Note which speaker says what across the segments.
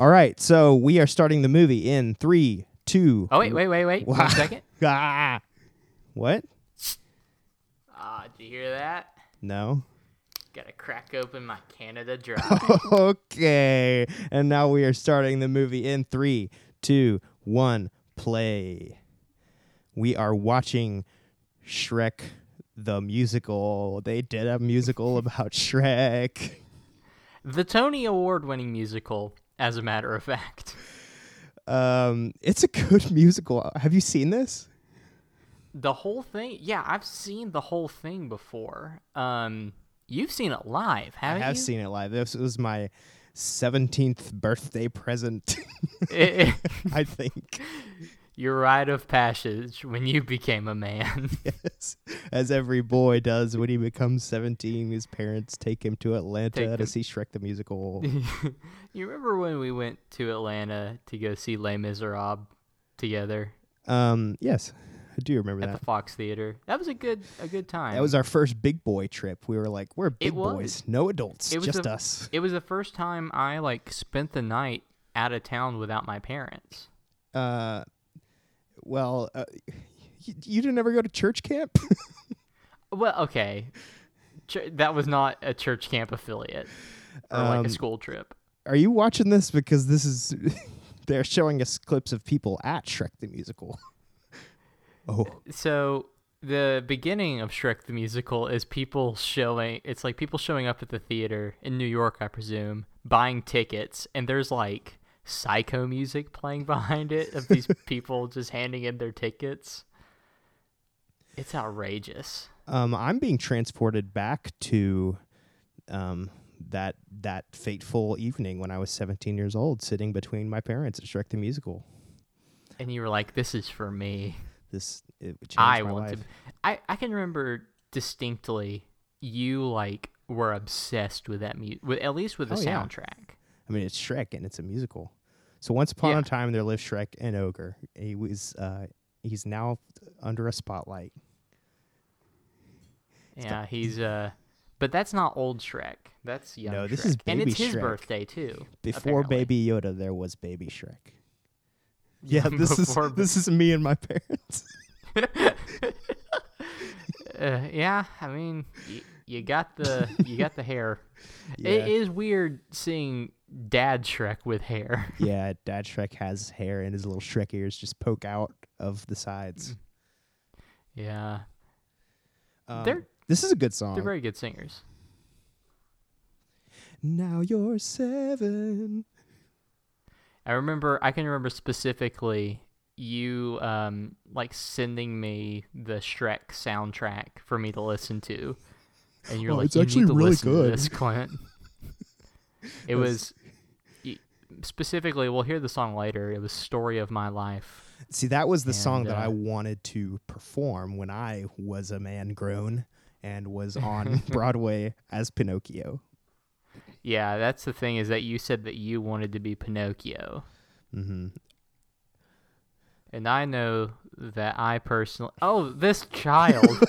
Speaker 1: All right, so we are starting the movie in three, two.
Speaker 2: Oh wait, wait, wait, wait.
Speaker 1: Wow.
Speaker 2: One second.
Speaker 1: Ah. What?
Speaker 2: Ah, did you hear that?
Speaker 1: No.
Speaker 2: Gotta crack open my Canada Dry.
Speaker 1: okay. And now we are starting the movie in three, two, one, play. We are watching Shrek the musical. They did a musical about Shrek.
Speaker 2: the Tony Award-winning musical, as a matter of fact.
Speaker 1: Um, it's a good musical. Have you seen this?
Speaker 2: The whole thing. Yeah, I've seen the whole thing before. Um, you've seen it live, haven't
Speaker 1: I have
Speaker 2: you?
Speaker 1: seen it live. This was my 17th birthday present,
Speaker 2: It- it-
Speaker 1: I think.
Speaker 2: your rite of passage when you became a man.
Speaker 1: Yes. As every boy does when he becomes 17, his parents take him to Atlanta
Speaker 2: Take
Speaker 1: to
Speaker 2: him.
Speaker 1: see Shrek the Musical.
Speaker 2: you remember when we went to Atlanta to go see Les Miserables together
Speaker 1: um, yes, I do remember
Speaker 2: at
Speaker 1: that.
Speaker 2: the Fox Theater? That was a good a good time.
Speaker 1: That was our first big boy trip. We were like, we're big
Speaker 2: was.
Speaker 1: boys, no adults,
Speaker 2: It was
Speaker 1: just
Speaker 2: the-
Speaker 1: us.
Speaker 2: It was the first time I like spent the night out of town without my parents.
Speaker 1: Uh, well, uh, you, you didn't ever go to church camp?
Speaker 2: Well, okay, Ch- that was not a church camp affiliate or like
Speaker 1: Um,
Speaker 2: a school trip.
Speaker 1: Are you watching this because this is they're showing us clips of people at Shrek the Musical? oh,
Speaker 2: So the beginning of Shrek the Musical is people showing. It's like people showing up at the theater in New York, I presume, buying tickets, and there's like psycho music playing behind it of these people just handing in their tickets. It's outrageous.
Speaker 1: um, I'm being transported back to um, that that fateful evening when I was 17 years old, sitting between my parents at Shrek the Musical.
Speaker 2: And you were like, "This is for me."
Speaker 1: This it changed
Speaker 2: I
Speaker 1: my
Speaker 2: want
Speaker 1: life.
Speaker 2: to. I I can remember distinctly you like were obsessed with that music, with at least with the
Speaker 1: Oh, yeah.
Speaker 2: soundtrack.
Speaker 1: I mean, it's Shrek and it's a musical. So once upon
Speaker 2: Yeah.
Speaker 1: a time, there lived Shrek and Ogre. He was uh, he's now under a spotlight.
Speaker 2: Yeah, he's uh, but that's not old Shrek. That's young.
Speaker 1: No, this
Speaker 2: Shrek.
Speaker 1: is
Speaker 2: and
Speaker 1: baby
Speaker 2: it's his
Speaker 1: Shrek.
Speaker 2: birthday too.
Speaker 1: Before
Speaker 2: apparently.
Speaker 1: Baby Yoda, there was Baby Shrek. Yeah, this is
Speaker 2: Before-
Speaker 1: this is me and my parents.
Speaker 2: Uh, yeah, I mean, y- you got the you got the hair.
Speaker 1: Yeah.
Speaker 2: It is weird seeing Dad Shrek with hair.
Speaker 1: yeah, Dad Shrek has hair and his little Shrek ears just poke out of the sides.
Speaker 2: Yeah,
Speaker 1: Um,
Speaker 2: They're-
Speaker 1: this is a good song.
Speaker 2: they're very good singers.
Speaker 1: now you're seven.
Speaker 2: I remember I can remember specifically you um like sending me the Shrek soundtrack for me to listen to. And you're
Speaker 1: Oh,
Speaker 2: like,
Speaker 1: it's
Speaker 2: you
Speaker 1: actually
Speaker 2: need to
Speaker 1: really
Speaker 2: listen to
Speaker 1: good."
Speaker 2: this, Clint. it was y- specifically we'll hear the song later. It was Story of My Life.
Speaker 1: See, that was the song
Speaker 2: And,
Speaker 1: that I
Speaker 2: uh,
Speaker 1: wanted to perform when I was a man grown and was on Broadway as Pinocchio.
Speaker 2: Yeah, that's the thing is that you said that you wanted to be Pinocchio.
Speaker 1: Mm-hmm.
Speaker 2: And I know that I personally Oh, this child.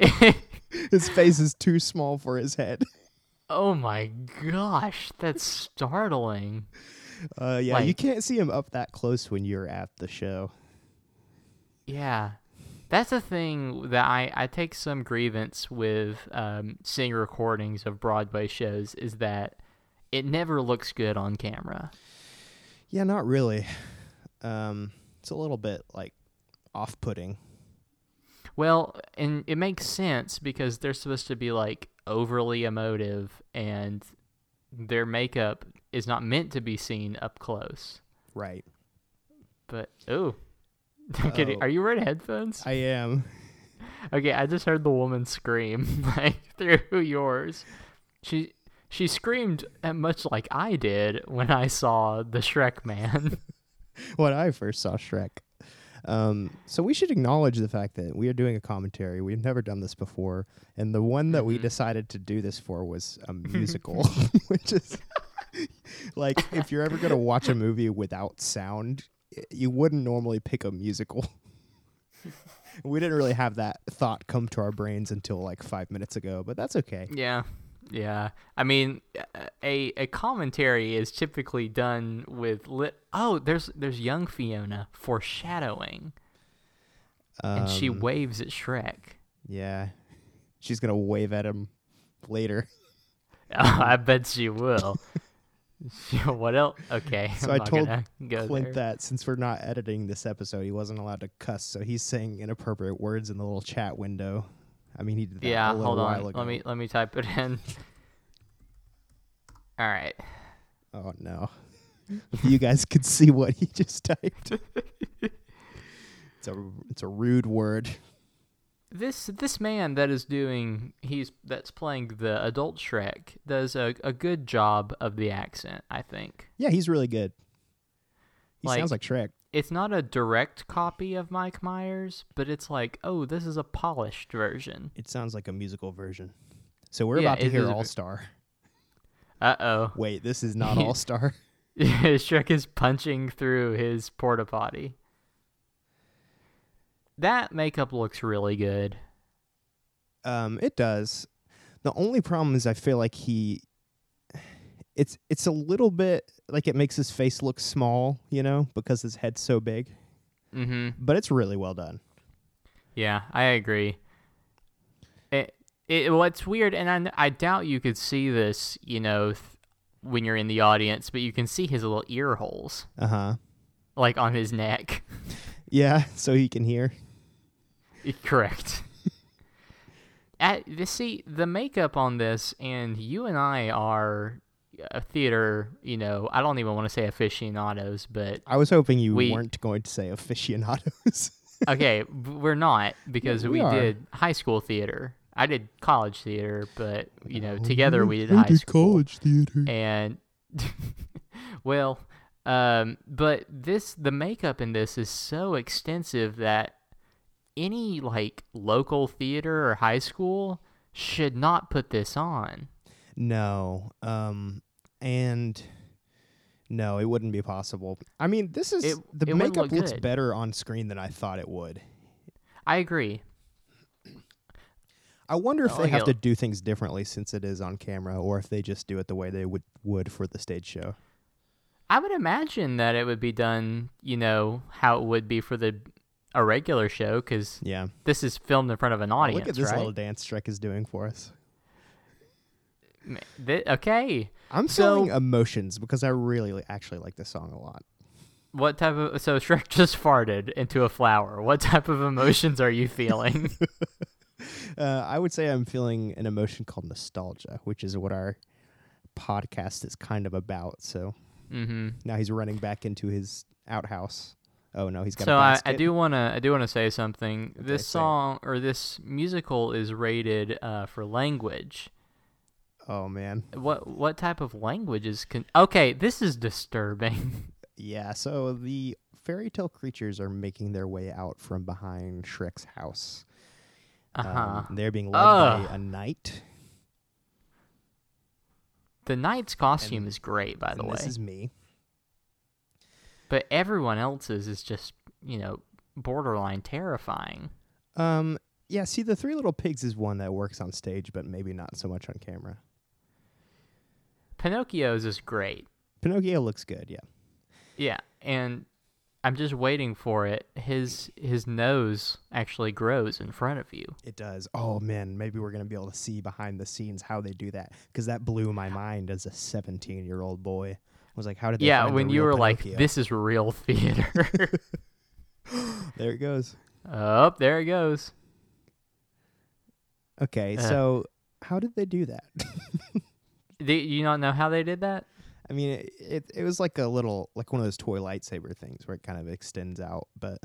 Speaker 1: His face is too small for his head.
Speaker 2: oh my gosh, that's startling.
Speaker 1: Uh, yeah, you
Speaker 2: Like-
Speaker 1: can't see him up that close when you're at the show.
Speaker 2: Yeah. That's the thing that I, I take some grievance with um, seeing recordings of Broadway shows is that it never looks good on camera.
Speaker 1: Yeah, not really. Um, it's a little bit like off-putting.
Speaker 2: Well, and it makes sense because they're supposed to be like overly emotive and their makeup is not meant to be seen up close.
Speaker 1: Right.
Speaker 2: But, ooh. Okay,
Speaker 1: Oh.
Speaker 2: are you wearing headphones?
Speaker 1: I am.
Speaker 2: Okay, I just heard the woman scream like through yours. She she screamed uh, much like I did when I saw the Shrek man.
Speaker 1: when I first saw Shrek. Um, so we should acknowledge the fact that we are doing a commentary. We've never done this before, and the one that we
Speaker 2: Mm-hmm.
Speaker 1: decided to do this for was a musical, which is like if you're ever gonna watch a movie without sound, y- you wouldn't normally pick a musical. we didn't really have that thought come to our brains until like five minutes ago, but that's okay.
Speaker 2: yeah. Yeah, I mean, a a commentary is typically done with lit. Oh, there's there's young Fiona foreshadowing, and she
Speaker 1: Um,
Speaker 2: waves at Shrek.
Speaker 1: yeah, she's gonna wave at him later.
Speaker 2: Oh, I bet she will. what else? Okay,
Speaker 1: So
Speaker 2: I'm
Speaker 1: I
Speaker 2: not
Speaker 1: told
Speaker 2: gonna go
Speaker 1: Clint
Speaker 2: there.
Speaker 1: that since we're not editing this episode, he wasn't allowed to cuss, so he's saying inappropriate words in the little chat window. I mean, he did that
Speaker 2: yeah,
Speaker 1: a little
Speaker 2: hold
Speaker 1: while
Speaker 2: on.
Speaker 1: ago.
Speaker 2: Let me let me type it in. All right.
Speaker 1: Oh no, If you guys could see what he just typed. it's a it's a rude word.
Speaker 2: This this man that is doing he's that's playing the adult Shrek does a, a good job of the accent, I think.
Speaker 1: Yeah, he's really good. He
Speaker 2: Like-
Speaker 1: sounds like Shrek.
Speaker 2: It's not a direct copy of Mike Myers, but it's like, oh, this is a polished version.
Speaker 1: It sounds like a musical version. So we're
Speaker 2: Yeah,
Speaker 1: about to
Speaker 2: it
Speaker 1: hear
Speaker 2: is a-
Speaker 1: All Star.
Speaker 2: Uh oh.
Speaker 1: Wait, this is not All Star.
Speaker 2: Shrek is punching through his porta potty. That makeup looks really good.
Speaker 1: Um, it does. The only problem is I feel like he it's it's a little bit like it makes his face look small, you know, because his head's so big.
Speaker 2: Mm-hmm.
Speaker 1: But it's really well done.
Speaker 2: Yeah, I agree. It, it what's weird, and I, kn- I doubt you could see this, you know, th- when you're in the audience, but you can see his little ear holes,
Speaker 1: Uh-huh.
Speaker 2: like on his neck.
Speaker 1: Yeah, so he can hear.
Speaker 2: Correct. At the see the makeup on this, and you and I are a theater. You know, I don't even want to say aficionados, but
Speaker 1: I was hoping you
Speaker 2: We-
Speaker 1: weren't going to say aficionados.
Speaker 2: okay, b- we're not because
Speaker 1: we
Speaker 2: we,
Speaker 1: are.
Speaker 2: did high school theater. I did college theater, but you know,
Speaker 1: Oh,
Speaker 2: together
Speaker 1: you-
Speaker 2: we did
Speaker 1: you
Speaker 2: high school.
Speaker 1: college theater.
Speaker 2: and well um but this the makeup in this is so extensive that any like local theater or high school should not put this on
Speaker 1: No. Um and no, it wouldn't be possible. I mean, this is
Speaker 2: It-
Speaker 1: the
Speaker 2: it wouldn't
Speaker 1: makeup
Speaker 2: look
Speaker 1: looks
Speaker 2: good.
Speaker 1: better on screen than I thought it would.
Speaker 2: i agree
Speaker 1: I wonder if
Speaker 2: Oh,
Speaker 1: they have
Speaker 2: yeah.
Speaker 1: to do things differently since it is on camera, or if they just do it the way they would would for the stage show.
Speaker 2: i would imagine that it would be done you know how it would be for the a regular show because
Speaker 1: Yeah.
Speaker 2: this is filmed in front of an audience
Speaker 1: Oh, Look at this
Speaker 2: right
Speaker 1: little dance Shrek is doing for us.
Speaker 2: Ma- thi- okay
Speaker 1: I'm
Speaker 2: So-
Speaker 1: feeling emotions because I really li- actually like this song a lot.
Speaker 2: what type of so shrek just farted into a flower what type of emotions are you feeling
Speaker 1: Uh, I would say I'm feeling an emotion called nostalgia, which is what our podcast is kind of about. So
Speaker 2: mm-hmm
Speaker 1: now he's running back into his outhouse. Oh no, he's got
Speaker 2: so
Speaker 1: a
Speaker 2: I,
Speaker 1: basket.
Speaker 2: I do want to I do want to say something. this
Speaker 1: say it.
Speaker 2: song or this musical is rated uh, for language.
Speaker 1: Oh man,
Speaker 2: What what type of language is con- okay? This is disturbing.
Speaker 1: yeah. So the fairy tale creatures are making their way out from behind Shrek's house.
Speaker 2: Uh huh.
Speaker 1: Um, they're being led by a knight.
Speaker 2: the knight's costume
Speaker 1: and-
Speaker 2: is great, by the
Speaker 1: and
Speaker 2: way,
Speaker 1: This is me.
Speaker 2: but everyone else's is just you know borderline terrifying.
Speaker 1: Um, yeah, see, the Three Little Pigs is one that works on stage, but maybe not so much on camera.
Speaker 2: Pinocchio's is great.
Speaker 1: Pinocchio looks good, yeah.
Speaker 2: Yeah, and I'm just waiting for it. His his nose actually grows in front of you.
Speaker 1: It does. Oh, man, maybe we're going to be able to see behind the scenes how they do that because that blew my mind as a 17 year old boy. I was like, how did they
Speaker 2: yeah,
Speaker 1: find the
Speaker 2: when you
Speaker 1: real
Speaker 2: were
Speaker 1: Pinocchio?
Speaker 2: like, "This is real theater."
Speaker 1: There it goes.
Speaker 2: Up there it goes.
Speaker 1: Okay,
Speaker 2: Uh.
Speaker 1: so how did they do that?
Speaker 2: Do you not know how they did that?
Speaker 1: I mean, it, it, it was like a little, like one of those toy lightsaber things where it kind of extends out, but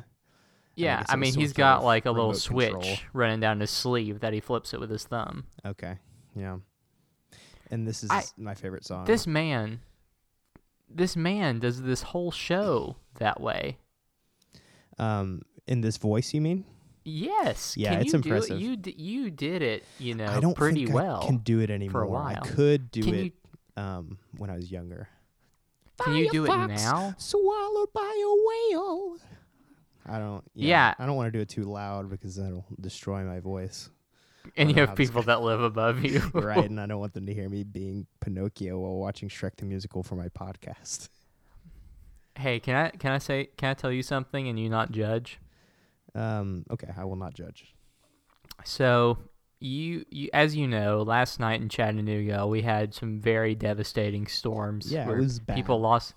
Speaker 2: Yeah,
Speaker 1: guess
Speaker 2: I
Speaker 1: it was
Speaker 2: mean
Speaker 1: some
Speaker 2: he's
Speaker 1: sort
Speaker 2: got
Speaker 1: of
Speaker 2: like a little
Speaker 1: uh, remote
Speaker 2: switch
Speaker 1: control.
Speaker 2: running down his sleeve that he flips it with his thumb.
Speaker 1: Okay. Yeah. And this is
Speaker 2: I-
Speaker 1: my favorite song.
Speaker 2: This man, this man does this whole show that way.
Speaker 1: um in this voice you mean?
Speaker 2: Yes.
Speaker 1: Yeah,
Speaker 2: can
Speaker 1: it's
Speaker 2: you do it?
Speaker 1: impressive.
Speaker 2: You d- you did it, you know,
Speaker 1: I don't
Speaker 2: pretty
Speaker 1: think
Speaker 2: well.
Speaker 1: I can do it anymore.
Speaker 2: while.
Speaker 1: I could do
Speaker 2: Can
Speaker 1: it
Speaker 2: you
Speaker 1: um when I was younger.
Speaker 2: can you do it now?
Speaker 1: Swallowed by a whale. I don't yeah,
Speaker 2: Yeah.
Speaker 1: I don't want to do it too loud because that'll destroy my voice.
Speaker 2: and you
Speaker 1: know
Speaker 2: have
Speaker 1: how this
Speaker 2: people that live above you.
Speaker 1: right, and I don't want them to hear me being Pinocchio while watching Shrek the Musical for my podcast.
Speaker 2: Hey, can I can I say can I tell you something and you not judge?
Speaker 1: Um, okay, I will not judge.
Speaker 2: So you, you as you know, last night in Chattanooga we had some very devastating storms.
Speaker 1: Yeah,
Speaker 2: where
Speaker 1: it was bad.
Speaker 2: people lost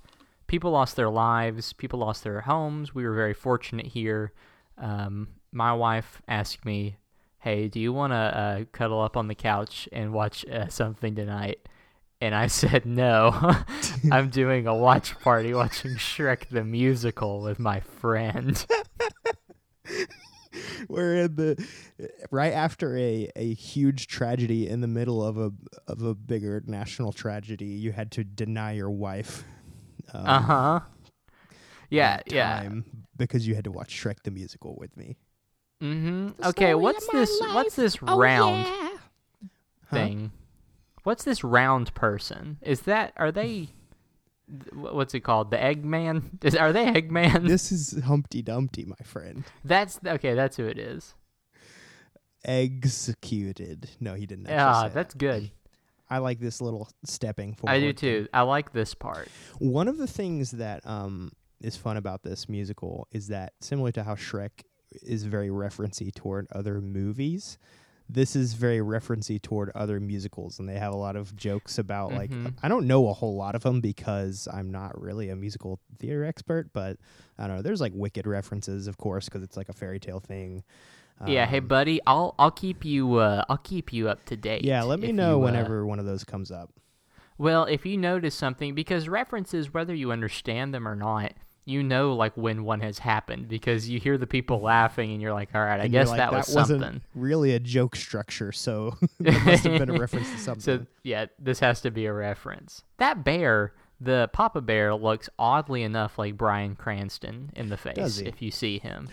Speaker 2: people lost their lives, people lost their homes. We were very fortunate here. Um, my wife asked me, "Hey, do you want to uh, cuddle up on the couch and watch uh, something tonight?" And I said, "No, I'm doing a watch party watching Shrek the Musical with my friend."
Speaker 1: We're in the right after a, a huge tragedy in the middle of a of a bigger national tragedy. You had to deny your wife. Um,
Speaker 2: Uh huh. Yeah, yeah.
Speaker 1: time Because you had to watch Shrek the Musical with me.
Speaker 2: Mm-hmm. Okay, what's this? What's this round
Speaker 1: Oh, Huh?
Speaker 2: Oh, thing? What's this round person? Is that are they? th- wh- What's it called? The Eggman? Is are they Eggman?
Speaker 1: This is Humpty Dumpty, my friend.
Speaker 2: That's okay. That's who it is.
Speaker 1: Executed. No, he didn't. actually
Speaker 2: Ah,
Speaker 1: say
Speaker 2: that's
Speaker 1: that.
Speaker 2: good.
Speaker 1: I like this little stepping forward.
Speaker 2: I do
Speaker 1: thing.
Speaker 2: too. I like this part.
Speaker 1: One of the things that um, is fun about this musical is that, similar to how Shrek is very referency toward other movies, this is very referency toward other musicals, and they have a lot of jokes about like
Speaker 2: Mhm.
Speaker 1: I don't know a whole lot of them because I'm not really a musical theater expert, but I don't know. There's like Wicked references, of course, because it's like a fairy tale thing.
Speaker 2: yeah. Hey,
Speaker 1: Um,
Speaker 2: buddy. I'll I'll keep you. Uh, I'll keep you up to date.
Speaker 1: yeah. Let me
Speaker 2: if
Speaker 1: know
Speaker 2: you, uh,
Speaker 1: whenever one of those comes up.
Speaker 2: Well, if you notice something, because references, whether you understand them or not, you know, like when one has happened because you hear the people laughing and you're like, all right, I
Speaker 1: And you're
Speaker 2: guess
Speaker 1: like,
Speaker 2: that, was
Speaker 1: wasn't
Speaker 2: something.
Speaker 1: really a joke structure, so that must have been a reference to something.
Speaker 2: So, yeah, this has to be a reference. That bear, the Papa Bear, looks oddly enough like Brian Cranston in the face
Speaker 1: he?
Speaker 2: if you see him.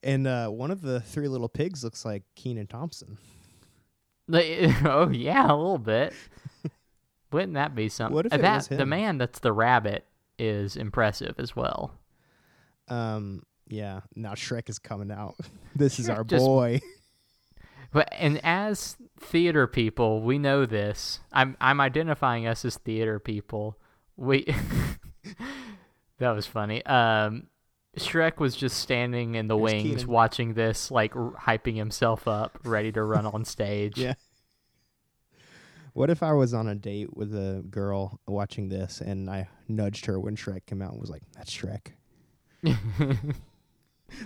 Speaker 1: And uh, one of the three little pigs looks like Keenan Thompson.
Speaker 2: Like, oh, yeah, a little bit. Wouldn't that be something?
Speaker 1: What if it
Speaker 2: that,
Speaker 1: was
Speaker 2: The
Speaker 1: him?
Speaker 2: man that's the rabbit is impressive as well.
Speaker 1: Um, yeah, now Shrek is coming out. This is
Speaker 2: Shrek
Speaker 1: our
Speaker 2: just-
Speaker 1: boy.
Speaker 2: But and as theater people, we know this. I'm I'm identifying us as theater people. We That was funny. Um Shrek was just standing in the
Speaker 1: There's
Speaker 2: wings
Speaker 1: Keenan.
Speaker 2: watching this like r- hyping himself up, ready to run on stage.
Speaker 1: Yeah. What if I was on a date with a girl watching this and I nudged her when Shrek came out and was like, "That's Shrek.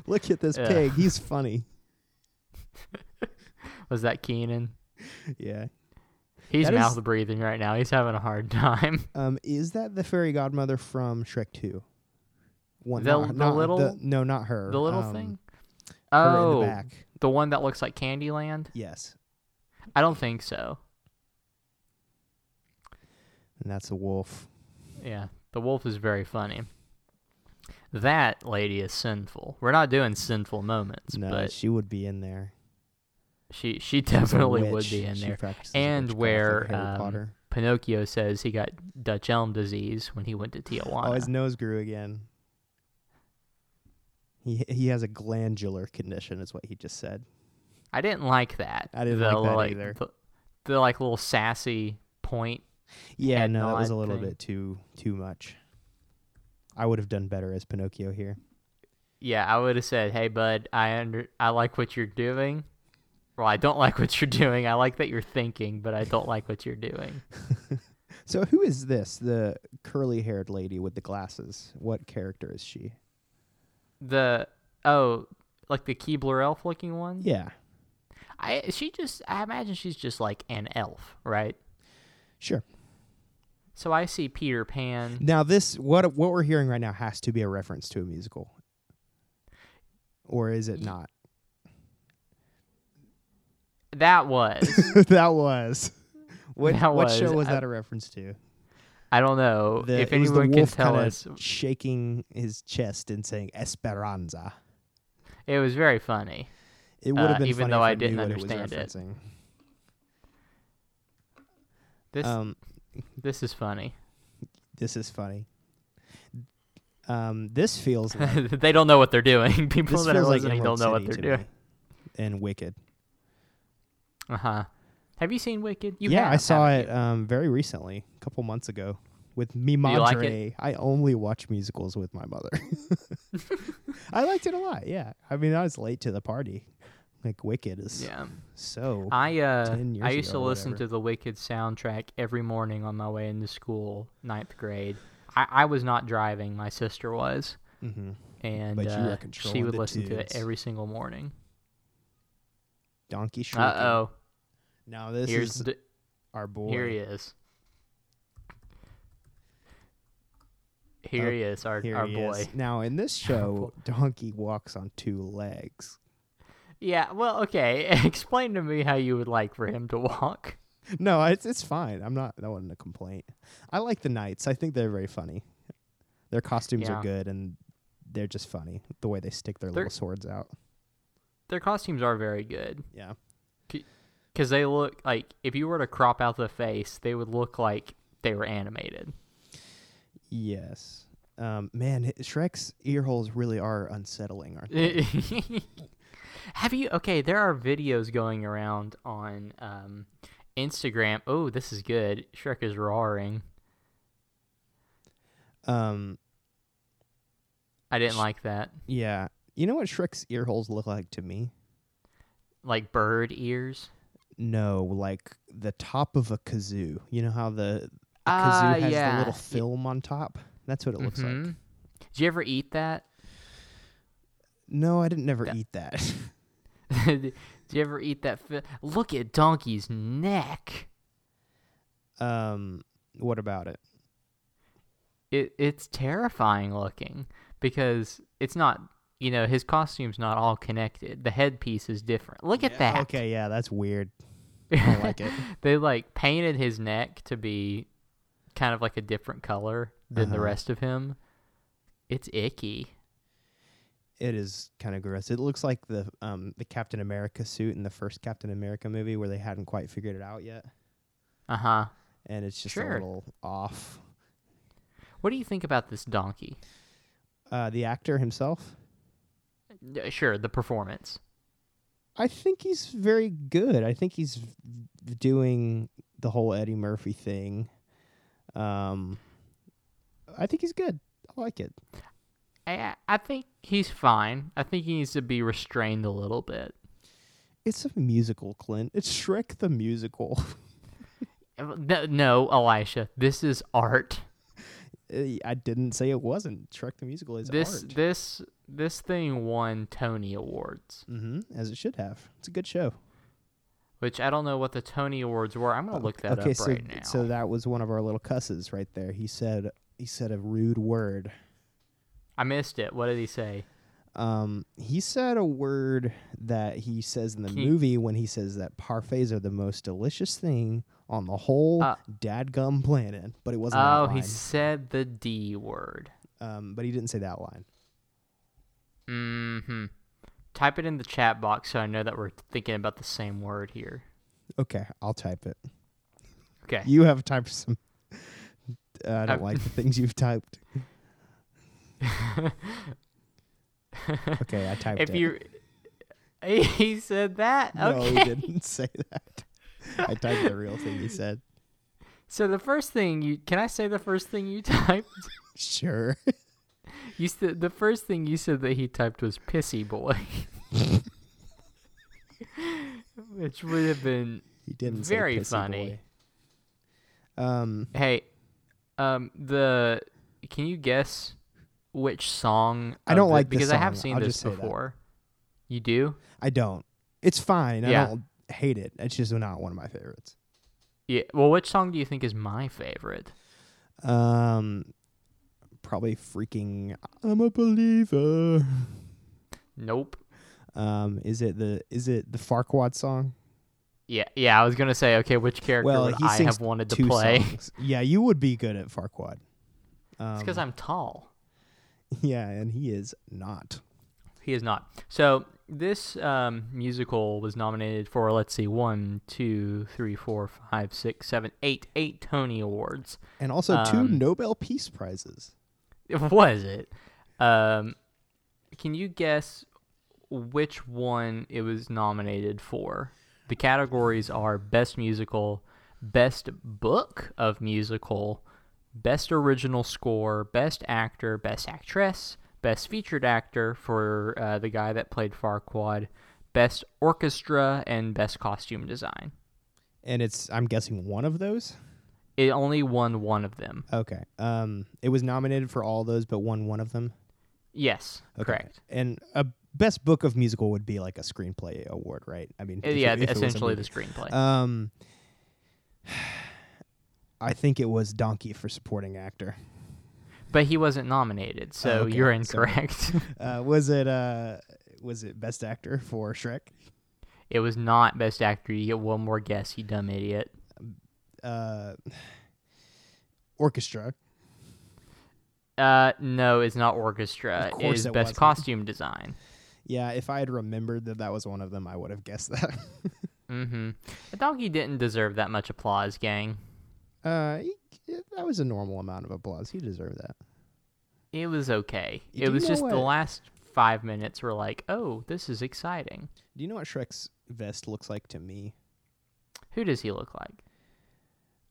Speaker 1: Look at this
Speaker 2: Yeah.
Speaker 1: pig. He's funny."
Speaker 2: was that Keenan?
Speaker 1: Yeah.
Speaker 2: He's
Speaker 1: That is-
Speaker 2: mouth breathing right now. He's having a hard time.
Speaker 1: Um, is that the fairy godmother from Shrek Two? One,
Speaker 2: The-
Speaker 1: not-
Speaker 2: the
Speaker 1: not
Speaker 2: little-
Speaker 1: no, not her.
Speaker 2: The little
Speaker 1: Um,
Speaker 2: thing.
Speaker 1: Her
Speaker 2: Oh,
Speaker 1: in the back.
Speaker 2: the one that looks like Candyland?
Speaker 1: Yes,
Speaker 2: I don't think so.
Speaker 1: and that's a wolf.
Speaker 2: Yeah, the wolf is very funny. That lady is sinful. We're not doing sinful moments,
Speaker 1: no,
Speaker 2: but
Speaker 1: she would be in there.
Speaker 2: she she
Speaker 1: She's a
Speaker 2: definitely would
Speaker 1: witch.
Speaker 2: be in
Speaker 1: She
Speaker 2: there.
Speaker 1: practices
Speaker 2: And
Speaker 1: witchcraft
Speaker 2: where,
Speaker 1: like Harry
Speaker 2: um,
Speaker 1: Potter.
Speaker 2: Pinocchio says he got Dutch elm disease when he went to Tijuana.
Speaker 1: Oh, his nose grew again. He he has a glandular condition, is what he just said.
Speaker 2: I didn't like that.
Speaker 1: I didn't
Speaker 2: The,
Speaker 1: like that either.
Speaker 2: The, the, like little sassy point.
Speaker 1: Yeah,
Speaker 2: Head
Speaker 1: no, that was a
Speaker 2: nod
Speaker 1: little
Speaker 2: thing.
Speaker 1: bit too too much. I would have done better as Pinocchio here.
Speaker 2: Yeah, I would have said, "Hey, bud, I under I like what you're doing. Well, I don't like what you're doing. I like that you're thinking, but I don't like what you're doing."
Speaker 1: So who is this? The curly haired lady with the glasses. What character is she?
Speaker 2: The oh, like the Keebler elf looking one.
Speaker 1: Yeah,
Speaker 2: I she just I imagine she's just like an elf, right?
Speaker 1: sure.
Speaker 2: So I see Peter Pan.
Speaker 1: Now this what what we're hearing right now has to be a reference to a musical, or is it not?
Speaker 2: That was
Speaker 1: that was. What,
Speaker 2: That
Speaker 1: what
Speaker 2: was.
Speaker 1: show was
Speaker 2: I-
Speaker 1: that a reference to?
Speaker 2: I don't know
Speaker 1: The-
Speaker 2: if
Speaker 1: it was the
Speaker 2: anyone can
Speaker 1: wolf
Speaker 2: tell
Speaker 1: kinda
Speaker 2: us.
Speaker 1: shaking his chest and saying Esperanza.
Speaker 2: It was very funny.
Speaker 1: It would have
Speaker 2: Uh,
Speaker 1: been
Speaker 2: even
Speaker 1: funny
Speaker 2: though
Speaker 1: if
Speaker 2: I
Speaker 1: I, knew
Speaker 2: didn't
Speaker 1: what
Speaker 2: understand
Speaker 1: it
Speaker 2: it.
Speaker 1: was referencing.
Speaker 2: This
Speaker 1: Um,
Speaker 2: this is funny.
Speaker 1: this is funny. Um, this feels like
Speaker 2: they don't know what they're doing. People
Speaker 1: this
Speaker 2: that are
Speaker 1: feels like
Speaker 2: listening
Speaker 1: Emerald
Speaker 2: don't know what
Speaker 1: City
Speaker 2: they're
Speaker 1: to me
Speaker 2: doing.
Speaker 1: and Wicked.
Speaker 2: Uh huh. Have you seen Wicked? You
Speaker 1: yeah,
Speaker 2: have,
Speaker 1: I saw
Speaker 2: haven't
Speaker 1: it um, very recently, a couple months ago, with me madre.
Speaker 2: like
Speaker 1: I only watch musicals with my mother. I liked it a lot. Yeah, I mean, I was late to the party. Like Wicked
Speaker 2: you?
Speaker 1: is
Speaker 2: Yeah.
Speaker 1: so.
Speaker 2: I uh
Speaker 1: 10 years
Speaker 2: I used
Speaker 1: ago
Speaker 2: to
Speaker 1: or
Speaker 2: listen
Speaker 1: whatever.
Speaker 2: to the Wicked soundtrack every morning on my way into school, ninth grade. I, I was not driving, my sister was,
Speaker 1: hmm
Speaker 2: and
Speaker 1: But you were
Speaker 2: uh, she
Speaker 1: controlling
Speaker 2: would
Speaker 1: the
Speaker 2: listen to it
Speaker 1: tunes.
Speaker 2: every single morning.
Speaker 1: Donkey Shrieking.
Speaker 2: Uh oh,
Speaker 1: Now this
Speaker 2: here's
Speaker 1: is
Speaker 2: d-
Speaker 1: our boy.
Speaker 2: here he is. Here
Speaker 1: Oh,
Speaker 2: he is, our
Speaker 1: Here
Speaker 2: our
Speaker 1: he
Speaker 2: boy.
Speaker 1: is. Now in this show, Donkey walks on two legs.
Speaker 2: Yeah, well, okay. Explain to me how you would like for him to walk.
Speaker 1: No, it's it's fine. I'm not. That wasn't a complaint. I like the knights. I think they're very funny. Their costumes
Speaker 2: Yeah.
Speaker 1: are good, and they're just funny the way they stick their
Speaker 2: They're-
Speaker 1: little swords out.
Speaker 2: Their costumes are very good.
Speaker 1: Yeah,
Speaker 2: because they look like if you were to crop out the face, they would look like they were animated.
Speaker 1: yes. Um, man, h- Shrek's ear holes really are unsettling, aren't they?
Speaker 2: Have you? Okay, there are videos going around on um, Instagram. Oh, this is good. Shrek is roaring.
Speaker 1: um,
Speaker 2: I didn't
Speaker 1: Sh-
Speaker 2: like that.
Speaker 1: yeah. You know what Shrek's ear holes look like to me?
Speaker 2: Like bird ears.
Speaker 1: No, like the top of a kazoo. You know how the, the
Speaker 2: Ah,
Speaker 1: kazoo has
Speaker 2: yeah.
Speaker 1: the little
Speaker 2: Y-
Speaker 1: film on top? That's what it looks like.
Speaker 2: Mhm. Did you ever eat that?
Speaker 1: No, I didn't never
Speaker 2: That-
Speaker 1: eat that.
Speaker 2: Did you ever eat that? Fi- look at Donkey's neck.
Speaker 1: um, what about it?
Speaker 2: it it's terrifying looking because it's not you know his costume's not all connected the headpiece is different look at that
Speaker 1: Okay, yeah, that's weird. I don't like it.
Speaker 2: they like painted his neck to be kind of like a different color than the
Speaker 1: Uh-huh.
Speaker 2: rest of him it's icky
Speaker 1: It is kind of gross. It looks like the um the Captain America suit in the first Captain America movie where they hadn't quite figured it out yet,
Speaker 2: uh-huh
Speaker 1: and it's just
Speaker 2: Sure.
Speaker 1: a little off.
Speaker 2: what do you think about this donkey
Speaker 1: Uh, the actor himself,
Speaker 2: Uh, sure the performance
Speaker 1: I think he's very good. I think he's v- doing the whole Eddie Murphy thing. Um, I think he's good. I like it.
Speaker 2: I, I- I think he's fine i think he needs to be restrained a little bit
Speaker 1: It's a musical, Clint. It's Shrek the musical.
Speaker 2: Uh, no, no elisha this is art
Speaker 1: Uh, I didn't say it wasn't. Shrek the musical is
Speaker 2: this
Speaker 1: art.
Speaker 2: this this thing won Tony Awards,
Speaker 1: hmm as it should have. It's a good show.
Speaker 2: which I don't know what the Tony Awards were. I'm gonna look that
Speaker 1: okay,
Speaker 2: up
Speaker 1: so
Speaker 2: right now.
Speaker 1: so that was one of our little cusses right there. He said he said a rude word.
Speaker 2: I missed it. What did he say?
Speaker 1: Um, he said a word that he says in the
Speaker 2: Keep-
Speaker 1: movie when he says that parfaits are the most delicious thing on the whole
Speaker 2: Uh,
Speaker 1: dadgum planet. But it wasn't
Speaker 2: Oh,
Speaker 1: that line.
Speaker 2: he said the D word.
Speaker 1: Um, but he didn't say that line.
Speaker 2: Mm-hmm. Type it in the chat box so I know that we're thinking about the same word here.
Speaker 1: Okay, I'll type it.
Speaker 2: Okay.
Speaker 1: You have typed some. Uh, I don't
Speaker 2: I've-
Speaker 1: like the things you've typed. Okay, I typed
Speaker 2: if
Speaker 1: it.
Speaker 2: you, he said that.
Speaker 1: No,
Speaker 2: okay.
Speaker 1: he didn't say that. I typed the real thing he said.
Speaker 2: So the first thing you can I say the first thing you typed?
Speaker 1: Sure.
Speaker 2: You said the first thing you said that he typed was "pissy boy," which would have been
Speaker 1: He didn't
Speaker 2: Very
Speaker 1: say pissy
Speaker 2: funny.
Speaker 1: boy. Um
Speaker 2: hey. Um, the can you guess which song?
Speaker 1: I
Speaker 2: of
Speaker 1: don't
Speaker 2: the-
Speaker 1: like this
Speaker 2: because I have
Speaker 1: song.
Speaker 2: seen
Speaker 1: I'll
Speaker 2: this
Speaker 1: just say that.
Speaker 2: before. You do?
Speaker 1: I don't. It's fine.
Speaker 2: Yeah.
Speaker 1: I don't hate it. It's just not one of my favorites.
Speaker 2: Yeah. Well, which song do you think is my favorite?
Speaker 1: Um probably freaking I'm a believer.
Speaker 2: Nope.
Speaker 1: Um is it the is it the Farquad song?
Speaker 2: Yeah, yeah. I was gonna say, okay, which character
Speaker 1: Well,
Speaker 2: would
Speaker 1: he
Speaker 2: I
Speaker 1: sings
Speaker 2: have wanted to
Speaker 1: Two
Speaker 2: play?
Speaker 1: songs. Yeah, you would be good at Farquad. Um,
Speaker 2: It's because I'm tall.
Speaker 1: yeah, and he is not.
Speaker 2: He is not. So this um, musical was nominated for let's see one, two, three, four, five, six, seven, eight, eight Tony Awards.
Speaker 1: And also two
Speaker 2: Um,
Speaker 1: Nobel Peace Prizes.
Speaker 2: Was it? Um, can you guess which one it was nominated for? The categories are best musical, best book of musical, best original score, best actor, best actress, best featured actor for uh, the guy that played Farquaad, best orchestra, and best costume design.
Speaker 1: And it's I'm guessing one of those.
Speaker 2: It only won one of them.
Speaker 1: Okay. Um, it was nominated for all those, but won one of them.
Speaker 2: Yes,
Speaker 1: Okay.
Speaker 2: correct.
Speaker 1: And a best book of musical would be like a screenplay award, right? I mean,
Speaker 2: Uh,
Speaker 1: if it-
Speaker 2: yeah,
Speaker 1: if it was a
Speaker 2: essentially the
Speaker 1: movie.
Speaker 2: screenplay.
Speaker 1: Um, I think it was Donkey for supporting actor.
Speaker 2: but he wasn't nominated, so
Speaker 1: Oh, okay,
Speaker 2: you're
Speaker 1: sorry.
Speaker 2: incorrect.
Speaker 1: Uh, was it uh, was it best actor for Shrek?
Speaker 2: it was not best actor. You get one more guess, you dumb idiot.
Speaker 1: Uh, orchestra.
Speaker 2: Uh, no, it's not orchestra.
Speaker 1: Of course
Speaker 2: It's
Speaker 1: it
Speaker 2: best
Speaker 1: wasn't.
Speaker 2: costume design.
Speaker 1: Yeah, if I had remembered that that was one of them, I would have guessed that.
Speaker 2: Mm-hmm. The donkey didn't deserve that much applause, gang.
Speaker 1: uh, he- that was a normal amount of applause. He deserved that.
Speaker 2: It was okay.
Speaker 1: Do
Speaker 2: it
Speaker 1: you
Speaker 2: was
Speaker 1: know
Speaker 2: just the
Speaker 1: what-
Speaker 2: last five minutes were like, oh, this is exciting.
Speaker 1: Do you know what Shrek's vest looks like to me?
Speaker 2: Who does he look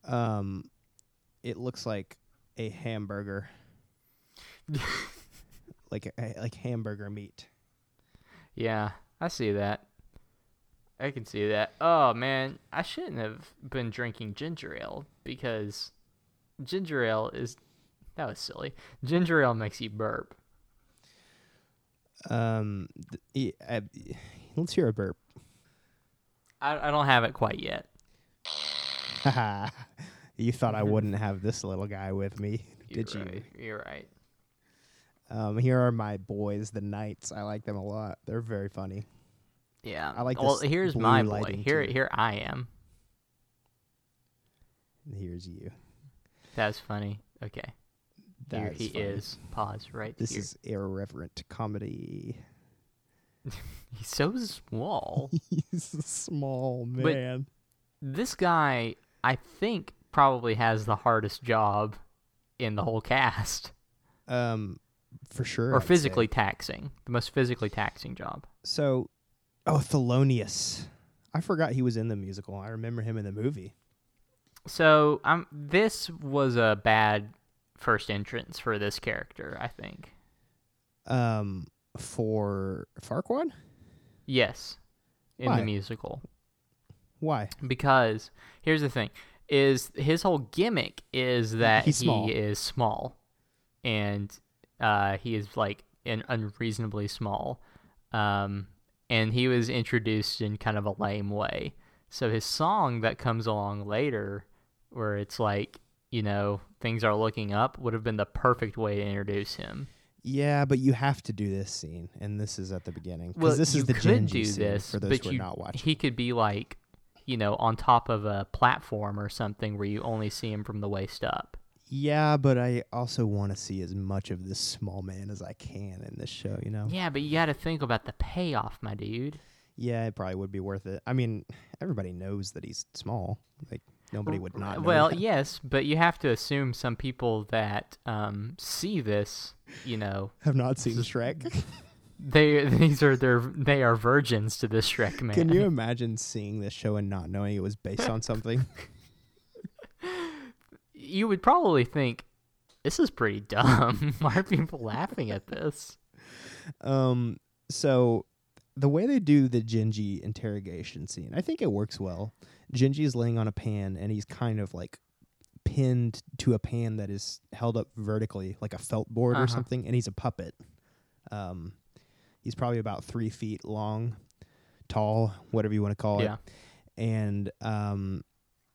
Speaker 2: like?
Speaker 1: Um, it looks like a hamburger, like a, like hamburger meat.
Speaker 2: Yeah, I see that. I can see that. Oh man, I shouldn't have been drinking ginger ale because ginger ale is that was silly. Ginger ale makes you burp.
Speaker 1: Um, th- e- uh, let's hear a burp.
Speaker 2: I, I don't have it quite yet.
Speaker 1: you thought I wouldn't have this little guy with me,
Speaker 2: You're
Speaker 1: did you?
Speaker 2: right. You're right.
Speaker 1: Um, here are my boys, the Knights. I like them a lot. They're very funny.
Speaker 2: Yeah.
Speaker 1: I like
Speaker 2: Well,
Speaker 1: this
Speaker 2: here's
Speaker 1: blue
Speaker 2: my boy.
Speaker 1: lighting,
Speaker 2: Here,
Speaker 1: too.
Speaker 2: here I am.
Speaker 1: And Here's you.
Speaker 2: That's funny. Okay.
Speaker 1: That's
Speaker 2: here he
Speaker 1: funny.
Speaker 2: is. Pause right
Speaker 1: This
Speaker 2: here.
Speaker 1: is irreverent comedy.
Speaker 2: He's so small.
Speaker 1: He's a small man.
Speaker 2: this guy, I think, probably has the hardest job in the whole cast,
Speaker 1: um, for sure.
Speaker 2: or
Speaker 1: I'd say.
Speaker 2: physically taxing, the most physically taxing job.
Speaker 1: So, oh, Thelonious. I forgot he was in the musical. I remember him in the movie.
Speaker 2: So, um, this was a bad first entrance for this character, I think.
Speaker 1: Um, for Farquaad.
Speaker 2: Yes, in
Speaker 1: Why?
Speaker 2: the musical,
Speaker 1: Why?
Speaker 2: because here's the thing: is his whole gimmick is that
Speaker 1: He's
Speaker 2: he
Speaker 1: small.
Speaker 2: is small, and uh, he is like an unreasonably small. Um, and he was introduced in kind of a lame way. So his song that comes along later, where it's like, you know, things are looking up, would have been the perfect way to introduce him.
Speaker 1: Yeah, but you have to do this scene, and this is at the beginning because
Speaker 2: Well,
Speaker 1: this
Speaker 2: you
Speaker 1: is the
Speaker 2: could
Speaker 1: Genji
Speaker 2: do
Speaker 1: scene
Speaker 2: this,
Speaker 1: for those
Speaker 2: but
Speaker 1: who are
Speaker 2: you-
Speaker 1: not watching.
Speaker 2: He could be like, you know, on top of a platform or something where you only see him from the waist up.
Speaker 1: Yeah, but I also want to see as much of this small man as I can in this show. You know.
Speaker 2: Yeah, but you got to think about the payoff, my dude.
Speaker 1: Yeah, it probably would be worth it. I mean, everybody knows that he's small. Like nobody would not. Know
Speaker 2: well,
Speaker 1: that.
Speaker 2: yes, but you have to assume some people that um, see this, you know,
Speaker 1: have not seen Shrek.
Speaker 2: They these are their they are virgins to this Shrek man.
Speaker 1: Can you imagine seeing this show and not knowing it was based on something?
Speaker 2: You would probably think this is pretty dumb. Why are people laughing at this?
Speaker 1: Um, so the way they do the Genji interrogation scene, I think it works well. Genji is laying on a pan and he's kind of like pinned to a pan that is held up vertically, like a felt board
Speaker 2: Uh-huh.
Speaker 1: or something, and he's a puppet. Um, he's probably about three feet long, tall, whatever you want to call
Speaker 2: Yeah.
Speaker 1: it. And um,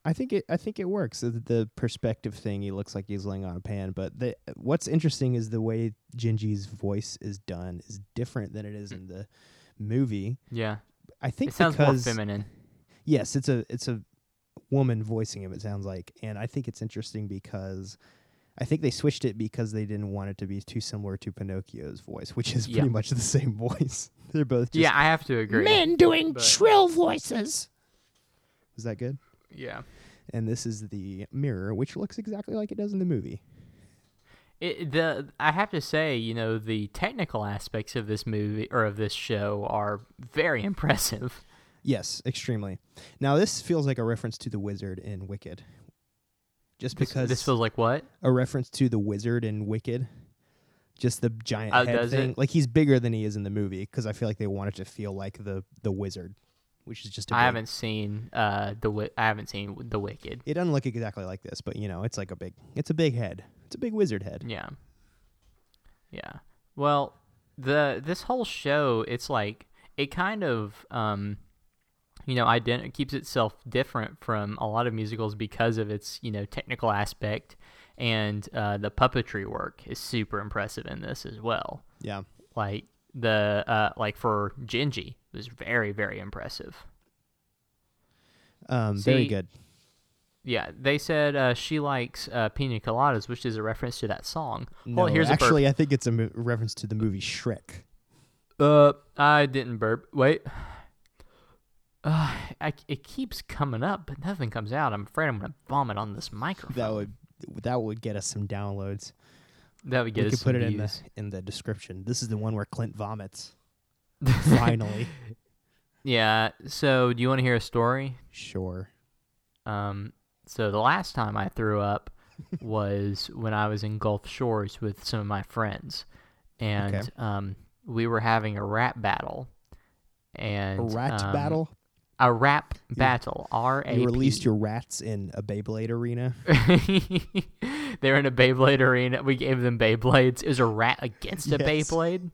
Speaker 1: I think it I think it works. The, the perspective thing, he looks like he's laying on a pan, but the what's interesting is the way Genji's voice is done is different than it is in the movie.
Speaker 2: Yeah.
Speaker 1: I think
Speaker 2: It sounds more
Speaker 1: because
Speaker 2: feminine.
Speaker 1: yes, it's a it's a woman voicing him. It sounds like, and I think it's interesting because I think they switched it because they didn't want it to be too similar to Pinocchio's voice, which is
Speaker 2: Yeah.
Speaker 1: pretty much the same voice. They're both just
Speaker 2: yeah, I have to agree.
Speaker 1: men doing
Speaker 2: but-
Speaker 1: shrill voices. Was that good?
Speaker 2: Yeah.
Speaker 1: And this is the mirror, which looks exactly like it does in the movie.
Speaker 2: It, the I have to say, you know, the technical aspects of this movie or of this show are very impressive.
Speaker 1: Yes, extremely. Now this feels like a reference to the wizard in Wicked. Just
Speaker 2: This-
Speaker 1: because
Speaker 2: this feels like what?
Speaker 1: a reference to the wizard in Wicked, just the giant
Speaker 2: Oh,
Speaker 1: head
Speaker 2: does
Speaker 1: thing.
Speaker 2: it?
Speaker 1: Like he's bigger than he is in the movie because I feel like they wanted to feel like the the wizard, which is just. I
Speaker 2: I haven't seen uh the wi- I haven't seen the Wicked.
Speaker 1: It doesn't look exactly like this, but you know, it's like a big. It's a big head. It's a big wizard head.
Speaker 2: Yeah. Yeah. Well, the this whole show, it's like it kind of um you know, ident- keeps itself different from a lot of musicals because of its, you know, technical aspect and uh, the puppetry work is super impressive in this as well.
Speaker 1: Yeah.
Speaker 2: Like the uh like for Genji it was very very impressive.
Speaker 1: Um. very
Speaker 2: See-
Speaker 1: good.
Speaker 2: Yeah, they said uh, she likes uh, pina coladas, which is a reference to that song.
Speaker 1: No,
Speaker 2: well, here's a burp.
Speaker 1: actually, I think it's a mo- reference to the movie Shrek.
Speaker 2: Uh, I didn't burp. Wait. Uh, I, it keeps coming up, but nothing comes out. I'm afraid I'm gonna vomit on this microphone.
Speaker 1: That would that would get us some downloads.
Speaker 2: that would get
Speaker 1: we
Speaker 2: us
Speaker 1: could
Speaker 2: some
Speaker 1: put it in the
Speaker 2: views.
Speaker 1: in the description. This is the one where Clint vomits. Finally,
Speaker 2: yeah. So, do you want to hear a story?
Speaker 1: sure.
Speaker 2: Um, so the last time I threw up was when I was in Gulf Shores with some of my friends, and
Speaker 1: Okay.
Speaker 2: um, we were having a rap battle.
Speaker 1: A
Speaker 2: And
Speaker 1: rat
Speaker 2: um,
Speaker 1: battle.
Speaker 2: A rap battle. R A.
Speaker 1: You released your rats in a Beyblade arena.
Speaker 2: they were in a Beyblade arena. We gave them Beyblades. It was a rat against a
Speaker 1: Yes.
Speaker 2: Beyblade.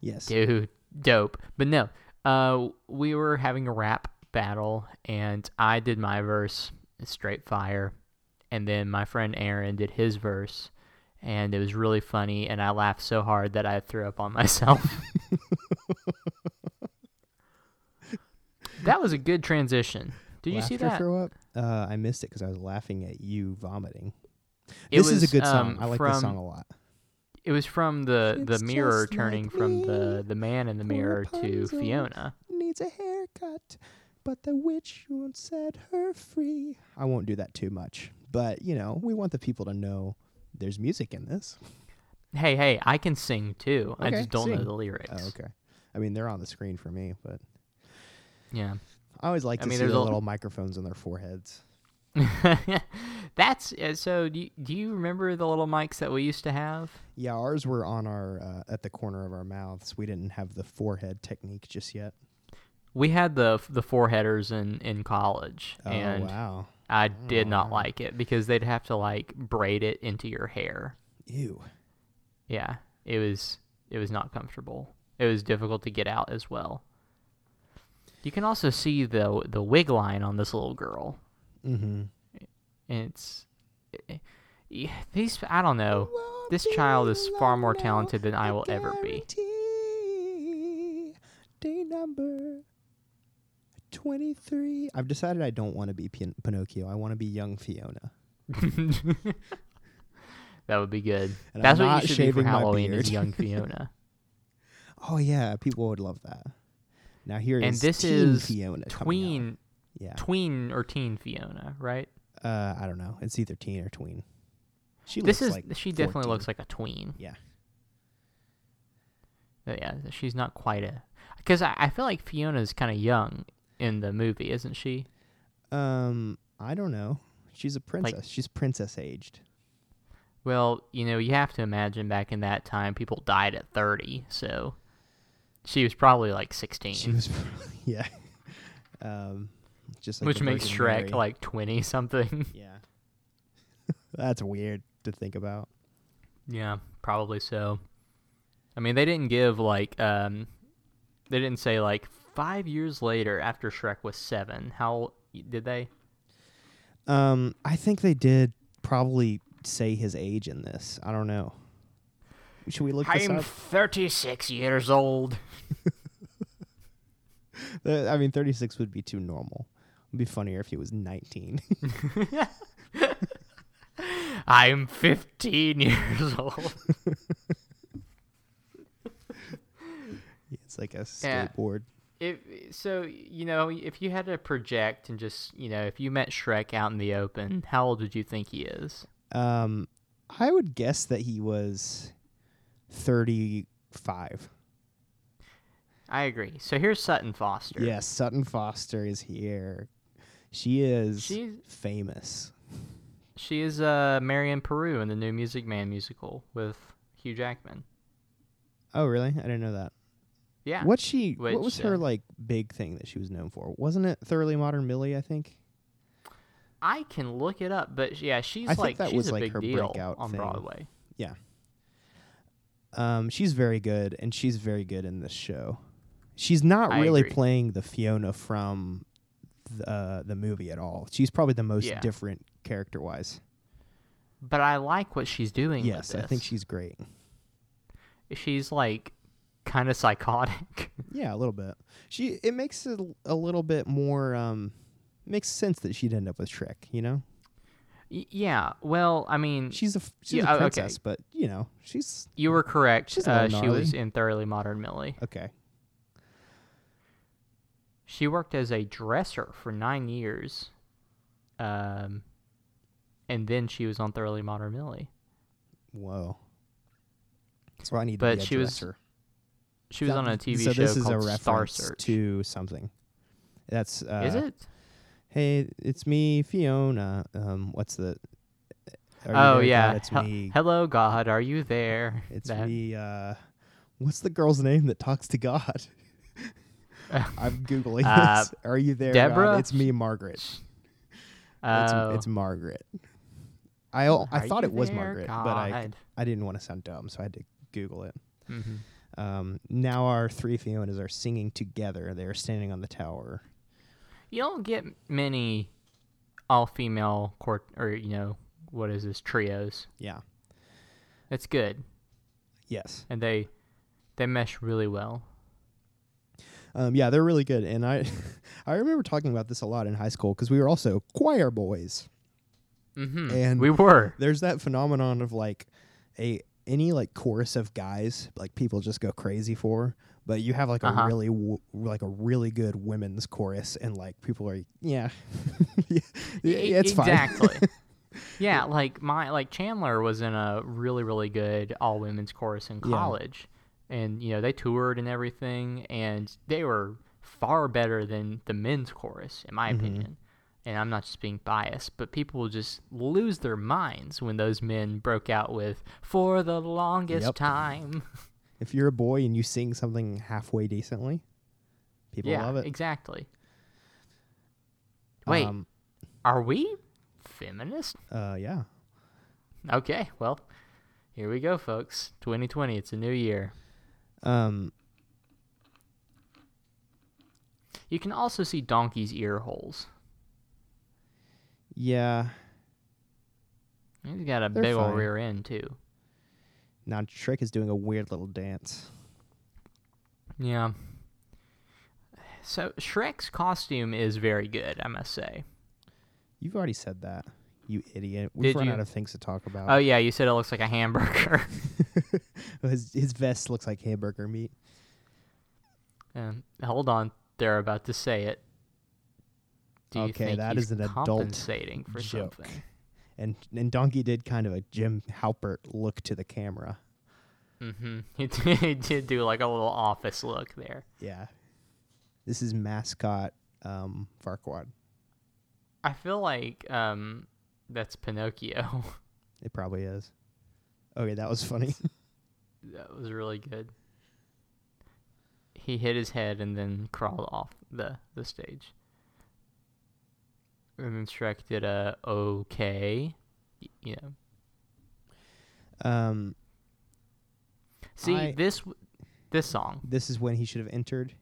Speaker 1: Yes.
Speaker 2: Dude, dope. But no, uh, we were having a rap battle, and I did my verse straight fire, and then my friend Aaron did his verse, and it was really funny, and I laughed so hard that I threw up on myself. that was a good transition. Did you see
Speaker 1: Laughter
Speaker 2: that?
Speaker 1: Throw up? Uh, I missed it because I was laughing at you vomiting.
Speaker 2: It
Speaker 1: this is
Speaker 2: was,
Speaker 1: a good song.
Speaker 2: um,
Speaker 1: I like
Speaker 2: from-
Speaker 1: this song a lot.
Speaker 2: It was from the
Speaker 1: It's
Speaker 2: the mirror
Speaker 1: just
Speaker 2: turning
Speaker 1: like
Speaker 2: from
Speaker 1: me,
Speaker 2: the the man in the
Speaker 1: for
Speaker 2: mirror to
Speaker 1: Rapunzel.
Speaker 2: Fiona.
Speaker 1: Needs a haircut, but the witch won't set her free. I won't do that too much, but you know, we want the people to know there's music in this.
Speaker 2: Hey, hey, I can sing too. I
Speaker 1: Okay,
Speaker 2: just don't know
Speaker 1: sing.
Speaker 2: the lyrics.
Speaker 1: Oh, okay. I mean, they're on the screen for me, but
Speaker 2: Yeah.
Speaker 1: I always like
Speaker 2: I
Speaker 1: to
Speaker 2: mean,
Speaker 1: see
Speaker 2: there's
Speaker 1: the
Speaker 2: a-
Speaker 1: little microphones on their foreheads.
Speaker 2: That's uh, so do you, do you remember the little mics that we used to have?
Speaker 1: Yeah, ours were on our uh, at the corner of our mouths. We didn't have the forehead technique just yet.
Speaker 2: We had the the four headers in in college
Speaker 1: Oh
Speaker 2: and
Speaker 1: wow! Mm.
Speaker 2: I did not
Speaker 1: wow.
Speaker 2: like it because they'd have to like braid it into your hair.
Speaker 1: Ew.
Speaker 2: Yeah. It was it was not comfortable. It was difficult to get out as well. You can also see the the wig line on this little girl.
Speaker 1: Mm-hmm.
Speaker 2: And it's yeah, these I don't know. This child is far more talented than I will ever be.
Speaker 1: be. Day number 23. I've decided I don't want to be Pin- Pinocchio. I want to be young Fiona.
Speaker 2: that would be good.
Speaker 1: And
Speaker 2: That's
Speaker 1: I'm
Speaker 2: what
Speaker 1: not
Speaker 2: you should be for
Speaker 1: shaving my
Speaker 2: Halloween is
Speaker 1: beard.
Speaker 2: young Fiona.
Speaker 1: Oh, yeah. People would love that. Now, here is
Speaker 2: And this
Speaker 1: teen
Speaker 2: is
Speaker 1: Fiona. coming out.
Speaker 2: tween
Speaker 1: Yeah.
Speaker 2: tween or teen Fiona, right?
Speaker 1: Uh, I don't know. It's either teen or tween. She
Speaker 2: This
Speaker 1: looks
Speaker 2: is
Speaker 1: like
Speaker 2: she definitely
Speaker 1: 14.
Speaker 2: looks like a tween.
Speaker 1: Yeah.
Speaker 2: But yeah, she's not quite a because I, I feel like Fiona's kind of young in the movie, isn't she?
Speaker 1: Um, I don't know. She's a princess. She's princess aged.
Speaker 2: Well, you know, you have to imagine back in that time, people died at 30, so she was probably like 16,
Speaker 1: She was, probably- yeah. Um, just like
Speaker 2: which
Speaker 1: the
Speaker 2: makes
Speaker 1: Virgin
Speaker 2: Shrek
Speaker 1: Mary.
Speaker 2: like 20 something.
Speaker 1: Yeah. That's weird to think about.
Speaker 2: yeah, probably so. I mean, they didn't give like, um, they didn't say like five years later after Shrek was seven. How old- did they?
Speaker 1: Um, I think they did probably say his age in this. I don't know. Should we look this up?
Speaker 2: 36 years old.
Speaker 1: Uh, I mean, 36 would be too normal. It'd be funnier if he was 19.
Speaker 2: I'm 15 years old.
Speaker 1: it's like a
Speaker 2: Yeah.
Speaker 1: skateboard.
Speaker 2: If so, you know, if you had to project and just, you know, if you met Shrek out in the open, how old would you think he is?
Speaker 1: Um, I would guess that he was 35.
Speaker 2: I agree. So here's Sutton Foster.
Speaker 1: Yes, Sutton Foster is here. She is
Speaker 2: She's-
Speaker 1: famous.
Speaker 2: She is uh, Marion Peru in the new Music Man musical with Hugh Jackman.
Speaker 1: Oh, really? I didn't know that.
Speaker 2: Yeah.
Speaker 1: What's she?
Speaker 2: Which,
Speaker 1: what was her
Speaker 2: uh,
Speaker 1: like big thing that she was known for? Wasn't it Thoroughly Modern Millie? I think.
Speaker 2: I can look it up, but yeah, she's
Speaker 1: I think
Speaker 2: like
Speaker 1: that
Speaker 2: she's
Speaker 1: was,
Speaker 2: a
Speaker 1: like,
Speaker 2: big
Speaker 1: her
Speaker 2: deal
Speaker 1: breakout
Speaker 2: on
Speaker 1: thing.
Speaker 2: Broadway.
Speaker 1: Um, she's very good, and she's very good in this show. She's not
Speaker 2: I
Speaker 1: really
Speaker 2: agree.
Speaker 1: playing the Fiona from the, uh, the movie at all. She's probably the most
Speaker 2: Yeah.
Speaker 1: different character wise.
Speaker 2: But I like what she's doing. with
Speaker 1: Yes, I think
Speaker 2: this.
Speaker 1: she's great.
Speaker 2: she's like kind of psychotic.
Speaker 1: Yeah, a little bit. She it makes it a little bit more um makes sense that she'd end up with Shrek, you know?
Speaker 2: Y- yeah. Well, I mean,
Speaker 1: She's a f- she's
Speaker 2: Yeah,
Speaker 1: a
Speaker 2: oh, okay.
Speaker 1: princess, but you know, she's
Speaker 2: you were correct.
Speaker 1: she's a
Speaker 2: uh,
Speaker 1: little
Speaker 2: she
Speaker 1: gnarly.
Speaker 2: was in Thoroughly Modern Millie.
Speaker 1: okay.
Speaker 2: She worked as a dresser for nine years, um, and then she was on Thoroughly Modern Millie.
Speaker 1: Whoa. That's why I need
Speaker 2: But
Speaker 1: to be a
Speaker 2: she was
Speaker 1: dresser.
Speaker 2: She was
Speaker 1: That-
Speaker 2: on a TV
Speaker 1: so
Speaker 2: show
Speaker 1: this is
Speaker 2: called
Speaker 1: a
Speaker 2: Star
Speaker 1: reference
Speaker 2: Search.
Speaker 1: to something. That's uh
Speaker 2: is it?
Speaker 1: Hey, it's me, Fiona. Um what's the Are you
Speaker 2: Oh
Speaker 1: there,
Speaker 2: yeah.
Speaker 1: God? it's
Speaker 2: Hel-
Speaker 1: me.
Speaker 2: Hello, God. Are you there?
Speaker 1: It's
Speaker 2: That-
Speaker 1: me uh what's the girl's name that talks to God? I'm googling
Speaker 2: Uh,
Speaker 1: this. Are you there? God?
Speaker 2: Deborah?
Speaker 1: It's me, Margaret. It's,
Speaker 2: Oh.
Speaker 1: it's Margaret. I al- I
Speaker 2: Are
Speaker 1: thought
Speaker 2: you
Speaker 1: it was
Speaker 2: there,
Speaker 1: Margaret, but I
Speaker 2: God?
Speaker 1: I didn't want to sound dumb, so I had to Google it.
Speaker 2: Mhm.
Speaker 1: Um, now our three Fionas are singing together. They are standing on the tower.
Speaker 2: you don't get many all-female court or you know what is this trios.
Speaker 1: Yeah.
Speaker 2: That's good,
Speaker 1: Yes.
Speaker 2: and they they mesh really well.
Speaker 1: Um, yeah, they're really good, and I I remember talking about this a lot in high school because we were also choir boys.
Speaker 2: hmm
Speaker 1: And-
Speaker 2: we were.
Speaker 1: there's that phenomenon of like a any like chorus of guys like people just go crazy for but you have like a
Speaker 2: Uh-huh.
Speaker 1: really w- like a really good women's chorus and like people are yeah yeah, yeah,
Speaker 2: E-
Speaker 1: it's fine
Speaker 2: exactly. yeah, like my like Chandler was in a really really good all women's chorus in
Speaker 1: Yeah.
Speaker 2: college, and you know they toured and everything, and they were far better than the men's chorus in
Speaker 1: Mm-hmm.
Speaker 2: my opinion. And I'm not just being biased, but people will just lose their minds when those men broke out with "For the longest
Speaker 1: Yep.
Speaker 2: time."
Speaker 1: if you're a boy and you sing something halfway decently people
Speaker 2: yeah,
Speaker 1: love it
Speaker 2: exactly. Wait,
Speaker 1: um,
Speaker 2: are we feminist?
Speaker 1: uh yeah
Speaker 2: Okay, well, here we go, folks. 2020, it's a new year.
Speaker 1: um
Speaker 2: You can also see Donkey's ear holes.
Speaker 1: yeah
Speaker 2: He's got a
Speaker 1: They're
Speaker 2: big old
Speaker 1: fine.
Speaker 2: rear end, too.
Speaker 1: now trick is doing a weird little dance
Speaker 2: Yeah. So, Shrek's costume is very good, I must say.
Speaker 1: you've already said that you idiot we've
Speaker 2: Did
Speaker 1: run
Speaker 2: you?
Speaker 1: out of things to talk about Oh,
Speaker 2: Oh, yeah, you said it looks like a hamburger.
Speaker 1: his, his vest looks like hamburger meat
Speaker 2: um, hold on, they're about to say it. Do you
Speaker 1: Okay,
Speaker 2: think
Speaker 1: that
Speaker 2: he's
Speaker 1: is an adult
Speaker 2: compensating for
Speaker 1: joke.
Speaker 2: something?
Speaker 1: and and Donkey did kind of a Jim Halpert look to the camera.
Speaker 2: Mm-hmm. He did, he did do like a little office look there.
Speaker 1: Yeah, this is mascot um, Farquaad.
Speaker 2: I feel like um, that's Pinocchio.
Speaker 1: It probably is. Okay, that was funny.
Speaker 2: That was really good. He hit his head and then crawled off the, the stage. And then Shrek did a okay. y- You know.
Speaker 1: um,
Speaker 2: See
Speaker 1: I-
Speaker 2: this w- this song.
Speaker 1: this is when he should have entered.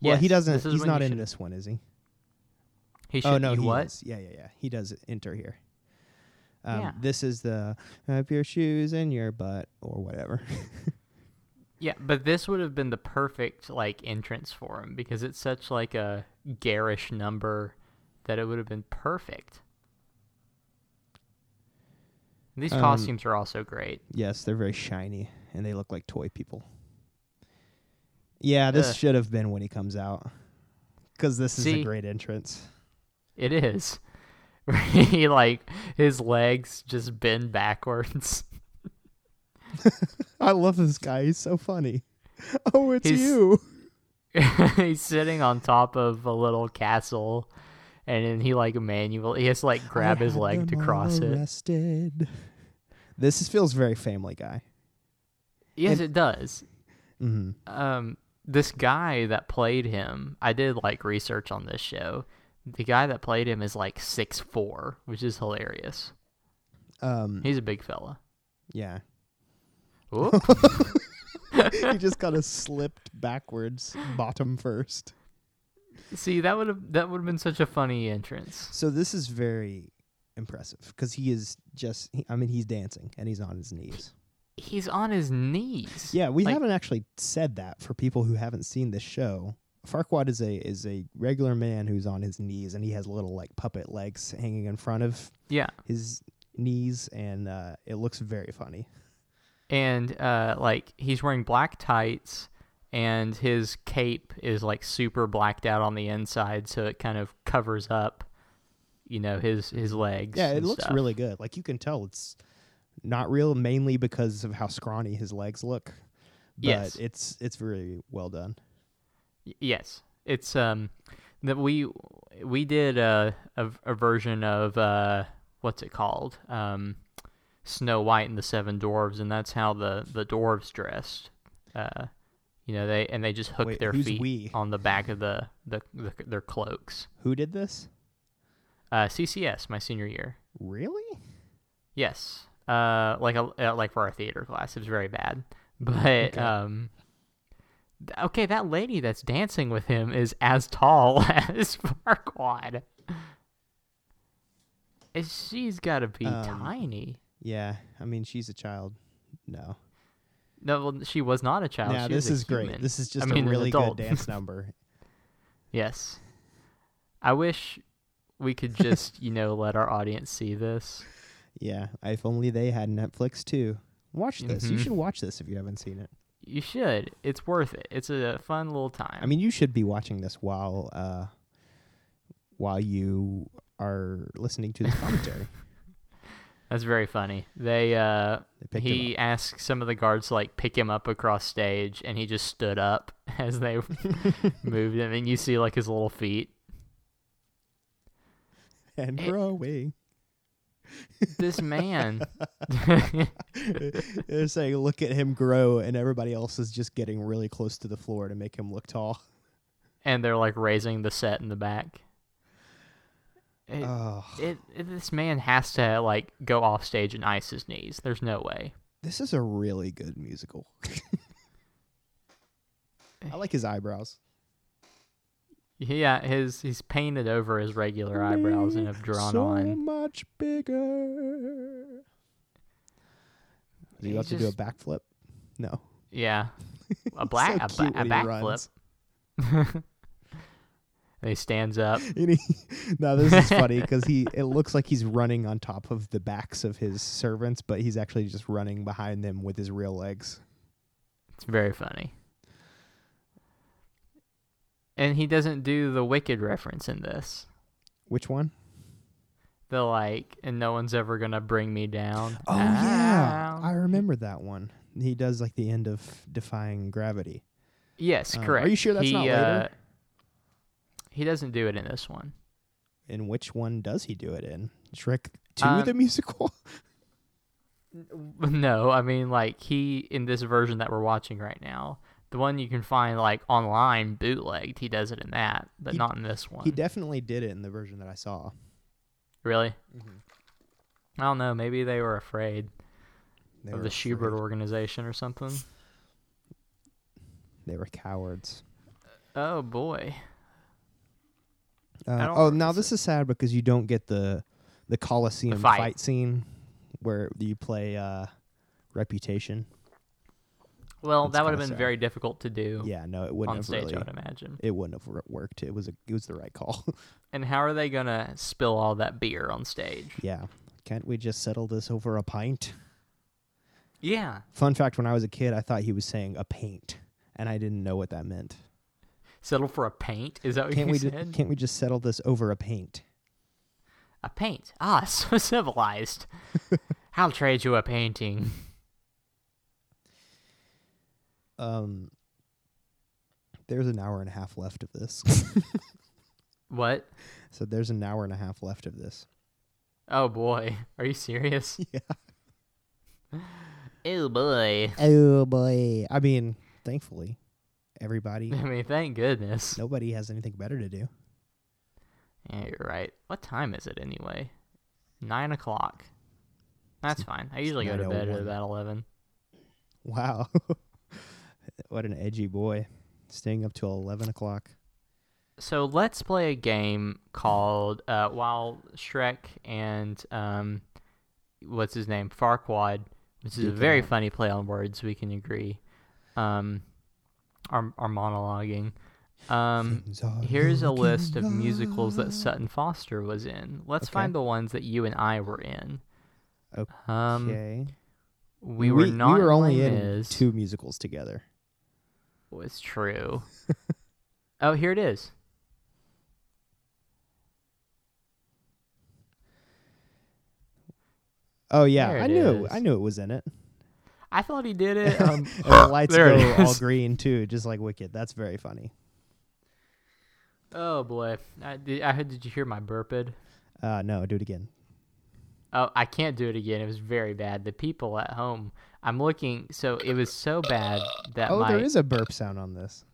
Speaker 1: Well, he
Speaker 2: Yes,
Speaker 1: doesn't.
Speaker 2: this is
Speaker 1: He's
Speaker 2: when he
Speaker 1: not in
Speaker 2: should-
Speaker 1: this one, is he?
Speaker 2: He should,
Speaker 1: Oh no,
Speaker 2: he
Speaker 1: he
Speaker 2: what?
Speaker 1: is. Yeah, yeah, yeah. He does enter here. Um,
Speaker 2: Yeah.
Speaker 1: This is the up your shoes and your butt or whatever.
Speaker 2: Yeah, but this would have been the perfect like entrance for him because it's such like a garish number that it would have been perfect. These
Speaker 1: Um,
Speaker 2: costumes are also great.
Speaker 1: yes, they're very shiny and they look like toy people. Yeah, this
Speaker 2: Ugh.
Speaker 1: should have been when he comes out, because this is
Speaker 2: See?
Speaker 1: a great entrance.
Speaker 2: It is. he like his legs just bend backwards.
Speaker 1: I love this guy. He's so funny. Oh, it's
Speaker 2: He's-
Speaker 1: you.
Speaker 2: he's sitting on top of a little castle, and then he like manual. He has to like grab
Speaker 1: I
Speaker 2: his
Speaker 1: had
Speaker 2: leg to
Speaker 1: them
Speaker 2: cross
Speaker 1: all
Speaker 2: it.
Speaker 1: arrested. This is- feels very Family Guy.
Speaker 2: Yes,
Speaker 1: and-
Speaker 2: it does.
Speaker 1: hmm
Speaker 2: Um, this guy that played him, I did like research on this show. The guy that played him is like six four, which is hilarious.
Speaker 1: Um,
Speaker 2: He's a big fella.
Speaker 1: yeah,
Speaker 2: Whoop.
Speaker 1: he just kind of slipped backwards, bottom first.
Speaker 2: See, that would have that would have been such a funny entrance.
Speaker 1: So this is very impressive because he is just. He, I mean, he's dancing and he's on his knees.
Speaker 2: He's on his knees.
Speaker 1: Yeah, we
Speaker 2: Like-
Speaker 1: haven't actually said that for people who haven't seen this show. Farquaad is a is a regular man who's on his knees and he has little like puppet legs hanging in front of
Speaker 2: Yeah.
Speaker 1: his knees and uh, it looks very funny.
Speaker 2: and uh, like he's wearing black tights and his cape is like super blacked out on the inside so it kind of covers up you know his his legs
Speaker 1: Yeah, it
Speaker 2: and
Speaker 1: looks
Speaker 2: stuff.
Speaker 1: really good. Like you can tell it's not real mainly because of how scrawny his legs look. But
Speaker 2: Yes.
Speaker 1: it's it's very well done.
Speaker 2: Y- yes it's um that we we did a, a a version of uh what's it called um snow white and the seven dwarves and that's how the the dwarves dressed uh you know they and they just hooked
Speaker 1: Wait,
Speaker 2: their
Speaker 1: who's
Speaker 2: feet
Speaker 1: we?
Speaker 2: on the back of the, the, the their cloaks
Speaker 1: Who did this?
Speaker 2: Uh, CCS, my senior year.
Speaker 1: Really?
Speaker 2: Yes. Uh, like a, uh, like for our theater class, it was very bad. But um, th- okay, that lady that's dancing with him is as tall as Farquaad. And She's got to be
Speaker 1: Um,
Speaker 2: tiny.
Speaker 1: Yeah. I mean, she's a child. No.
Speaker 2: No, well, she was not a child.
Speaker 1: yeah,
Speaker 2: she
Speaker 1: this
Speaker 2: was a
Speaker 1: is great.
Speaker 2: human.
Speaker 1: This is just
Speaker 2: mean,
Speaker 1: a
Speaker 2: an
Speaker 1: really good
Speaker 2: adult.
Speaker 1: dance number.
Speaker 2: Yes. I wish we could just you know let our audience see this.
Speaker 1: Yeah, if only they had Netflix too. Watch this. You
Speaker 2: Mhm.
Speaker 1: should watch this if you haven't seen it.
Speaker 2: You should. It's worth it. It's a fun little time.
Speaker 1: I mean, you should be watching this while uh, while you are listening to the commentary.
Speaker 2: That's very funny. They uh
Speaker 1: They picked him
Speaker 2: he asked some of the guards to like pick him up across stage and he just stood up as they moved him and you see like his little feet.
Speaker 1: and
Speaker 2: It-
Speaker 1: growing.
Speaker 2: This man
Speaker 1: They're saying, "Look at him grow," and everybody else is just getting really close to the floor to make him look tall.
Speaker 2: and they're like raising the set in the back. It,
Speaker 1: Oh,
Speaker 2: it, it- this man has to like go off stage and ice his knees. There's no way.
Speaker 1: this is a really good musical. I like his eyebrows.
Speaker 2: Yeah, his he's painted over his regular eyebrows and have drawn
Speaker 1: Oh, so
Speaker 2: on.
Speaker 1: much bigger. Is he
Speaker 2: He
Speaker 1: about to do a
Speaker 2: just-
Speaker 1: backflip? No.
Speaker 2: Yeah, a
Speaker 1: He's
Speaker 2: black
Speaker 1: so
Speaker 2: a,
Speaker 1: cute
Speaker 2: ba- a
Speaker 1: when he
Speaker 2: backflip.
Speaker 1: runs.
Speaker 2: And he stands up.
Speaker 1: And he, no, this is funny because he it looks like he's running on top of the backs of his servants, but he's actually just running behind them with his real legs.
Speaker 2: It's very funny. And he doesn't do the wicked reference in this.
Speaker 1: Which one?
Speaker 2: The like, and no one's ever gonna bring me down.
Speaker 1: Oh yeah,
Speaker 2: Ow.
Speaker 1: I remember that one. He does like the end of defying gravity.
Speaker 2: yes,
Speaker 1: Um, are
Speaker 2: correct.
Speaker 1: you sure that's
Speaker 2: he,
Speaker 1: not later?
Speaker 2: uh, he doesn't do it in this one.
Speaker 1: And which one does he do it in? Shrek Two,
Speaker 2: Um,
Speaker 1: the musical.
Speaker 2: No, I mean like he in this version that we're watching right now, the one you can find like online bootlegged. He does it in that, but
Speaker 1: He-
Speaker 2: not in this one.
Speaker 1: he definitely did it in the version that I saw.
Speaker 2: really?
Speaker 1: Mm-hmm.
Speaker 2: I don't know. Maybe they were afraid
Speaker 1: They
Speaker 2: of
Speaker 1: were
Speaker 2: the Schubert
Speaker 1: afraid.
Speaker 2: organization or something.
Speaker 1: They were cowards.
Speaker 2: Oh boy.
Speaker 1: Uh,
Speaker 2: don't
Speaker 1: oh,
Speaker 2: remember
Speaker 1: now
Speaker 2: this
Speaker 1: this is sad because you don't get the the Coliseum
Speaker 2: fight.
Speaker 1: scene where you play uh, Reputation.
Speaker 2: Well,
Speaker 1: That's
Speaker 2: that would have
Speaker 1: kinda
Speaker 2: been
Speaker 1: sad.
Speaker 2: very difficult to do
Speaker 1: Yeah, no, it wouldn't
Speaker 2: on
Speaker 1: have
Speaker 2: stage,
Speaker 1: really.
Speaker 2: I would imagine.
Speaker 1: It wouldn't have wor- worked. It was a, it was the right call.
Speaker 2: And how are they gonna spill all that beer on stage?
Speaker 1: yeah, can't we just settle this over a pint?
Speaker 2: Yeah.
Speaker 1: Fun fact: When I was a kid, I thought he was saying a paint, and I didn't know what that meant.
Speaker 2: Settle for a paint? Is that what
Speaker 1: Can't
Speaker 2: Oh, you
Speaker 1: we? ju-
Speaker 2: said?
Speaker 1: can't we just settle this over a paint?
Speaker 2: a paint. Ah, so civilized. I'll trade you a painting.
Speaker 1: Um, there's an hour and a half left of this.
Speaker 2: What?
Speaker 1: so there's an hour and a half left of this.
Speaker 2: Oh boy, are you serious?
Speaker 1: Yeah.
Speaker 2: Oh boy.
Speaker 1: Oh boy. I mean, thankfully, everybody,
Speaker 2: I mean, thank goodness.
Speaker 1: nobody has anything better to do.
Speaker 2: Yeah, you're right. What time is it anyway? Nine o'clock. That's fine. I usually go to bed at
Speaker 1: 9:01.
Speaker 2: about eleven.
Speaker 1: Wow. what an edgy boy. Staying up till 11 o'clock.
Speaker 2: So let's play a game called uh, while Shrek and um, what's his name Farquad, which is a
Speaker 1: Duke it
Speaker 2: very
Speaker 1: out.
Speaker 2: funny play on words. We can agree. Um, are are monologuing. Um,
Speaker 1: Things are
Speaker 2: here's a list of
Speaker 1: looking
Speaker 2: musicals that
Speaker 1: up.
Speaker 2: Sutton Foster was in. Let's
Speaker 1: Okay.
Speaker 2: find the ones that you and I were in.
Speaker 1: Okay.
Speaker 2: Um,
Speaker 1: Okay.
Speaker 2: we were not.
Speaker 1: We were only in
Speaker 2: in Les Mis.
Speaker 1: two musicals together.
Speaker 2: was true. oh, here it is.
Speaker 1: Oh yeah,
Speaker 2: There it
Speaker 1: I knew.
Speaker 2: is.
Speaker 1: I knew it was in it.
Speaker 2: I thought he did it. Um,
Speaker 1: And the lights
Speaker 2: There it
Speaker 1: go all
Speaker 2: is.
Speaker 1: green too, just like Wicked. That's very funny.
Speaker 2: oh boy, I did. I heard, did you hear my burped?
Speaker 1: Uh, no, do it again.
Speaker 2: Oh, I can't do it again. It was very bad. The people at home. I'm looking. So it was so bad that
Speaker 1: oh,
Speaker 2: my
Speaker 1: there is a burp sound on this.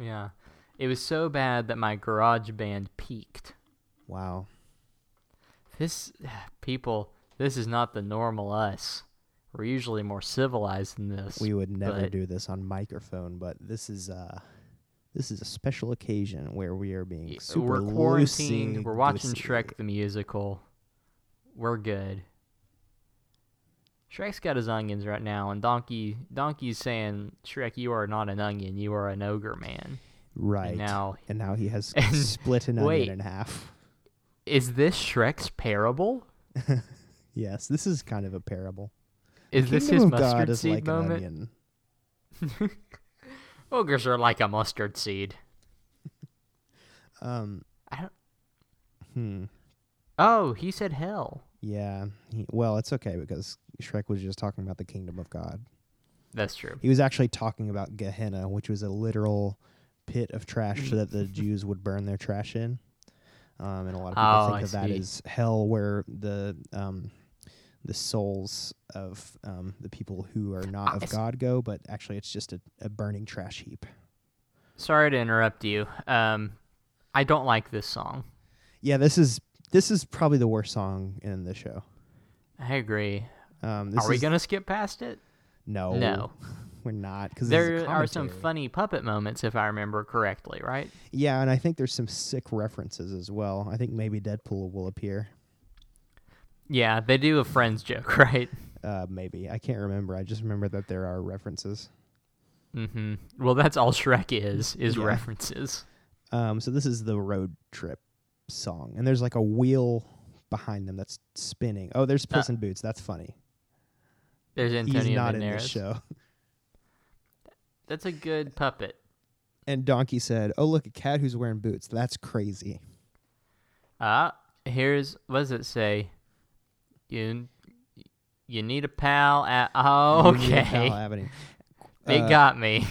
Speaker 2: yeah, it was so bad that my garage band peaked.
Speaker 1: Wow.
Speaker 2: This people, this is not the normal us. We're usually more civilized than this.
Speaker 1: We would never
Speaker 2: But-
Speaker 1: do this on microphone, but this is uh this is a special occasion where we are being
Speaker 2: Y-
Speaker 1: super
Speaker 2: we're quarantined. We're watching
Speaker 1: loosey-goosey.
Speaker 2: Shrek the musical. We're good. Shrek's got his onions right now, and Donkey Donkey's saying, "Shrek, you are not an onion. You are an ogre man."
Speaker 1: Right.
Speaker 2: And now,
Speaker 1: and now he has
Speaker 2: And-
Speaker 1: split an
Speaker 2: wait.
Speaker 1: onion in half.
Speaker 2: is this Shrek's parable?
Speaker 1: Yes, this is kind of a parable.
Speaker 2: Is this his
Speaker 1: Kingdom of
Speaker 2: mustard
Speaker 1: God is
Speaker 2: seed
Speaker 1: like an
Speaker 2: moment?
Speaker 1: onion.
Speaker 2: Ogres are like a mustard seed.
Speaker 1: Um,
Speaker 2: I don't-
Speaker 1: Hmm.
Speaker 2: Oh, he said hell.
Speaker 1: Yeah. He, well, it's okay because Shrek was just talking about the kingdom of God.
Speaker 2: That's true.
Speaker 1: He was actually talking about Gehenna, which was a literal pit of trash
Speaker 2: Mm.
Speaker 1: that the Jews would burn their trash in. Um, and a lot of people
Speaker 2: Oh,
Speaker 1: think
Speaker 2: I
Speaker 1: of that
Speaker 2: see.
Speaker 1: as hell, where the um, the souls of um, the people who are not
Speaker 2: Ah,
Speaker 1: of
Speaker 2: it's-
Speaker 1: God go, but actually it's just a, a burning trash heap.
Speaker 2: Sorry to interrupt you. Um, I don't like this song.
Speaker 1: Yeah, this is this is probably the worst song in the show.
Speaker 2: I agree.
Speaker 1: Um, this
Speaker 2: are we
Speaker 1: is-
Speaker 2: gonna skip past it?
Speaker 1: No,
Speaker 2: No.
Speaker 1: we're not because
Speaker 2: there are some funny puppet moments if i remember correctly right
Speaker 1: Yeah, and I think there's some sick references as well. I think maybe Deadpool will appear.
Speaker 2: yeah they do a friends joke right
Speaker 1: Uh, maybe I can't remember. I just remember that there are references.
Speaker 2: mm-hmm well that's all shrek is is
Speaker 1: Yeah.
Speaker 2: references
Speaker 1: Um, so this is the road trip song, and there's like a wheel behind them that's spinning. Oh, there's Puss in Boots. That's funny.
Speaker 2: there's Uh, antonio
Speaker 1: He's not in
Speaker 2: Banderas.
Speaker 1: this show.
Speaker 2: that's a good puppet
Speaker 1: And Donkey said, "Oh, look, a cat who's wearing boots. That's crazy."
Speaker 2: ah here's what does it say you you need a pal at oh
Speaker 1: You need a pal
Speaker 2: okay
Speaker 1: Avenue.
Speaker 2: it
Speaker 1: Uh,
Speaker 2: got me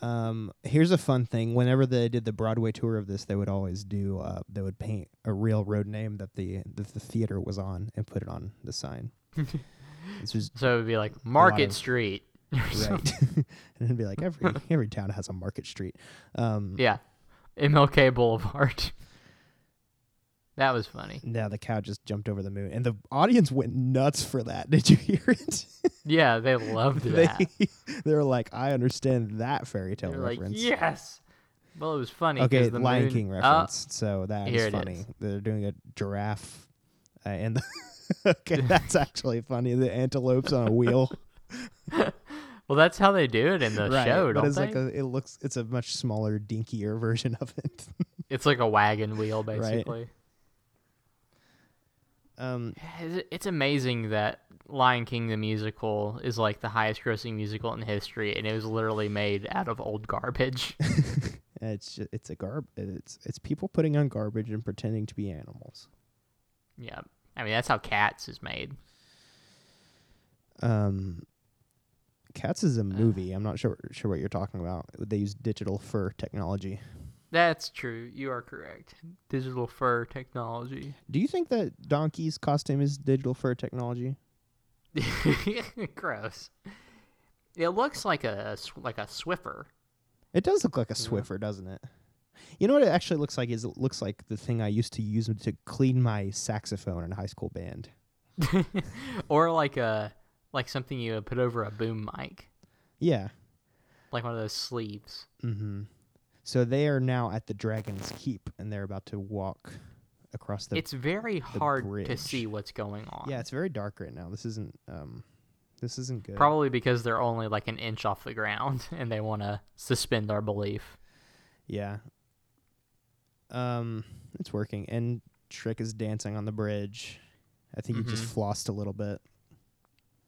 Speaker 1: Um, here's a fun thing. Whenever they did the Broadway tour of this, they would always do. Uh, they would paint a real road name that the that the theater was on and put it on the sign. this was
Speaker 2: so it would be like market
Speaker 1: of-
Speaker 2: street or something.
Speaker 1: right, and it'd be like every every town has a market street. Um,
Speaker 2: yeah mlk boulevard that was funny
Speaker 1: Now the cow just jumped over the moon, and the audience went nuts for that. Did you hear it?
Speaker 2: yeah they loved
Speaker 1: they
Speaker 2: that
Speaker 1: they were like, "I understand that fairy tale
Speaker 2: They're
Speaker 1: reference."
Speaker 2: Like, yes. Well, it was funny. 'cause
Speaker 1: Okay,
Speaker 2: the
Speaker 1: Lion
Speaker 2: moon-
Speaker 1: King
Speaker 2: Oh,
Speaker 1: reference. so that
Speaker 2: here
Speaker 1: is
Speaker 2: it
Speaker 1: funny.
Speaker 2: is.
Speaker 1: They're doing a giraffe, uh, and the okay, that's actually funny. The antelopes on a wheel,
Speaker 2: well, that's how they do it in the
Speaker 1: right?
Speaker 2: show,
Speaker 1: but
Speaker 2: don't
Speaker 1: it's
Speaker 2: they?
Speaker 1: like a, it looks. It's a much smaller, dinkier version of it.
Speaker 2: It's like a wagon wheel, basically.
Speaker 1: Um,
Speaker 2: It's- It's amazing that Lion King the musical is like the highest-grossing musical in history, and it was literally made out of old garbage.
Speaker 1: it's ju- it's a garb. It's it's people putting on garbage and pretending to be animals.
Speaker 2: yeah, I mean that's how Cats is made.
Speaker 1: Um, Cats
Speaker 2: Ah.
Speaker 1: is a movie. I'm not sure sure what you're talking about. They use digital fur technology.
Speaker 2: That's true. You are correct. Digital fur technology.
Speaker 1: Do you think that Donkey's costume is digital fur technology?
Speaker 2: Gross. It looks like a s- like a Swiffer.
Speaker 1: It does look like a
Speaker 2: Yeah.
Speaker 1: Swiffer, doesn't it? You know what it actually looks like is it looks like the thing I used to use to clean my saxophone in high school band.
Speaker 2: or like a like something you would put over a boom mic,
Speaker 1: Yeah.
Speaker 2: like one of those sleeves.
Speaker 1: Mm-hmm. So they are now at the Dragon's Keep and they're about to walk across the
Speaker 2: it's very hard to
Speaker 1: bridge.
Speaker 2: see what's going on.
Speaker 1: Yeah, it's very dark right now. This isn't um this isn't good.
Speaker 2: Probably because they're only like an inch off the ground and they want to suspend our belief.
Speaker 1: Yeah. Um, it's working, and Trick is dancing on the bridge. I think he just
Speaker 2: Mm-hmm.
Speaker 1: flossed a little bit.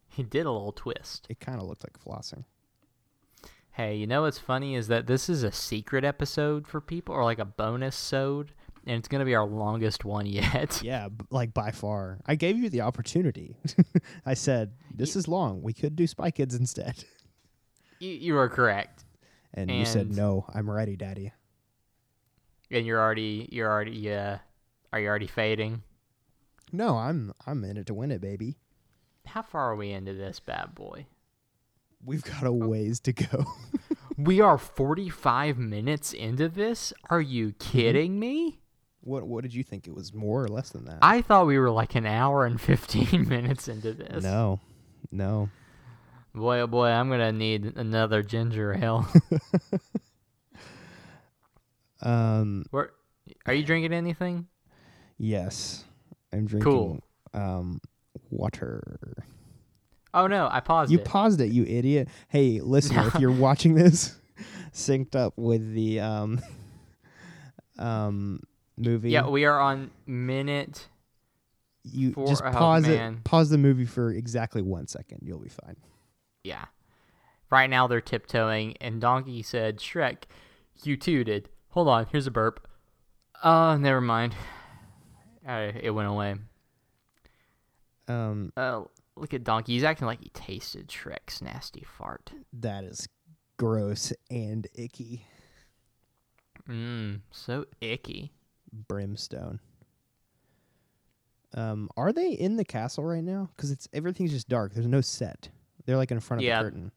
Speaker 2: He did a little twist.
Speaker 1: It kind of looked like flossing.
Speaker 2: Hey, you know what's funny is that this is a secret episode for people, or like a bonus sode, and it's gonna be our longest one yet.
Speaker 1: Yeah, b- like by far. I gave you the opportunity. I said this is long. We could do Spy Kids instead,
Speaker 2: you, you are correct,
Speaker 1: and, you said
Speaker 2: And-
Speaker 1: no. I'm ready, Daddy.
Speaker 2: and you're already you're already uh, are you already fading?
Speaker 1: No, I'm I'm in it to win it, baby.
Speaker 2: How far are we into this bad boy?
Speaker 1: We've got
Speaker 2: Oh.
Speaker 1: a ways to go.
Speaker 2: We are 45 minutes into this. Are you
Speaker 1: Mm-hmm.
Speaker 2: kidding me?
Speaker 1: what What did you think? It was more or less than that?
Speaker 2: I thought we were like an hour and 15 minutes into this.
Speaker 1: no, no.
Speaker 2: Boy, oh boy, I'm gonna need another ginger ale.
Speaker 1: Um,
Speaker 2: Where, are you drinking anything?
Speaker 1: yes, I'm drinking.
Speaker 2: Cool.
Speaker 1: Um, water.
Speaker 2: Oh no, I paused
Speaker 1: You
Speaker 2: it.
Speaker 1: paused it, you idiot. Hey, listener, if you're watching this, synced up with the um, um, movie.
Speaker 2: Yeah, we are on minute.
Speaker 1: you
Speaker 2: for-
Speaker 1: just
Speaker 2: oh,
Speaker 1: pause
Speaker 2: man.
Speaker 1: it. Pause the movie for exactly one second. You'll be fine.
Speaker 2: Yeah. Right now they're tiptoeing, and Donkey said, Shrek, you tooted. Hold on, here's a burp. Uh, never mind. Uh, it went away.
Speaker 1: Um,
Speaker 2: Uh, look at Donkey. He's acting like he tasted Shrek's nasty fart.
Speaker 1: that is gross and icky.
Speaker 2: Mmm, so icky.
Speaker 1: Brimstone. Um, are they in the castle right now? Because it's everything's just dark. There's no set. They're like in front of
Speaker 2: Yeah.
Speaker 1: a curtain.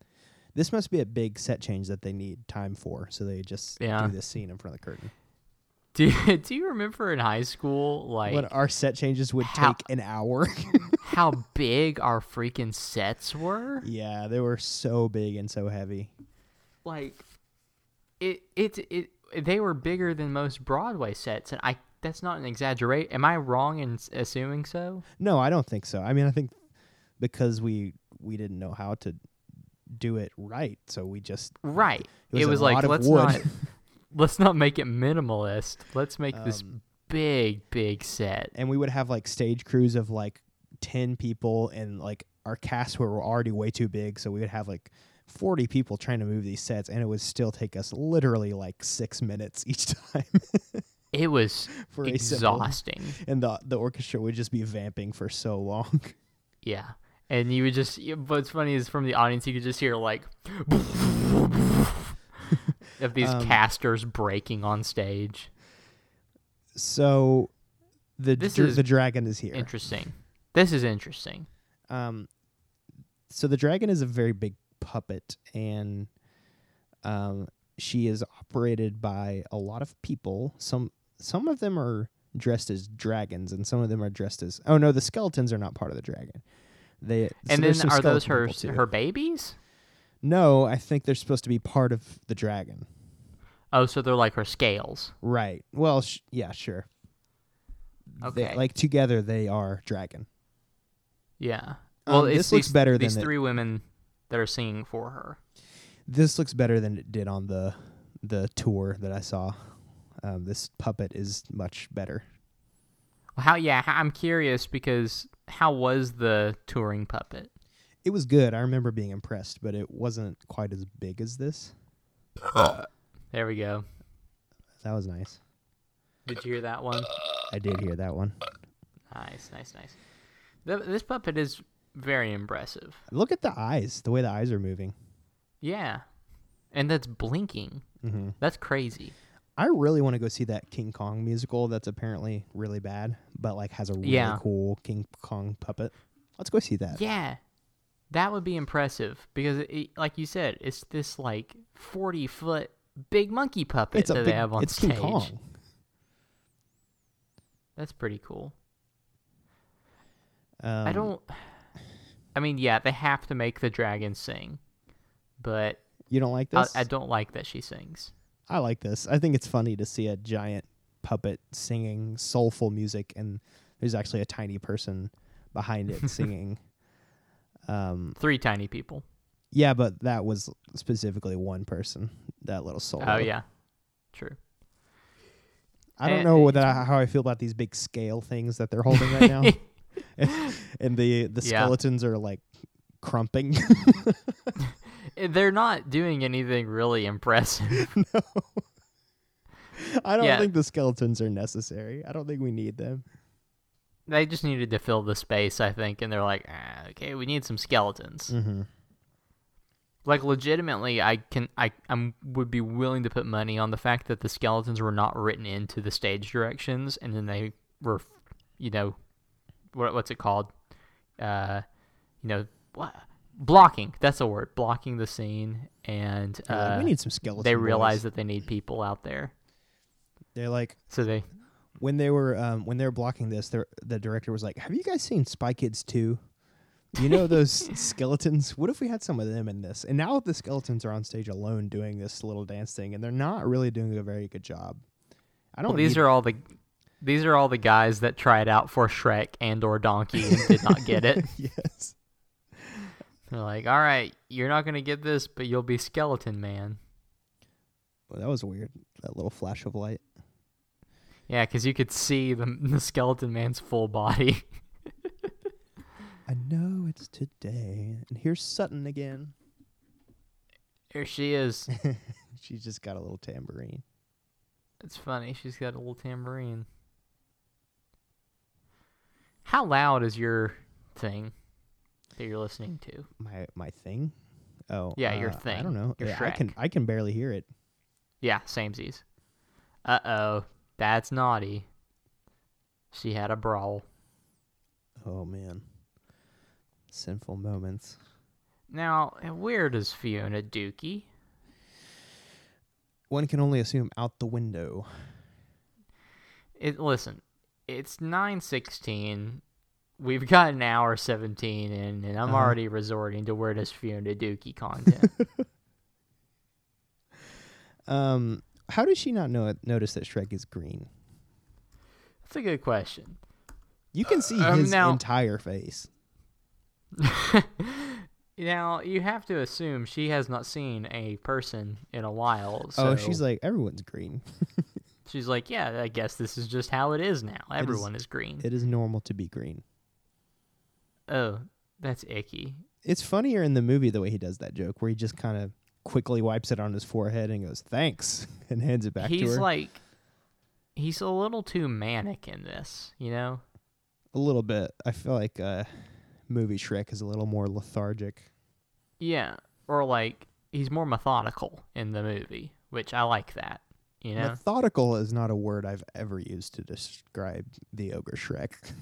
Speaker 1: This must be a big set change that they need time for, so they just
Speaker 2: Yeah.
Speaker 1: do this scene in front of the curtain.
Speaker 2: Do, do you remember in high school, like,
Speaker 1: What our set changes would
Speaker 2: How-
Speaker 1: take an hour.
Speaker 2: how big our freaking sets were?
Speaker 1: yeah, they were so big and so heavy.
Speaker 2: like it it it they were bigger than most Broadway sets and I that's not an exaggerate. Am I wrong in s- assuming so?
Speaker 1: No, I don't think so. I mean, I think because we we didn't know how to do it right, so we just
Speaker 2: Right.
Speaker 1: It was a lot
Speaker 2: like
Speaker 1: of
Speaker 2: let's
Speaker 1: wood.
Speaker 2: not let's not make it minimalist. Let's make this
Speaker 1: Um,
Speaker 2: big big set.
Speaker 1: and we would have like stage crews of like 10 people and like our cast were already way too big so we would have like 40 people trying to move these sets and it would still take us literally like six minutes each time
Speaker 2: It was
Speaker 1: for a simple-
Speaker 2: exhausting.
Speaker 1: and the, the orchestra would just be vamping for so long
Speaker 2: Yeah. And you would just yeah, what's funny is from the audience you could just hear like of these
Speaker 1: Um,
Speaker 2: casters breaking on stage.
Speaker 1: so the
Speaker 2: This
Speaker 1: dr-
Speaker 2: is
Speaker 1: the dragon is here
Speaker 2: Interesting. This is interesting.
Speaker 1: um so the dragon is a very big puppet and um she is operated by a lot of people some some of them are dressed as dragons and some of them are dressed as oh no the skeletons are not part of the dragon they so
Speaker 2: and
Speaker 1: there's
Speaker 2: then
Speaker 1: some
Speaker 2: are those her
Speaker 1: skeleton people, too.
Speaker 2: her babies?
Speaker 1: no i think they're supposed to be part of the dragon
Speaker 2: Oh, so they're like her scales.
Speaker 1: right well sh- yeah sure They-
Speaker 2: Okay.
Speaker 1: like together they are dragon
Speaker 2: Yeah.
Speaker 1: Um,
Speaker 2: Well, it's
Speaker 1: this looks
Speaker 2: these,
Speaker 1: better
Speaker 2: these
Speaker 1: than the-
Speaker 2: three women that are singing for her.
Speaker 1: this looks better than it did on the the tour that I saw. Um, this puppet is much better.
Speaker 2: Well, How? Yeah, h- I'm curious because how was the touring puppet?
Speaker 1: It was good. I remember being impressed, but it wasn't quite as big as this.
Speaker 2: There we go.
Speaker 1: That was nice.
Speaker 2: Did you hear that one?
Speaker 1: I did hear that one.
Speaker 2: Nice, nice, nice. Th- this puppet is very impressive.
Speaker 1: Look at the eyes. The way the eyes are moving.
Speaker 2: Yeah. And that's blinking.
Speaker 1: Mm-hmm.
Speaker 2: That's crazy.
Speaker 1: I really want to go see that King Kong musical that's apparently really bad, but like has a really
Speaker 2: Yeah.
Speaker 1: cool King Kong puppet. Let's go see that.
Speaker 2: Yeah. That would be impressive because, it, like you said, it's this like 40 foot big monkey puppet
Speaker 1: it's a
Speaker 2: that
Speaker 1: big,
Speaker 2: they have on
Speaker 1: it's
Speaker 2: stage.
Speaker 1: King Kong.
Speaker 2: That's pretty cool.
Speaker 1: Um,
Speaker 2: I don't. I mean, yeah, they have to make the dragon sing, but
Speaker 1: You don't like
Speaker 2: I,
Speaker 1: this?
Speaker 2: I don't like that she sings.
Speaker 1: I like this. I think it's funny to see a giant puppet singing soulful music, and there's actually a tiny person behind it singing. Um,
Speaker 2: Three tiny people.
Speaker 1: yeah, but that was specifically one person. That little soul.
Speaker 2: Oh yeah, true.
Speaker 1: I don't
Speaker 2: Eh,
Speaker 1: know
Speaker 2: eh,
Speaker 1: whether how I feel about these big scale things that they're holding right now, and the the
Speaker 2: Yeah.
Speaker 1: skeletons are like crumping.
Speaker 2: Eh, They're not doing anything really impressive.
Speaker 1: I don't
Speaker 2: Yeah.
Speaker 1: think the skeletons are necessary. I don't think we need them.
Speaker 2: they just needed to fill the space, I think, and they're like, ah, okay, we need some skeletons.
Speaker 1: Mm-hmm.
Speaker 2: Like legitimately, I can I I'm would be willing to put money on the fact that the skeletons were not written into the stage directions, and then they were, you know, what what's it called? Uh, you know, what blocking. That's a word. Blocking the scene, and uh,
Speaker 1: we need some skeletons.
Speaker 2: they realize that they need people out there,
Speaker 1: they're like
Speaker 2: so they
Speaker 1: when they were um, when they were blocking this, their- the director was like, "Have you guys seen Spy Kids 2? You know those skeletons. What if we had some of them in this?" And now the skeletons are on stage alone doing this little dance thing, and they're not really doing a very good job. I don't.
Speaker 2: Well, these
Speaker 1: need-
Speaker 2: are all the these are all the guys that tried out for Shrek and or Donkey and did not get it.
Speaker 1: yes.
Speaker 2: They're like, all right, you're not gonna get this, but you'll be Skeleton Man.
Speaker 1: Well, that was weird. That little flash of light.
Speaker 2: Yeah, because you could see the, the Skeleton Man's full body.
Speaker 1: I know it's today, and here's Sutton again.
Speaker 2: Here she is.
Speaker 1: She's just got a little tambourine.
Speaker 2: It's funny. She's got a little tambourine. How loud is your thing that you're listening to?
Speaker 1: My my thing. Oh
Speaker 2: Yeah, your
Speaker 1: uh, I
Speaker 2: thing,
Speaker 1: don't know.
Speaker 2: your
Speaker 1: yeah, I can
Speaker 2: Shrek.
Speaker 1: I can barely hear it.
Speaker 2: Yeah, samesies. Uh oh, that's naughty. She had a brawl.
Speaker 1: Oh man. Sinful moments.
Speaker 2: Now, where does Fiona Dookie?
Speaker 1: One can only assume out the window.
Speaker 2: It, listen, it's nine sixteen. We've got an hour seventeen in, and I'm
Speaker 1: Uh-huh.
Speaker 2: already resorting to where does Fiona Dookie content.
Speaker 1: Um, how does she not know notice that Shrek is green?
Speaker 2: That's a good question.
Speaker 1: You can see
Speaker 2: Um,
Speaker 1: his
Speaker 2: now-
Speaker 1: entire face.
Speaker 2: Now you have to assume she has not seen a person in a while. So
Speaker 1: oh, she's like everyone's green.
Speaker 2: she's like, yeah, I guess this is just how it is now. Everyone is green.
Speaker 1: It is normal to be green.
Speaker 2: oh, that's icky.
Speaker 1: It's funnier in the movie the way he does that joke, where he just kind of quickly wipes it on his forehead and goes thanks and hands it back to
Speaker 2: he's
Speaker 1: her.
Speaker 2: like, he's a little too manic in this, you know.
Speaker 1: a little bit. I feel like uh, movie Shrek is a little more lethargic.
Speaker 2: Yeah, or like he's more methodical in the movie, which I like that. You know,
Speaker 1: Methodical is not a word I've ever used to describe the ogre Shrek.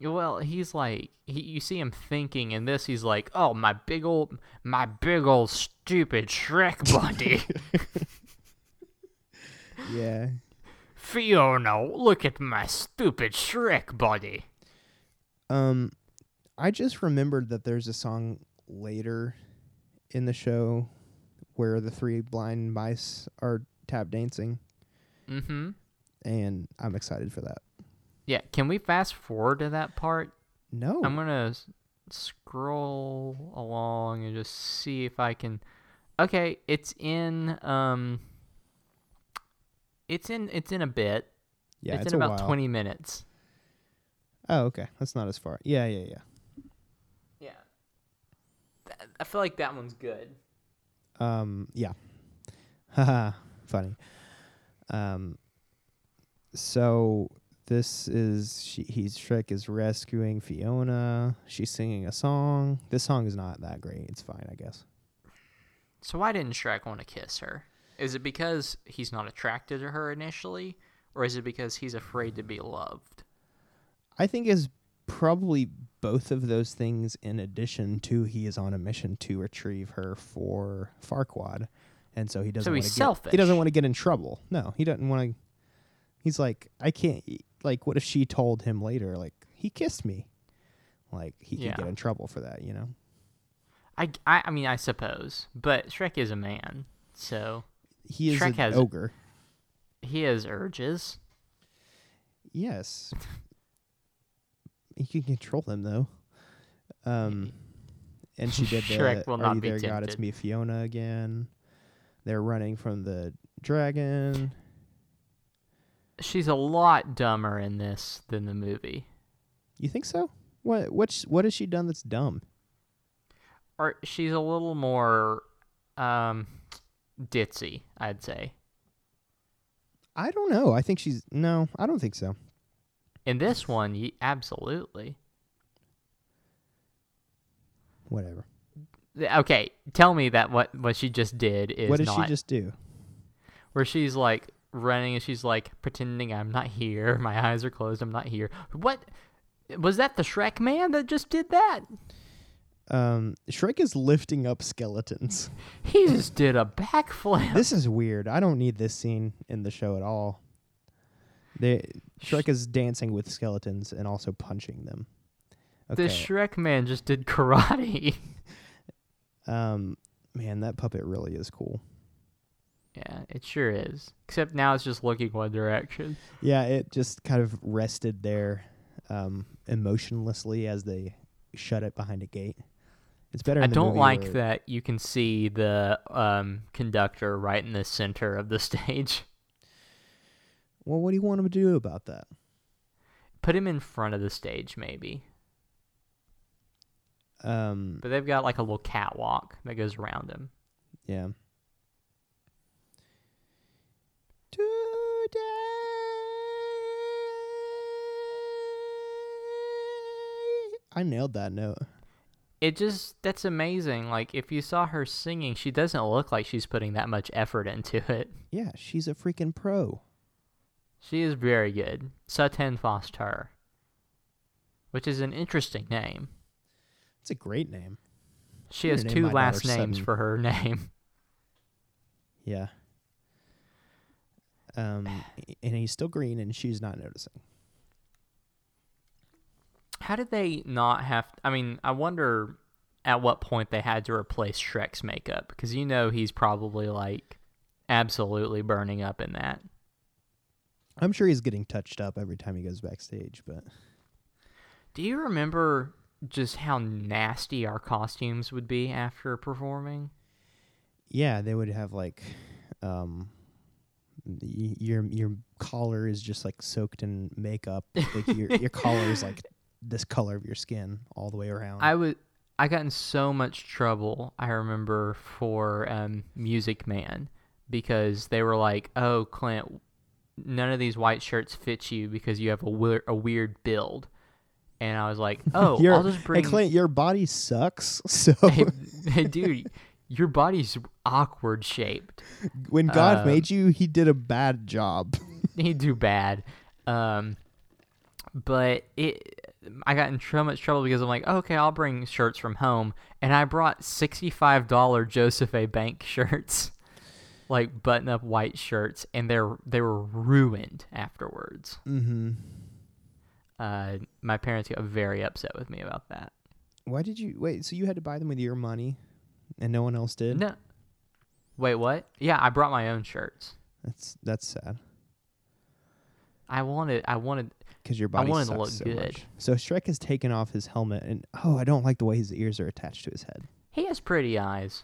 Speaker 2: well, he's like he, you see him thinking in this. He's like, oh my big old, my big old stupid Shrek body,
Speaker 1: yeah.
Speaker 2: Fiona, look at my stupid Shrek body.
Speaker 1: Um, I just remembered that there's a song later in the show where the three blind mice are tap dancing,
Speaker 2: Mm-hmm.
Speaker 1: and I'm excited for that.
Speaker 2: Yeah, can we fast forward to that part?
Speaker 1: No,
Speaker 2: I'm gonna s- scroll along and just see if I can. Okay, it's in um, it's in it's in a bit.
Speaker 1: yeah,
Speaker 2: it's,
Speaker 1: it's
Speaker 2: in
Speaker 1: a
Speaker 2: about
Speaker 1: while.
Speaker 2: 20 minutes.
Speaker 1: Oh, okay, that's not as far. Yeah, yeah, yeah.
Speaker 2: Yeah, I feel like that one's good.
Speaker 1: Um, yeah. Haha, funny. Um, so this is she, he's Shrek is rescuing Fiona. She's singing a song. This song is not that great. It's fine, I guess.
Speaker 2: So why didn't Shrek want to kiss her? Is it because he's not attracted to her initially, or is it because he's afraid to be loved?
Speaker 1: I think is probably both of those things in addition to he is on a mission to retrieve her for Farquad. And so he doesn't
Speaker 2: So
Speaker 1: wanna
Speaker 2: he's
Speaker 1: get,
Speaker 2: selfish.
Speaker 1: He doesn't want to get in trouble. No, he doesn't want to He's like, I can't e-" like what if she told him later like he kissed me? Like he
Speaker 2: Yeah.
Speaker 1: could get in trouble for that, you know.
Speaker 2: I, I, I mean, I suppose, but Shrek is a man, so
Speaker 1: He is
Speaker 2: Shrek
Speaker 1: an
Speaker 2: has-
Speaker 1: ogre.
Speaker 2: he has urges.
Speaker 1: Yes. he can control them though. Um and she did the
Speaker 2: Shrek will
Speaker 1: Are
Speaker 2: not
Speaker 1: You
Speaker 2: be
Speaker 1: there, God, it's
Speaker 2: tempted.
Speaker 1: me Fiona again. They're running from the dragon.
Speaker 2: She's a lot dumber in this than the movie.
Speaker 1: You think so? What what's what has she done that's dumb?
Speaker 2: Or she's a little more um ditzy, I'd say.
Speaker 1: I don't know. I think she's no, I don't think so.
Speaker 2: In this one, ye- absolutely.
Speaker 1: Whatever.
Speaker 2: Th- Okay, tell me that what what she just did is
Speaker 1: what did
Speaker 2: not
Speaker 1: she just do?
Speaker 2: where she's like running and she's like pretending I'm not here. My eyes are closed. I'm not here. What was that? The Shrek man that just did that?
Speaker 1: Um Shrek is lifting up skeletons.
Speaker 2: He just did a backflip.
Speaker 1: this is weird. I don't need this scene in the show at all. They, Shrek is dancing with skeletons and also punching them. Okay.
Speaker 2: The Shrek man just did karate.
Speaker 1: um, man, that puppet really is cool.
Speaker 2: yeah, it sure is. Except now it's just looking one direction.
Speaker 1: Yeah, it just kind of rested there, um, emotionlessly as they shut it behind a gate. It's better.
Speaker 2: I
Speaker 1: in the
Speaker 2: don't
Speaker 1: movie
Speaker 2: like
Speaker 1: where-
Speaker 2: that you can see the um, conductor right in the center of the stage.
Speaker 1: Well, what do you want him to do about that?
Speaker 2: Put him in front of the stage, maybe.
Speaker 1: Um,
Speaker 2: But they've got like a little catwalk that goes around him.
Speaker 1: yeah. Today. I nailed that note.
Speaker 2: It just, that's amazing. Like, if you saw her singing, she doesn't look like she's putting that much effort into it.
Speaker 1: Yeah, she's a freaking pro.
Speaker 2: She is very good. Sutton Foster, which is an interesting name.
Speaker 1: It's a great name.
Speaker 2: She
Speaker 1: I'm
Speaker 2: has
Speaker 1: gonna name
Speaker 2: two
Speaker 1: my
Speaker 2: last
Speaker 1: daughter
Speaker 2: names
Speaker 1: Sutton.
Speaker 2: for her name.
Speaker 1: Yeah. Um, and he's still green, and she's not noticing.
Speaker 2: How did they not have? I mean, I wonder at what point they had to replace Shrek's makeup because you know he's probably like absolutely burning up in that.
Speaker 1: I'm sure he's getting touched up every time he goes backstage, but
Speaker 2: Do you remember just how nasty our costumes would be after performing?
Speaker 1: yeah, they would have like, um, y- your your collar is just like soaked in makeup. Like your your collar is like this color of your skin all the way around.
Speaker 2: I was I got in so much trouble. I remember for um, Music Man because they were like, "Oh, Clint, none of these white shirts fit you because you have a, weir- a weird build." And I was like, "Oh,
Speaker 1: Your-
Speaker 2: I'll just bring."
Speaker 1: Hey Clint, your body sucks. So
Speaker 2: hey, hey, dude, your body's awkward shaped.
Speaker 1: when God
Speaker 2: um,
Speaker 1: made you, he did a bad job.
Speaker 2: He do bad. Um, but it, I got in so much trouble because I'm like, okay, I'll bring shirts from home, and I brought sixty-five dollar Joseph A. Bank shirts, like button-up white shirts, and they're they were ruined afterwards.
Speaker 1: mm-hmm.
Speaker 2: Uh, my parents got very upset with me about that.
Speaker 1: Why did you wait? So you had to buy them with your money, and no one else did.
Speaker 2: No, wait, what? Yeah, I brought my own shirts.
Speaker 1: That's that's sad
Speaker 2: I wanted, I wanted.
Speaker 1: because your body
Speaker 2: wanted to
Speaker 1: sucks
Speaker 2: look
Speaker 1: so
Speaker 2: good.
Speaker 1: much. So Shrek has taken off his helmet, and oh, I don't like the way his ears are attached to his head.
Speaker 2: He has pretty eyes.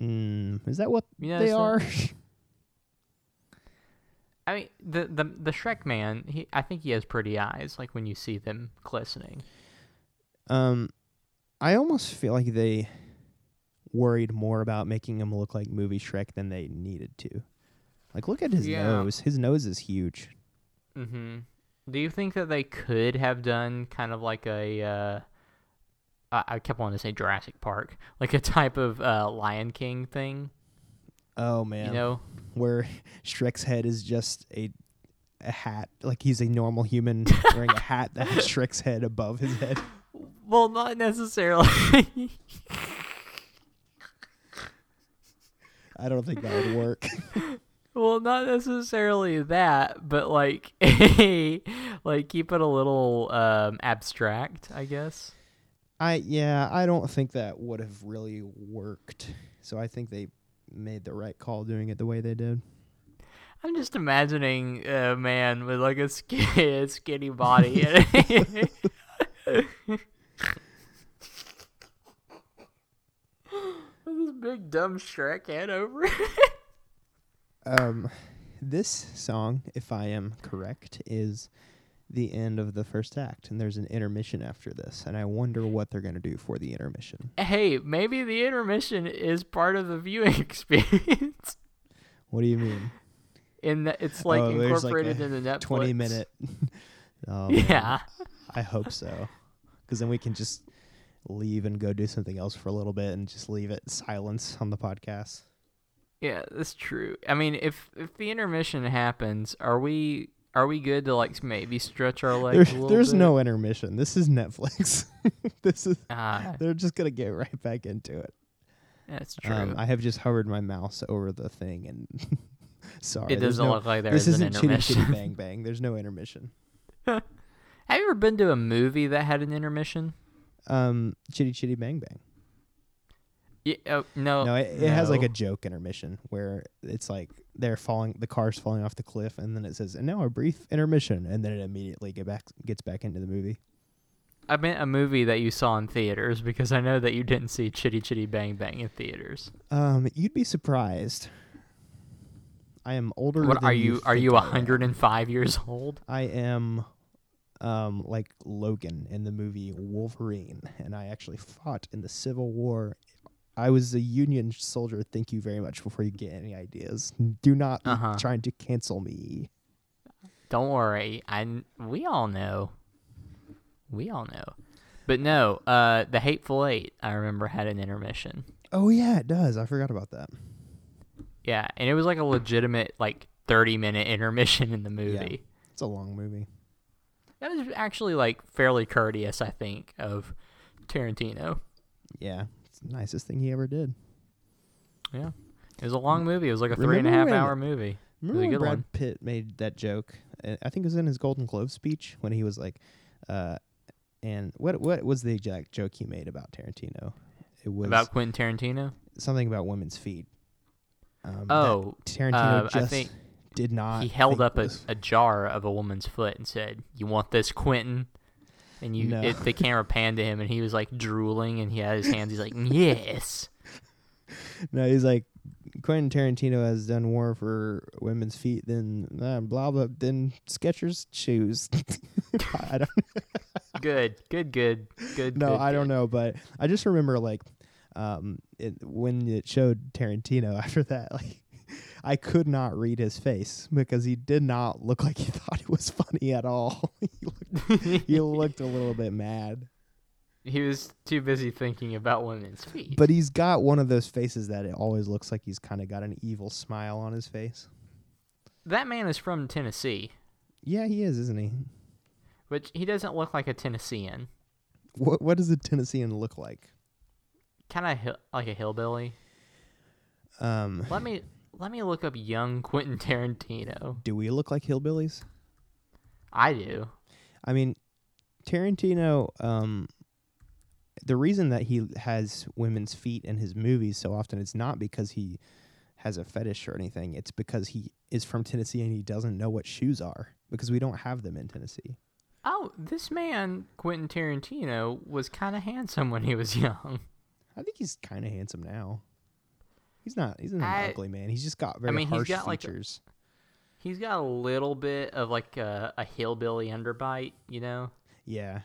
Speaker 1: Mm, is that what
Speaker 2: You
Speaker 1: they
Speaker 2: notice that?
Speaker 1: are?
Speaker 2: I mean, the the the Shrek man. He, I think he has pretty eyes. Like when you see them glistening.
Speaker 1: um, I almost feel like they worried more about making him look like movie Shrek than they needed to. Like, look at his
Speaker 2: Yeah.
Speaker 1: nose. His nose is huge.
Speaker 2: Mm-hmm. Do you think that they could have done kind of like a uh, I I kept wanting to say Jurassic Park, like a type of uh, Lion King thing,
Speaker 1: Oh man,
Speaker 2: you know?
Speaker 1: where Shrek's head is just a a hat, like he's a normal human wearing a hat that has Shrek's head above his head.
Speaker 2: Well, not necessarily.
Speaker 1: I don't think that would work.
Speaker 2: well, not necessarily that, but like, like keep it a little um, abstract, I guess.
Speaker 1: I yeah, I don't think that would have really worked. So I think they made the right call doing it the way they did.
Speaker 2: I'm just imagining a man with like a skinny, skinny body. and- With this big dumb Shrek head over it.
Speaker 1: Um, this song, if I am correct, is the end of the first act, and there's an intermission after this, and I wonder what they're gonna do for the intermission.
Speaker 2: Hey, maybe the intermission is part of the viewing experience.
Speaker 1: What do you mean?
Speaker 2: In that it's like
Speaker 1: Oh, there's like
Speaker 2: incorporated
Speaker 1: a
Speaker 2: in the Netflix.
Speaker 1: Twenty minute. oh, man.
Speaker 2: Yeah.
Speaker 1: I hope so, because then we can just leave and go do something else for a little bit, and just leave it silence on the podcast.
Speaker 2: Yeah, that's true. I mean, if if the intermission happens, are we are we good to like maybe stretch our legs
Speaker 1: There's,
Speaker 2: a little
Speaker 1: there's
Speaker 2: bit?
Speaker 1: no intermission. This is Netflix. this is
Speaker 2: Ah,
Speaker 1: they're just gonna get right back into it.
Speaker 2: that's true.
Speaker 1: Um, I have just hovered my mouse over the thing, and sorry,
Speaker 2: it
Speaker 1: there's
Speaker 2: doesn't
Speaker 1: no-
Speaker 2: look like
Speaker 1: this
Speaker 2: there's an
Speaker 1: isn't chitty
Speaker 2: intermission.
Speaker 1: chitty bang bang. There's no intermission.
Speaker 2: Have you ever been to a movie that had an intermission?
Speaker 1: Um, chitty chitty bang bang.
Speaker 2: Yeah, oh, no,
Speaker 1: no, it, it has like a
Speaker 2: no.
Speaker 1: joke intermission where it's like they're falling, the car's falling off the cliff, and then it says, "And now a brief intermission," and then it immediately get back gets back into the movie.
Speaker 2: I meant a movie that you saw in theaters because I know that you didn't see Chitty Chitty Bang Bang in theaters.
Speaker 1: Um, you'd be surprised. I am older.
Speaker 2: What
Speaker 1: than
Speaker 2: are you? Are
Speaker 1: think
Speaker 2: you
Speaker 1: I am.
Speaker 2: 105 years old?
Speaker 1: I am um like Logan in the movie Wolverine and I actually fought in the Civil War. I was a Union soldier. Thank you very much before you get any ideas. Do not be
Speaker 2: Uh-huh.
Speaker 1: trying to cancel me.
Speaker 2: Don't worry. I kn- we all know. We all know. But no, uh, the Hateful Eight I remember had an intermission.
Speaker 1: Oh yeah, it does. I forgot about that.
Speaker 2: Yeah, and it was like a legitimate like 30 minute intermission in the movie.
Speaker 1: It's a long movie.
Speaker 2: That was actually like fairly courteous, I think, of Tarantino.
Speaker 1: Yeah. It's the nicest thing he ever did.
Speaker 2: Yeah. It was a long movie. It was like a three and
Speaker 1: Remember
Speaker 2: a half
Speaker 1: when-
Speaker 2: hour movie.
Speaker 1: Remember
Speaker 2: a
Speaker 1: when
Speaker 2: good
Speaker 1: Brad
Speaker 2: one.
Speaker 1: Pitt made that joke? Uh, I think it was in his Golden Globe speech when he was like, uh, and what what was the exact joke he made about Tarantino? It was
Speaker 2: About Quentin Tarantino?
Speaker 1: something about women's feet. Um, that
Speaker 2: Oh,
Speaker 1: Tarantino
Speaker 2: uh, I
Speaker 1: just
Speaker 2: think
Speaker 1: did not.
Speaker 2: he held
Speaker 1: think
Speaker 2: up a,
Speaker 1: was-
Speaker 2: a jar of a woman's foot and said, You want this, Quentin? And you,
Speaker 1: No.
Speaker 2: it, the camera panned to him, and he was like drooling, and he had his hands. He's like, "Yes,
Speaker 1: No, he's like Quentin Tarantino has done more for women's feet than uh, blah blah than Skechers shoes. I don't
Speaker 2: good, good, good, good."
Speaker 1: no,
Speaker 2: good,
Speaker 1: I don't
Speaker 2: good."
Speaker 1: know, but I just remember like um, it, when it showed Tarantino after that, like I could not read his face because he did not look like he thought it was funny at all. he, looked, he looked a little bit mad.
Speaker 2: He was too busy thinking about women's feet.
Speaker 1: But he's got one of those faces that it always looks like he's kind of got an evil smile on his face.
Speaker 2: that man is from Tennessee,
Speaker 1: Yeah, he is, isn't he?
Speaker 2: which he doesn't look like a Tennessean.
Speaker 1: What what does a Tennessean look like?
Speaker 2: Kind of hi- like a hillbilly.
Speaker 1: Um,
Speaker 2: Let me let me look up young Quentin Tarantino.
Speaker 1: do we look like hillbillies?
Speaker 2: I do.
Speaker 1: I mean, Tarantino. Um, the reason that he has women's feet in his movies so often is not because he has a fetish or anything. It's because he is from Tennessee and he doesn't know what shoes are because we don't have them in Tennessee.
Speaker 2: Oh, this man Quentin Tarantino was kind of handsome when he was young.
Speaker 1: I think he's kind of handsome now. He's not. He's not
Speaker 2: I-
Speaker 1: an ugly man. He's just got very
Speaker 2: mean, he's
Speaker 1: harsh
Speaker 2: got, like, a-
Speaker 1: features.
Speaker 2: He's got a little bit of like a, a hillbilly underbite, you know.
Speaker 1: yeah.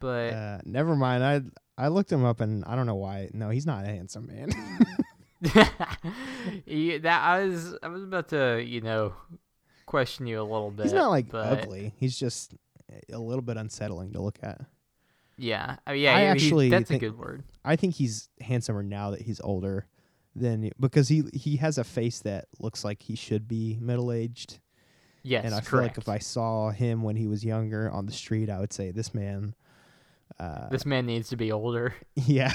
Speaker 2: But
Speaker 1: Uh, never mind. I I looked him up and I don't know why. No, he's not a handsome man.
Speaker 2: Yeah, that I was I was about to you know question you a little bit.
Speaker 1: he's not like
Speaker 2: but
Speaker 1: ugly. He's just a little bit unsettling to look at.
Speaker 2: Yeah. Oh, yeah.
Speaker 1: I
Speaker 2: he-
Speaker 1: actually
Speaker 2: that's
Speaker 1: think-
Speaker 2: a good word.
Speaker 1: I think he's handsomer now that he's older than because he he has a face that looks like he should be middle aged.
Speaker 2: Yes.
Speaker 1: and I feel
Speaker 2: correct.
Speaker 1: like if I saw him when he was younger on the street, I would say this man. Uh,
Speaker 2: this man needs to be older.
Speaker 1: yeah,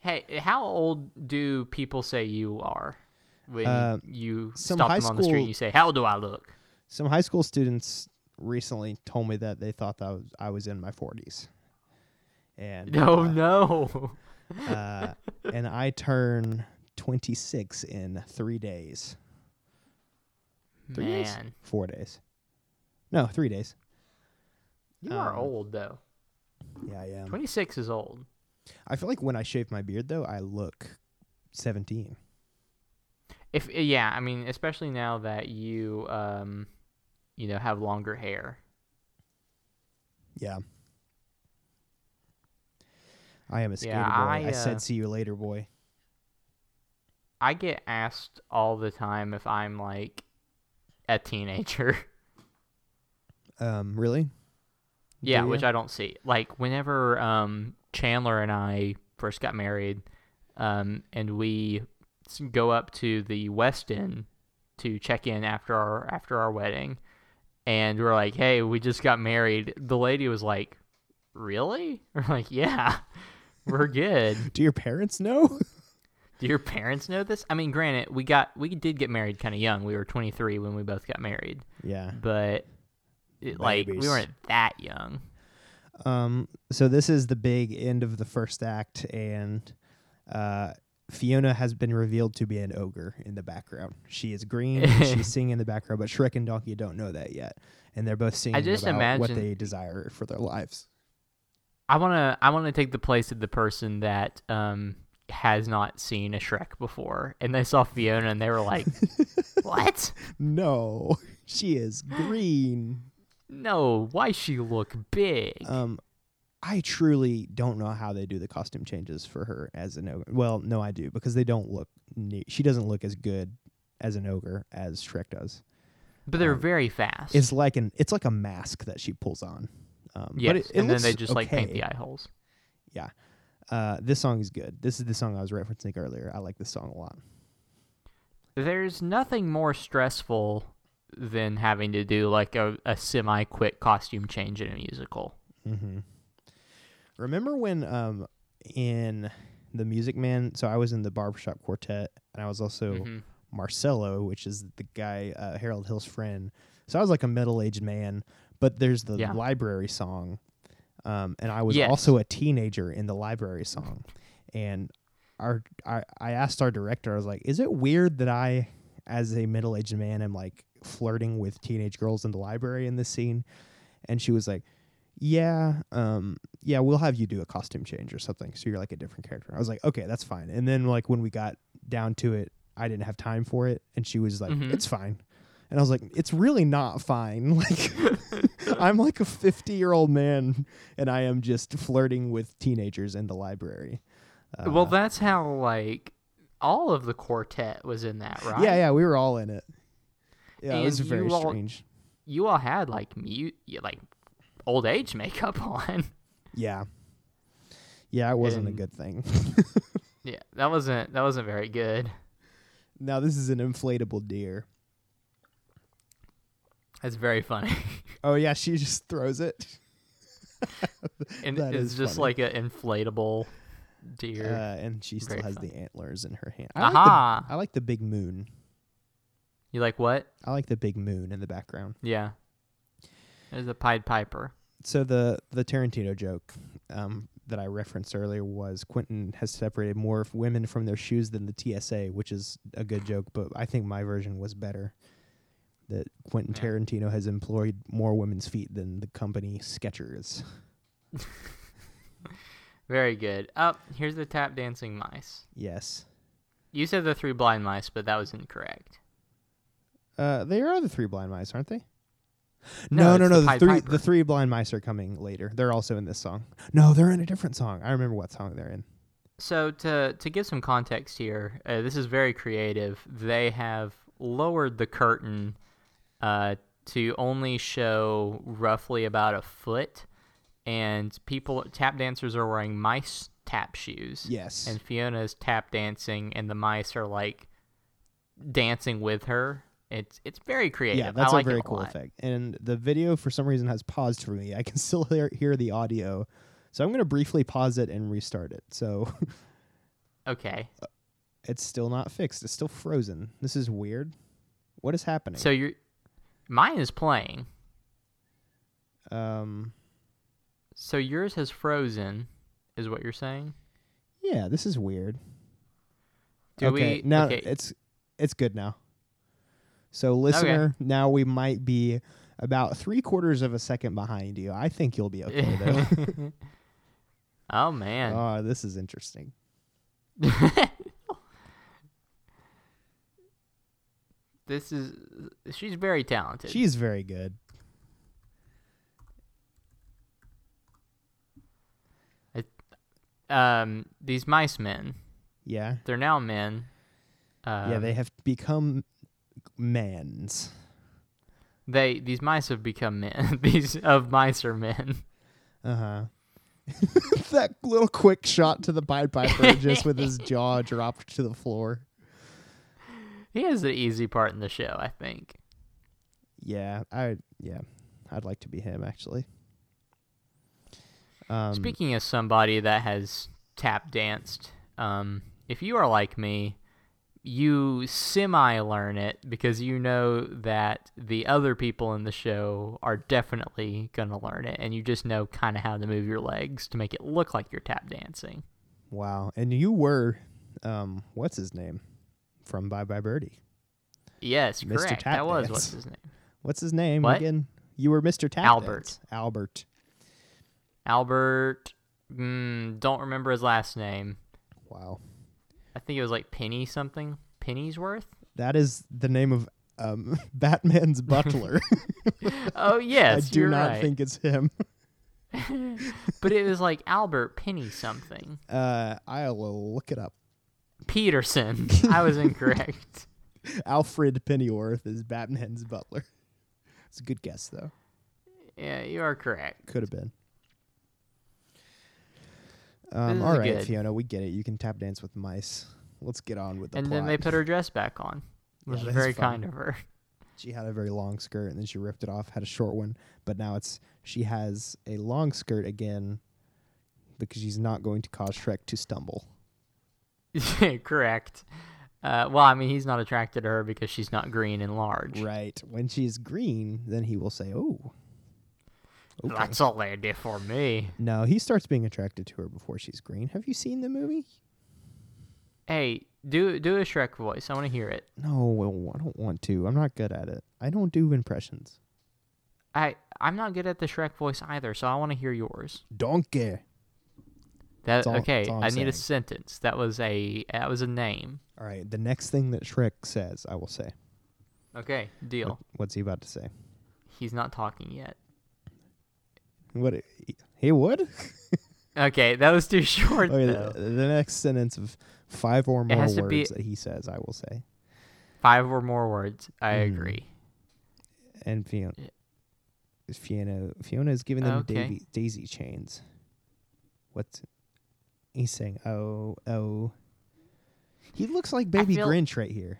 Speaker 2: Hey, how old do people say you are when
Speaker 1: Uh,
Speaker 2: you
Speaker 1: some
Speaker 2: stop
Speaker 1: high
Speaker 2: them on the street
Speaker 1: school-
Speaker 2: and you say, "How do I look?"
Speaker 1: some high school students recently told me that they thought that I was, I was in my forties, and
Speaker 2: No,
Speaker 1: uh,
Speaker 2: Oh, no.
Speaker 1: uh, and I turn twenty six in three days, Three days?
Speaker 2: Man,
Speaker 1: four days, no, three days.
Speaker 2: you are
Speaker 1: Um,
Speaker 2: old though.
Speaker 1: Yeah, I am.
Speaker 2: Twenty six is old.
Speaker 1: I feel like when I shave my beard though, I look seventeen.
Speaker 2: If yeah, I mean, especially now that you um, you know, have longer hair.
Speaker 1: Yeah. I am a skater boy.
Speaker 2: I,
Speaker 1: I
Speaker 2: uh,
Speaker 1: said, "See you later, boy."
Speaker 2: I get asked all the time if I'm like a teenager.
Speaker 1: Um, really?
Speaker 2: Yeah,
Speaker 1: Do
Speaker 2: which
Speaker 1: ya?
Speaker 2: I don't see. Like whenever um, Chandler and I first got married, um, and we s- go up to the West End to check in after our after our wedding, and we're like, "Hey, we just got married." The lady was like, "Really?" We're like, "Yeah, we're good."
Speaker 1: Do your parents know?
Speaker 2: Do your parents know this? I mean, granted, we got we did get married kind of young. We were 23 when we both got married,
Speaker 1: yeah.
Speaker 2: but it, like we
Speaker 1: Babies.
Speaker 2: weren't that young.
Speaker 1: Um, so this is the big end of the first act, and uh, Fiona has been revealed to be an ogre in the background. She is green. and she's singing in the background, but Shrek and Donkey don't know that yet, and they're both singing
Speaker 2: just
Speaker 1: about what
Speaker 2: imagine-
Speaker 1: they desire for their lives.
Speaker 2: I wanna I wanna take the place of the person that um has not seen a Shrek before, and they saw Fiona and they were like, "What?
Speaker 1: No, she is green.
Speaker 2: No, why she look big?"
Speaker 1: Um, I truly don't know how they do the costume changes for her as an ogre. Well, no, I do because they don't look. Ne- she doesn't look as good as an ogre as Shrek does.
Speaker 2: but they're
Speaker 1: um,
Speaker 2: very fast.
Speaker 1: It's like an it's like a mask that she pulls on. Um,
Speaker 2: yes,
Speaker 1: but it, it
Speaker 2: and then they
Speaker 1: looks
Speaker 2: just like paint
Speaker 1: okay.
Speaker 2: the eye holes.
Speaker 1: Uh, this song is good. This is the song I was referencing earlier. I like this song a lot.
Speaker 2: There's nothing more stressful than having to do like a, a semi quick costume change in a musical.
Speaker 1: Mm-hmm. Remember when um in the Music Man? So I was in the barbershop quartet, and I was also
Speaker 2: Mhm.
Speaker 1: Marcello, which is the guy uh, Harold Hill's friend. So I was like a middle-aged man, but there's the
Speaker 2: Yeah.
Speaker 1: library song, um, and I was
Speaker 2: Yes.
Speaker 1: also a teenager in the library song. And our I, I asked our director, I was like, "Is it weird that I, as a middle-aged man, am like flirting with teenage girls in the library in this scene?" And she was like, "Yeah, um, yeah, we'll have you do a costume change or something, so you're like a different character." I was like, "Okay, that's fine." And then like when we got down to it, I didn't have time for it, and she was like,
Speaker 2: Mhm.
Speaker 1: "It's fine." And I was like, "It's really not fine. Like, I'm like a 50 year old man, and I am just flirting with teenagers in the library." Uh,
Speaker 2: well, that's how like all of the quartet was in that, right?
Speaker 1: yeah, yeah, we were all in it. Yeah, it was
Speaker 2: And
Speaker 1: very
Speaker 2: you all-
Speaker 1: strange.
Speaker 2: you all had like mute yeah, like old age makeup on.
Speaker 1: Yeah, yeah, it wasn't
Speaker 2: And-
Speaker 1: a good thing.
Speaker 2: yeah, that wasn't that wasn't very good.
Speaker 1: now this is an inflatable deer.
Speaker 2: That's very funny.
Speaker 1: Oh yeah, she just throws it.
Speaker 2: and
Speaker 1: That
Speaker 2: it's
Speaker 1: is
Speaker 2: just
Speaker 1: funny.
Speaker 2: like an inflatable
Speaker 1: Uh,
Speaker 2: deer.
Speaker 1: and she still
Speaker 2: Very
Speaker 1: has
Speaker 2: funny.
Speaker 1: the antlers in her hand. Uh, I like, the,
Speaker 2: Aha!
Speaker 1: I like the big moon.
Speaker 2: you like what?
Speaker 1: I like the big moon in the background.
Speaker 2: Yeah. There's a Pied Piper.
Speaker 1: So the the Tarantino joke um, that I referenced earlier was Quentin has separated more f- women from their shoes than the TSA, which is a good joke, but I think my version was better. That Quentin
Speaker 2: Yeah.
Speaker 1: Tarantino has employed more women's feet than the company Skechers.
Speaker 2: Very good. Up oh, here's the tap dancing mice.
Speaker 1: Yes,
Speaker 2: You said the three blind mice, but that was incorrect.
Speaker 1: uh, they are the three blind mice, aren't they?
Speaker 2: No,
Speaker 1: No, no,
Speaker 2: it's
Speaker 1: no.
Speaker 2: the
Speaker 1: The,
Speaker 2: Pied
Speaker 1: three
Speaker 2: Piper.
Speaker 1: the three blind mice are coming later. They're also in this song. No, they're in a different song. I remember what song they're in.
Speaker 2: So to to give some context here, uh, this is very creative. They have lowered the curtain uh, to only show roughly about a foot, and people tap dancers are wearing mice tap shoes.
Speaker 1: Yes.
Speaker 2: And Fiona's tap dancing, and the mice are like dancing with her. It's it's very creative.
Speaker 1: yeah, that's
Speaker 2: I like
Speaker 1: a very
Speaker 2: it a
Speaker 1: cool
Speaker 2: lot.
Speaker 1: effect. And the video, for some reason, has paused for me. I can still hear, hear the audio. So I'm going to briefly pause it and restart it. So
Speaker 2: Okay,
Speaker 1: it's still not fixed. It's still frozen. This is weird. What is happening?
Speaker 2: so you're mine is playing,
Speaker 1: um,
Speaker 2: so yours has frozen, is what you're saying.
Speaker 1: yeah, this is weird.
Speaker 2: Do
Speaker 1: okay,
Speaker 2: we?
Speaker 1: now
Speaker 2: okay.
Speaker 1: it's it's good now. So listener, now we might be about three quarters of a second behind you. I think you'll be okay though.
Speaker 2: oh man.
Speaker 1: oh, this is interesting.
Speaker 2: this is she's very talented.
Speaker 1: She's very good.
Speaker 2: um these mice men.
Speaker 1: Yeah.
Speaker 2: They're now men. Um,
Speaker 1: yeah, they have become mans.
Speaker 2: they these mice have become men. these of mice are men.
Speaker 1: Uh-huh. that little quick shot to the Pied Piper just with his jaw dropped to the floor.
Speaker 2: He is the easy part in the show, I think.
Speaker 1: Yeah, I yeah, I'd like to be him actually. Um,
Speaker 2: Speaking of somebody that has tap danced, um, if you are like me, you semi learn it because you know that the other people in the show are definitely going to learn it, and you just know kind of how to move your legs to make it look like you're tap dancing.
Speaker 1: wow, and you were, um, what's his name, from Bye Bye Birdie?
Speaker 2: Yes,
Speaker 1: Mr.
Speaker 2: correct.
Speaker 1: Tap
Speaker 2: that was
Speaker 1: Dance.
Speaker 2: what's his name?
Speaker 1: What's his name
Speaker 2: What?
Speaker 1: again? You were Mr. Tap
Speaker 2: Albert.
Speaker 1: Dance. Albert.
Speaker 2: Albert. Mm, don't remember his last name.
Speaker 1: Wow,
Speaker 2: I think it was like Penny something. Pennyworth.
Speaker 1: that is the name of um, Batman's butler.
Speaker 2: Oh yes,
Speaker 1: I do
Speaker 2: you're
Speaker 1: not
Speaker 2: right.
Speaker 1: think it's him.
Speaker 2: but it was like Albert Penny something.
Speaker 1: Uh, I'll look it up.
Speaker 2: Peterson. I was incorrect.
Speaker 1: Alfred Pennyworth is Batman's butler. It's a good guess though.
Speaker 2: yeah, you are correct.
Speaker 1: Could have been. Um,
Speaker 2: is
Speaker 1: all right,
Speaker 2: good.
Speaker 1: Fiona, we get it. You can tap dance with mice. Let's get on with the
Speaker 2: and
Speaker 1: plot.
Speaker 2: then they put her dress back on, which
Speaker 1: Yeah,
Speaker 2: is
Speaker 1: that's
Speaker 2: very
Speaker 1: fun.
Speaker 2: kind of her.
Speaker 1: she had a very long skirt, and then she ripped it off. Had a short one, but now it's she has a long skirt again because she's not going to cause Shrek to stumble.
Speaker 2: correct. Uh, well, I mean, he's not attracted to her because she's not green and large.
Speaker 1: Right. When she's green, then he will say, "Oh." Okay.
Speaker 2: That's a lady for me.
Speaker 1: no, he starts being attracted to her before she's green. Have you seen the movie?
Speaker 2: Hey, do do a Shrek voice. I want to hear it.
Speaker 1: No, well, I don't want to. I'm not good at it. I don't do impressions.
Speaker 2: I I'm not good at the Shrek voice either, so I want to hear yours.
Speaker 1: Donkey.
Speaker 2: That
Speaker 1: That's all-
Speaker 2: okay?
Speaker 1: that's all I'm
Speaker 2: I need a
Speaker 1: saying.
Speaker 2: sentence. That was a that was a name.
Speaker 1: All right, the next thing that Shrek says, I will say.
Speaker 2: Okay, deal.
Speaker 1: What's he about to say?
Speaker 2: He's not talking yet.
Speaker 1: What he- he would?
Speaker 2: Okay, that was too short
Speaker 1: Okay,
Speaker 2: though.
Speaker 1: the, the next sentence of five or more
Speaker 2: has to
Speaker 1: words
Speaker 2: be-
Speaker 1: that he says, I will say.
Speaker 2: Five or more words. I
Speaker 1: Mm.
Speaker 2: agree.
Speaker 1: And Fiona,
Speaker 2: Yeah.
Speaker 1: Fiona, Fiona is giving them
Speaker 2: Oh, Okay.
Speaker 1: Davy, daisy chains. What's he's saying? Oh, oh. He looks like Baby
Speaker 2: feel-
Speaker 1: Grinch right here.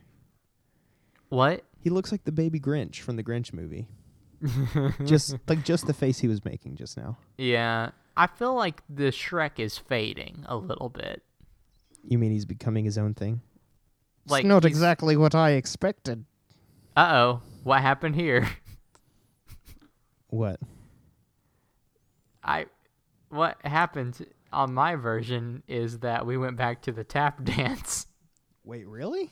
Speaker 2: What?
Speaker 1: He looks like the Baby Grinch from the Grinch movie. just like just the face he was making just now.
Speaker 2: Yeah. I feel like the Shrek is fading a little bit.
Speaker 1: You mean he's becoming his own thing?
Speaker 2: Like
Speaker 1: exactly what I expected.
Speaker 2: Uh oh. What happened here?
Speaker 1: What?
Speaker 2: I what happened on my version is that we went back to the tap dance.
Speaker 1: Wait, really?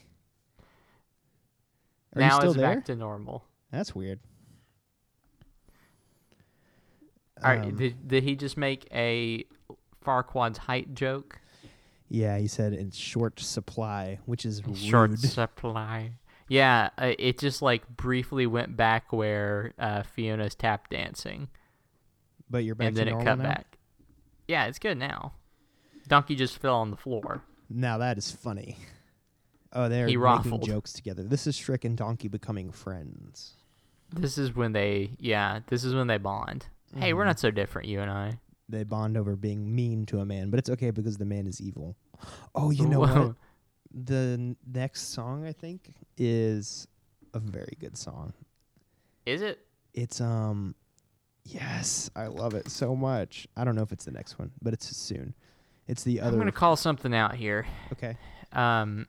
Speaker 1: Are
Speaker 2: now
Speaker 1: you still
Speaker 2: it's
Speaker 1: there?
Speaker 2: back to normal.
Speaker 1: That's weird.
Speaker 2: All right.
Speaker 1: Um,
Speaker 2: Did, did he just make a Farquad's height joke?
Speaker 1: yeah, he said in short supply, which is rude.
Speaker 2: Short supply. Yeah, uh, it just like briefly went back where uh, Fiona's tap dancing,
Speaker 1: but you're back
Speaker 2: and
Speaker 1: to
Speaker 2: then it
Speaker 1: normal
Speaker 2: cut
Speaker 1: now.
Speaker 2: back. Yeah, it's good now. Donkey just fell on the floor.
Speaker 1: Now that is funny. Oh, they're
Speaker 2: He
Speaker 1: making
Speaker 2: raffled.
Speaker 1: jokes together. This is Shrek and Donkey becoming friends.
Speaker 2: This is when they, yeah, this is when they bond. Hey,
Speaker 1: Mm-hmm.
Speaker 2: we're not so different, you and I.
Speaker 1: Um, They bond over being mean to a man, but it's okay because the man is evil. Oh, you know what?
Speaker 2: Whoa.
Speaker 1: The n- next song I think is a very good song.
Speaker 2: Is it?
Speaker 1: It's um yes, I love it so much. I don't know if it's the next one, but it's soon. It's the
Speaker 2: I'm
Speaker 1: other
Speaker 2: gonna call something out here.
Speaker 1: Okay.
Speaker 2: Um,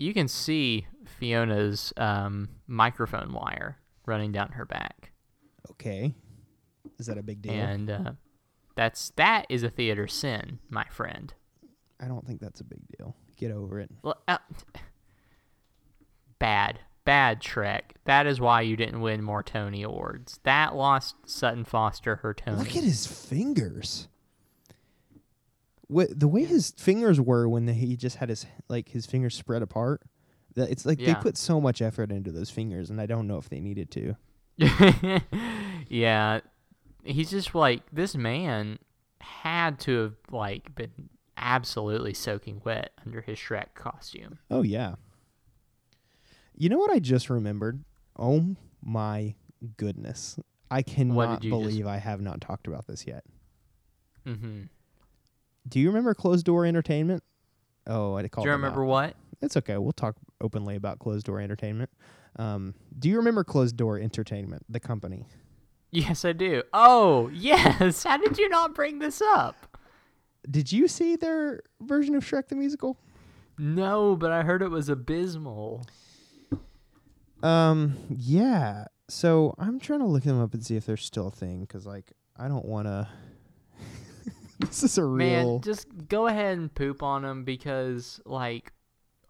Speaker 2: you can see Fiona's um microphone wire running down her back,
Speaker 1: Okay. Is that a big deal?
Speaker 2: and uh, that's that is a theater sin, my friend.
Speaker 1: I don't think that's a big deal. Get over it.
Speaker 2: L- uh, bad, bad Trek. That is why you didn't win more Tony awards. That lost Sutton Foster her Tony.
Speaker 1: Look at his fingers. What the way his fingers were when he just had his like his fingers spread apart. That it's like they
Speaker 2: Yeah.
Speaker 1: put so much effort into those fingers, and I don't know if they needed to.
Speaker 2: yeah, he's just like this man had to have like been absolutely soaking wet under his Shrek costume.
Speaker 1: Oh yeah. You know what I just remembered? Oh my goodness! I cannot
Speaker 2: you just-
Speaker 1: believe I have not talked about this yet.
Speaker 2: Mm-hmm.
Speaker 1: Do you remember closed door entertainment? Oh, I called.
Speaker 2: Do you
Speaker 1: them out.
Speaker 2: remember what?
Speaker 1: It's okay. We'll talk openly about closed door entertainment. Um, do you remember closed door entertainment, the company?
Speaker 2: Yes, I do. Oh, yes. How did you not bring this up?
Speaker 1: Did you see their version of Shrek the Musical?
Speaker 2: No, but I heard it was abysmal.
Speaker 1: Um, yeah. So I'm trying to look them up and see if they're still a thing because, like, I don't want to. this is a real.
Speaker 2: Man, just go ahead and poop on him because, like,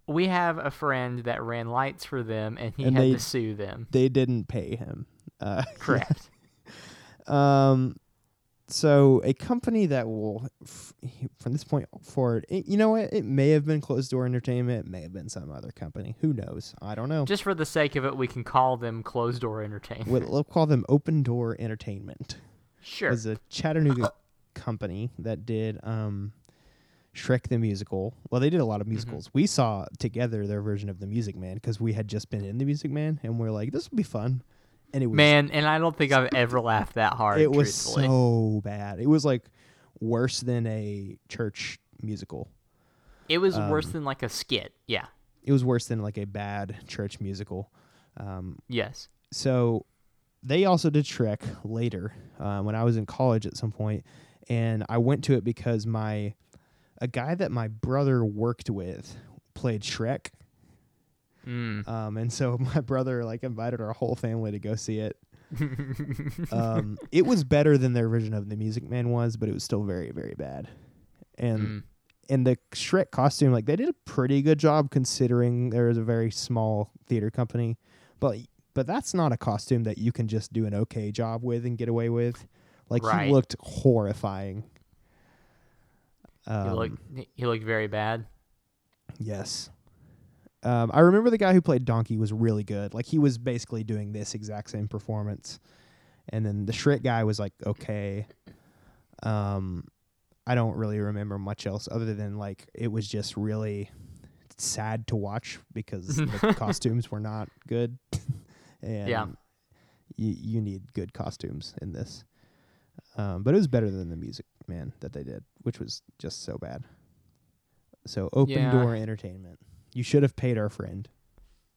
Speaker 2: we have a friend that ran lights for them and he
Speaker 1: And
Speaker 2: had
Speaker 1: they-
Speaker 2: to sue them.
Speaker 1: they didn't pay him. Uh,
Speaker 2: Correct.
Speaker 1: Um, so a company that will, f- from this point forward, it, you know what? It may have been closed door entertainment. It may have been some other company. Who knows? I don't know.
Speaker 2: just for the sake of it, we can call them closed door entertainment.
Speaker 1: We'll, we'll call them Open Door Entertainment.
Speaker 2: sure.
Speaker 1: was a Chattanooga company that did um, Shrek the Musical. Well, they did a lot of
Speaker 2: Mm-hmm.
Speaker 1: musicals. We saw together their version of The Music Man because we had just been in The Music Man, and we are like, this will be fun. And it was
Speaker 2: Man, and I don't think I've ever laughed that hard.
Speaker 1: it was
Speaker 2: truthfully.
Speaker 1: so bad. It was like worse than a church musical.
Speaker 2: It was worse
Speaker 1: um,
Speaker 2: than like a skit. Yeah.
Speaker 1: It was worse than like a bad church musical. Um,
Speaker 2: Yes.
Speaker 1: so they also did Shrek later um, when I was in college at some point, and I went to it because my a guy that my brother worked with played Shrek,
Speaker 2: Mm.
Speaker 1: um, and so my brother like invited our whole family to go see it. um, it was better than their version of the Music Man was, but it was still very very bad, and.
Speaker 2: Mm.
Speaker 1: And the Shrek costume, like they did a pretty good job considering there is a very small theater company, but but that's not a costume that you can just do an okay job with and get away with. Like
Speaker 2: Right.
Speaker 1: he looked horrifying. Um,
Speaker 2: he looked. He looked very bad.
Speaker 1: yes. Um, I remember the guy who played Donkey was really good. Like he was basically doing this exact same performance, and then the Shrek guy was like okay. Um, I don't really remember much else other than like it was just really sad to watch because the costumes were not good. and
Speaker 2: Yeah.
Speaker 1: You, you need good costumes in this. Um, but it was better than the music man that they did, which was just so bad. So open
Speaker 2: Yeah.
Speaker 1: door entertainment. You should have paid our friend.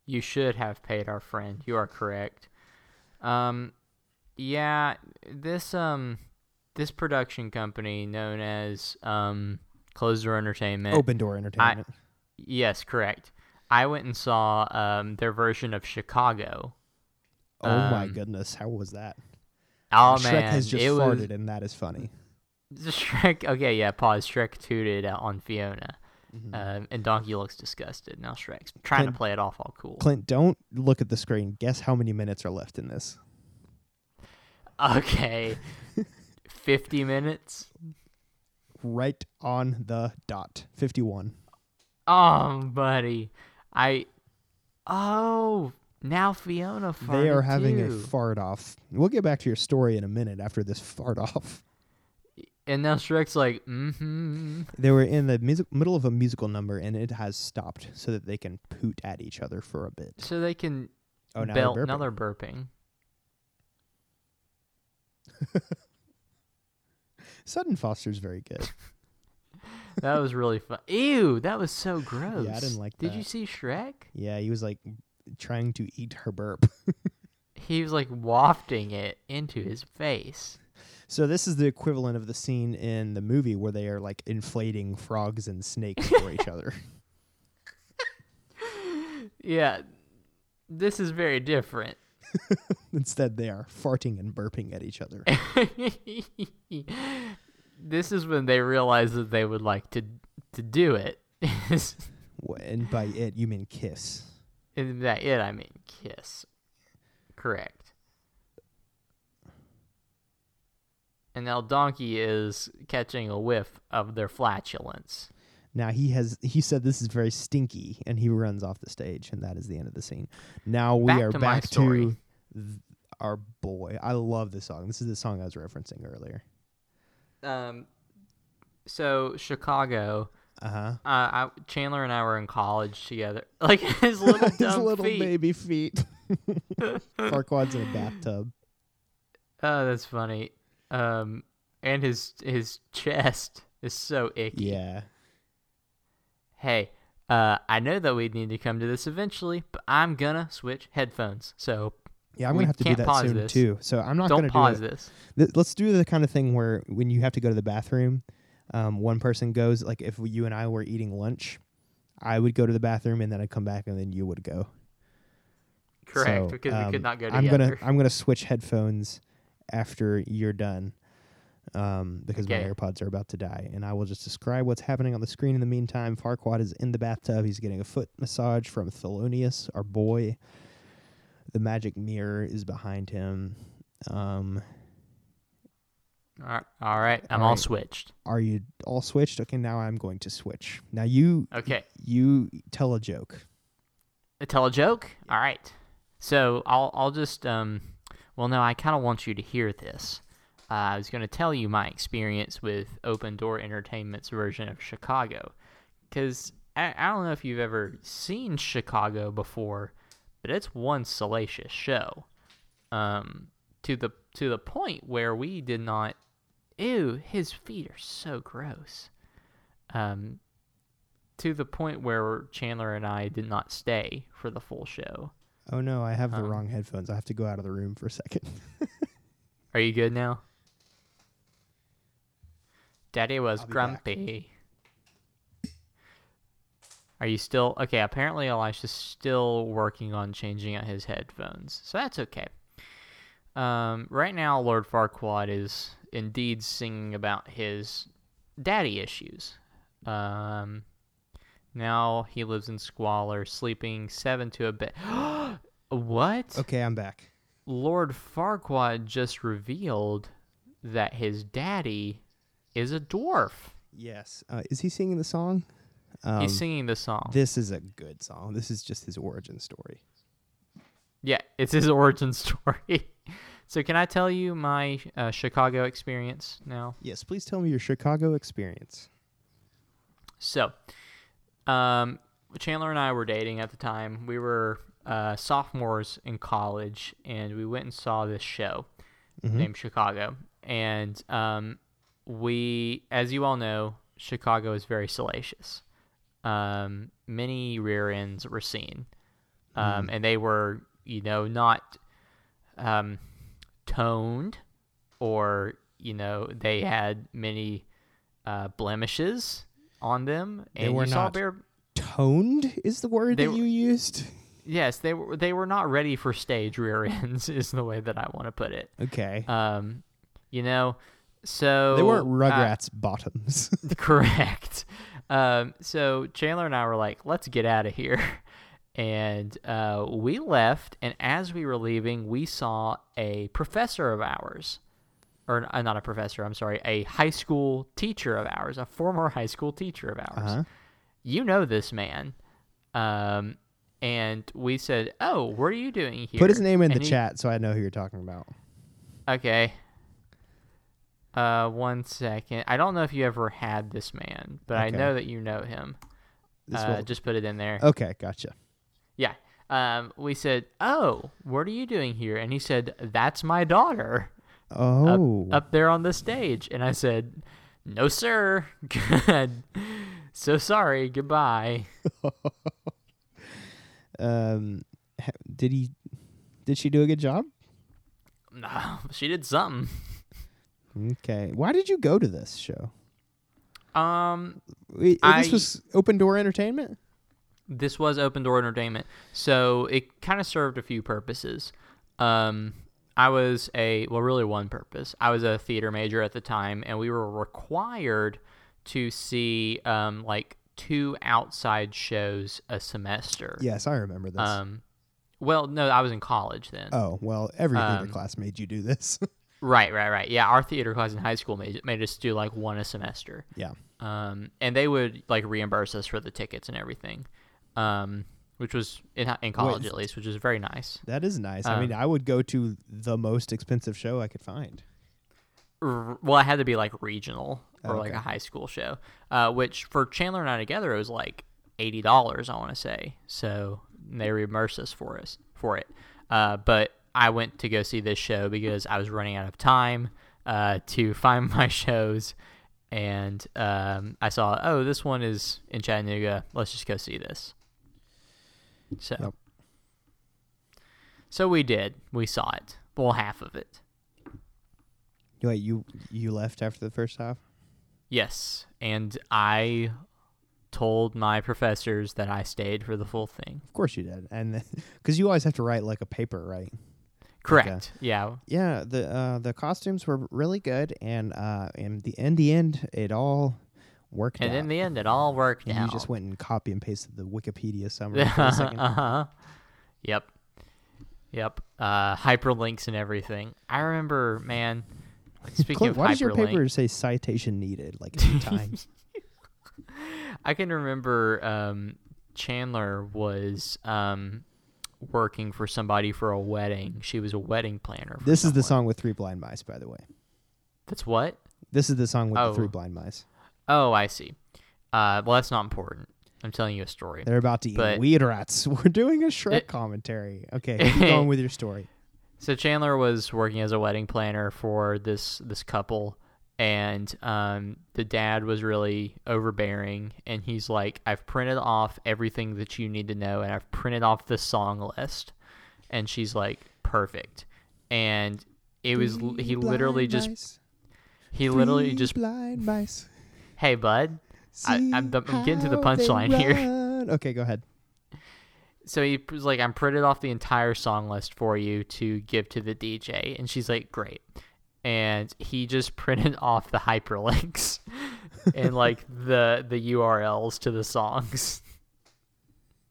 Speaker 2: You should have paid our friend. You are correct. Um, yeah, this um, this production company known as um, Closed Door Entertainment.
Speaker 1: Open door entertainment.
Speaker 2: Yes, correct. I went and saw um their version of Chicago.
Speaker 1: oh my
Speaker 2: um,
Speaker 1: goodness, how was that?
Speaker 2: Oh
Speaker 1: Shrek
Speaker 2: man,
Speaker 1: has just
Speaker 2: it
Speaker 1: farted,
Speaker 2: was
Speaker 1: and that is funny.
Speaker 2: Shrek. Okay, yeah, pause. Shrek tooted out on Fiona,
Speaker 1: Mm-hmm.
Speaker 2: um, and Donkey looks disgusted. Now Shrek's trying
Speaker 1: Clint-
Speaker 2: to play it off all cool.
Speaker 1: Clint, don't look at the screen. Guess how many minutes are left in this?
Speaker 2: Okay, fifty minutes.
Speaker 1: right on the dot. 51.
Speaker 2: Oh, buddy, I. Oh, now Fiona.
Speaker 1: they are
Speaker 2: farted
Speaker 1: having a
Speaker 2: too.
Speaker 1: fart off. We'll get back to your story in a minute after this fart off.
Speaker 2: and now Shrek's like, mm-hmm.
Speaker 1: They were in the music- middle of a musical number and it has stopped so that they can poot at each other for a bit.
Speaker 2: So they can
Speaker 1: Oh, now they're
Speaker 2: belt
Speaker 1: burping.
Speaker 2: another burping.
Speaker 1: Sutton Foster's very good.
Speaker 2: That was really fun. Ew, that was so gross.
Speaker 1: didn't like
Speaker 2: Did
Speaker 1: that.
Speaker 2: you see Shrek?
Speaker 1: Yeah, he was like trying to eat her burp.
Speaker 2: He was like wafting it into his face.
Speaker 1: So this is the equivalent of the scene in the movie where they are like inflating frogs and snakes for each other.
Speaker 2: Yeah, this is very different.
Speaker 1: Instead, they are farting and burping at each other.
Speaker 2: this is when they realized that they would like to to do it. Isn't
Speaker 1: Wh- and by it, you mean kiss.
Speaker 2: that it? I mean, kiss. Correct. And now Donkey is catching a whiff of their flatulence.
Speaker 1: Now he has he said this is very stinky, and he runs off the stage, and that is the end of the scene. Now we
Speaker 2: Back
Speaker 1: are
Speaker 2: to my
Speaker 1: back
Speaker 2: story.
Speaker 1: to th- our boy. I love this song. This is the song I was referencing earlier.
Speaker 2: Um, so Chicago,
Speaker 1: Uh huh.
Speaker 2: uh, I, Chandler and I were in college together. Like his little
Speaker 1: His
Speaker 2: dumb
Speaker 1: little
Speaker 2: feet.
Speaker 1: baby feet. Farquaad's in a bathtub.
Speaker 2: Oh, that's funny. Um, and his his chest is so icky.
Speaker 1: Yeah.
Speaker 2: Hey, uh, I know that we need to come to this eventually, but I'm gonna switch headphones. So
Speaker 1: Yeah, I'm
Speaker 2: We
Speaker 1: gonna have to do
Speaker 2: can't
Speaker 1: that
Speaker 2: pause
Speaker 1: soon
Speaker 2: this.
Speaker 1: too. So I'm not
Speaker 2: don't
Speaker 1: gonna
Speaker 2: pause
Speaker 1: do it.
Speaker 2: this.
Speaker 1: Th- let's do the kind of thing where when you have to go to the bathroom, um, one person goes. Like if you and I were eating lunch, I would go to the bathroom and then I'd come back and then you would go.
Speaker 2: Correct,
Speaker 1: So,
Speaker 2: because we
Speaker 1: um,
Speaker 2: could not go
Speaker 1: I'm
Speaker 2: together.
Speaker 1: gonna I'm gonna switch headphones after you're done, um, because my
Speaker 2: Okay.
Speaker 1: AirPods are about to die, and I will just describe what's happening on the screen. In the meantime, Farquaad is in the bathtub. He's getting a foot massage from Thelonious, our boy. The magic mirror is behind him. Um,
Speaker 2: All- all right, I'm
Speaker 1: All
Speaker 2: all
Speaker 1: right.
Speaker 2: switched.
Speaker 1: are you all switched? Okay, now I'm going to switch. Now you
Speaker 2: Okay,
Speaker 1: you tell a joke.
Speaker 2: tell a joke. All right, so I'll I'll just um, well no, I kind of want you to hear this. Uh, I was gonna tell you my experience with Open Door Entertainment's version of Chicago, because I, I don't know if you've ever seen Chicago before, but it's one salacious show. Um, to the to the point where we did not. Ew, his feet are so gross. Um, to the point where Chandler and I did not stay for the full show.
Speaker 1: Oh no, I have the
Speaker 2: Um,
Speaker 1: wrong headphones. I have to go out of the room for a second.
Speaker 2: Are you good now? Daddy was
Speaker 1: I'll be back.
Speaker 2: grumpy. Are you still okay? Apparently, Elisha's still working on changing out his headphones, so that's okay. Um, right now, Lord Farquaad is indeed singing about his daddy issues. Um, now he lives in squalor, sleeping seven to a bed. what?
Speaker 1: okay, I'm back.
Speaker 2: Lord Farquaad just revealed that his daddy is a dwarf.
Speaker 1: Yes. Uh, is he singing the song? Um,
Speaker 2: He's singing the song.
Speaker 1: This is a good song. This is just his origin story.
Speaker 2: yeah, it's his origin story. so, can I tell you my uh, Chicago experience now?
Speaker 1: Yes, please tell me your Chicago experience.
Speaker 2: So, um, Chandler and I were dating at the time. We were uh, sophomores in college, and we went and saw this show
Speaker 1: Mm-hmm.
Speaker 2: named Chicago. And um, we, as you all know, Chicago is very salacious. Um, many rear ends were seen,
Speaker 1: Mm-hmm.
Speaker 2: um, and they were, you know, not um, toned, or you know, they had many uh, blemishes on them.
Speaker 1: They
Speaker 2: And
Speaker 1: were
Speaker 2: you saw
Speaker 1: not
Speaker 2: bare-
Speaker 1: Toned is the word
Speaker 2: They
Speaker 1: that
Speaker 2: were-
Speaker 1: you used.
Speaker 2: Yes, they were. They were not ready for stage rear ends. Is the way that I want to put it.
Speaker 1: Okay.
Speaker 2: Um, you know, so
Speaker 1: they weren't
Speaker 2: uh,
Speaker 1: Rugrats bottoms.
Speaker 2: Correct. Um, so Chandler and I were like, let's get out of here. And uh, we left. And as we were leaving, we saw a professor of ours, or uh, not a professor, I'm sorry, a high school teacher of ours, a former high school teacher of ours.
Speaker 1: Uh-huh.
Speaker 2: You know this man. Um, and we said, oh, what are you doing here?
Speaker 1: Put his name in the
Speaker 2: And he-
Speaker 1: chat so I know who you're talking about.
Speaker 2: Okay. Uh, one second. I don't know if you ever had this man, but I
Speaker 1: Okay.
Speaker 2: know that you know him.
Speaker 1: This
Speaker 2: uh,
Speaker 1: will- Oh.
Speaker 2: Just put it in there.
Speaker 1: Okay, gotcha.
Speaker 2: Yeah. Um, we said, "Oh, what are you doing here?" And he said, "That's my daughter."
Speaker 1: Oh.
Speaker 2: up there on the stage. And I said, No, sir. Good. So sorry. Goodbye.
Speaker 1: Um, ha- did he? Did she do a good job?
Speaker 2: No, she did something.
Speaker 1: Okay. Why did you go to this show?
Speaker 2: Um,
Speaker 1: Wait,
Speaker 2: I-
Speaker 1: this was Open Door Entertainment.
Speaker 2: this was open door entertainment, so it kind of served a few purposes. Um, I was a well, really one purpose. I was a theater major at the time, and we were required to see um like two outside shows a semester.
Speaker 1: Yes, I remember this.
Speaker 2: Um, well, no, I was in college then.
Speaker 1: oh well, every theater
Speaker 2: um,
Speaker 1: class made you do this.
Speaker 2: Right, right, right. Yeah, our theater class in high school made, made us do like one a semester.
Speaker 1: yeah.
Speaker 2: Um, and they would like reimburse us for the tickets and everything, um, which was in, hi- in college at least, which was very nice.
Speaker 1: That is nice. I mean, I would go to the most expensive show I could find.
Speaker 2: R- well, it had to be like regional or like
Speaker 1: Oh, okay.
Speaker 2: a high school show, uh, which for Chandler and I together it was like eighty dollars, I want to say. So they reimbursed us for us for it. Uh, but I went to go see this show because I was running out of time uh, to find my shows, and um, I saw oh this one is in Chattanooga. Let's just go see this. So,
Speaker 1: Yep.
Speaker 2: so we did. We saw it. Well, half of it.
Speaker 1: Wait, you you left after the first half?
Speaker 2: Yes, and I told my professors that I stayed for the full thing.
Speaker 1: Of course you did, and because you always have to write like a paper, right?
Speaker 2: Correct. Yeah.
Speaker 1: Yeah, the uh, the costumes were really good, and uh, and the in the end, it all worked
Speaker 2: And
Speaker 1: out.
Speaker 2: in the end, it all worked
Speaker 1: And
Speaker 2: out.
Speaker 1: you just went and copy and pasted the Wikipedia summary. for a second.
Speaker 2: uh-huh. Yep. Yep. Uh, hyperlinks and everything. I remember, man. Speaking
Speaker 1: Clint,
Speaker 2: of
Speaker 1: why does your
Speaker 2: hyperlink-
Speaker 1: paper say citation needed like eight times?
Speaker 2: I can remember um, Chandler was um, working for somebody for a wedding. She was a wedding planner. for
Speaker 1: This is the
Speaker 2: someone.
Speaker 1: song with three blind mice, by the way.
Speaker 2: That's what?
Speaker 1: This is the song with the three
Speaker 2: Oh.
Speaker 1: blind mice.
Speaker 2: Oh, I see. Uh, well, that's not important. I'm telling you a story.
Speaker 1: They're about to eat
Speaker 2: But-
Speaker 1: weed rats. We're doing a Shrek
Speaker 2: It-
Speaker 1: commentary. Okay, keep going with your story.
Speaker 2: So Chandler was working as a wedding planner for this this couple, and um, the dad was really overbearing, and he's like, "I've printed off everything that you need to know, and I've printed off the song list," and she's like, "Perfect," and it was he literally just he literally just
Speaker 1: blind mice.
Speaker 2: hey bud I- I'm-
Speaker 1: See
Speaker 2: I'm getting to the
Speaker 1: how they
Speaker 2: punchline here.
Speaker 1: run. Okay, go ahead.
Speaker 2: so he was like, I'm printed off the entire song list for you to give to the DJ. And she's like, great. And he just printed off the hyperlinks and like the the URLs to the songs.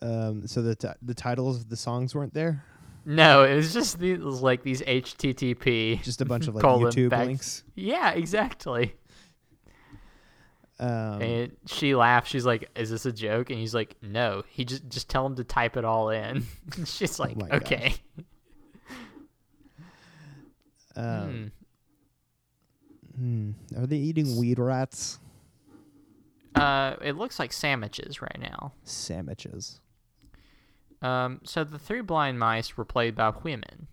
Speaker 1: Um, so the t- the titles of the songs weren't there.
Speaker 2: No, it was just these like these HTTP.
Speaker 1: Just a bunch of like
Speaker 2: Colon
Speaker 1: YouTube
Speaker 2: back-
Speaker 1: links.
Speaker 2: Yeah, exactly.
Speaker 1: Um,
Speaker 2: And she laughs. She's like, "Is this a joke?" And he's like, "No." He just just tell him to type it all in. she's like,
Speaker 1: Oh my gosh.
Speaker 2: "Okay."
Speaker 1: um, hmm. Are they eating weed rats?
Speaker 2: Hmm. Uh, it looks like sandwiches right now.
Speaker 1: Sandwiches.
Speaker 2: Um, so the three blind mice were played by women.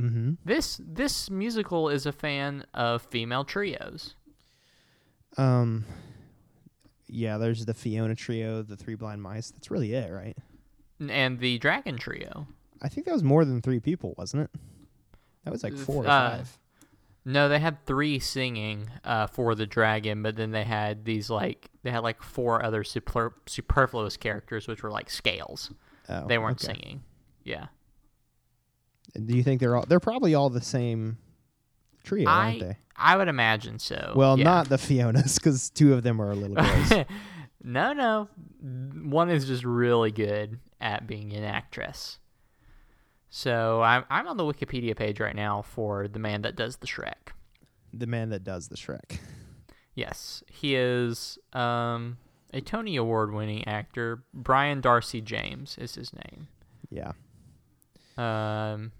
Speaker 1: Mm-hmm.
Speaker 2: This this musical is a fan of female trios.
Speaker 1: Um, yeah, there's the Fiona trio, the three blind mice. That's really it, right?
Speaker 2: N- And the dragon trio.
Speaker 1: I think that was more than three people, wasn't it? That was like
Speaker 2: Th-
Speaker 1: four or
Speaker 2: uh,
Speaker 1: five.
Speaker 2: No, they had three singing uh, for the dragon, but then they had these like they had like four other super, superfluous characters, which were like scales.
Speaker 1: Oh,
Speaker 2: they weren't
Speaker 1: okay.
Speaker 2: singing. Yeah,
Speaker 1: Do you think they're all? They're probably all the same trio, aren't
Speaker 2: I
Speaker 1: they?
Speaker 2: I would imagine so.
Speaker 1: Well,
Speaker 2: yeah.
Speaker 1: not the Fionas, because two of them are little girls.
Speaker 2: no, no. One is just really good at being an actress. So I'm I'm on the Wikipedia page right now for the man that does the Shrek.
Speaker 1: the man that does the Shrek.
Speaker 2: Yes, he is um, a Tony Award winning actor. Brian Darcy James is his name.
Speaker 1: Yeah.
Speaker 2: Um,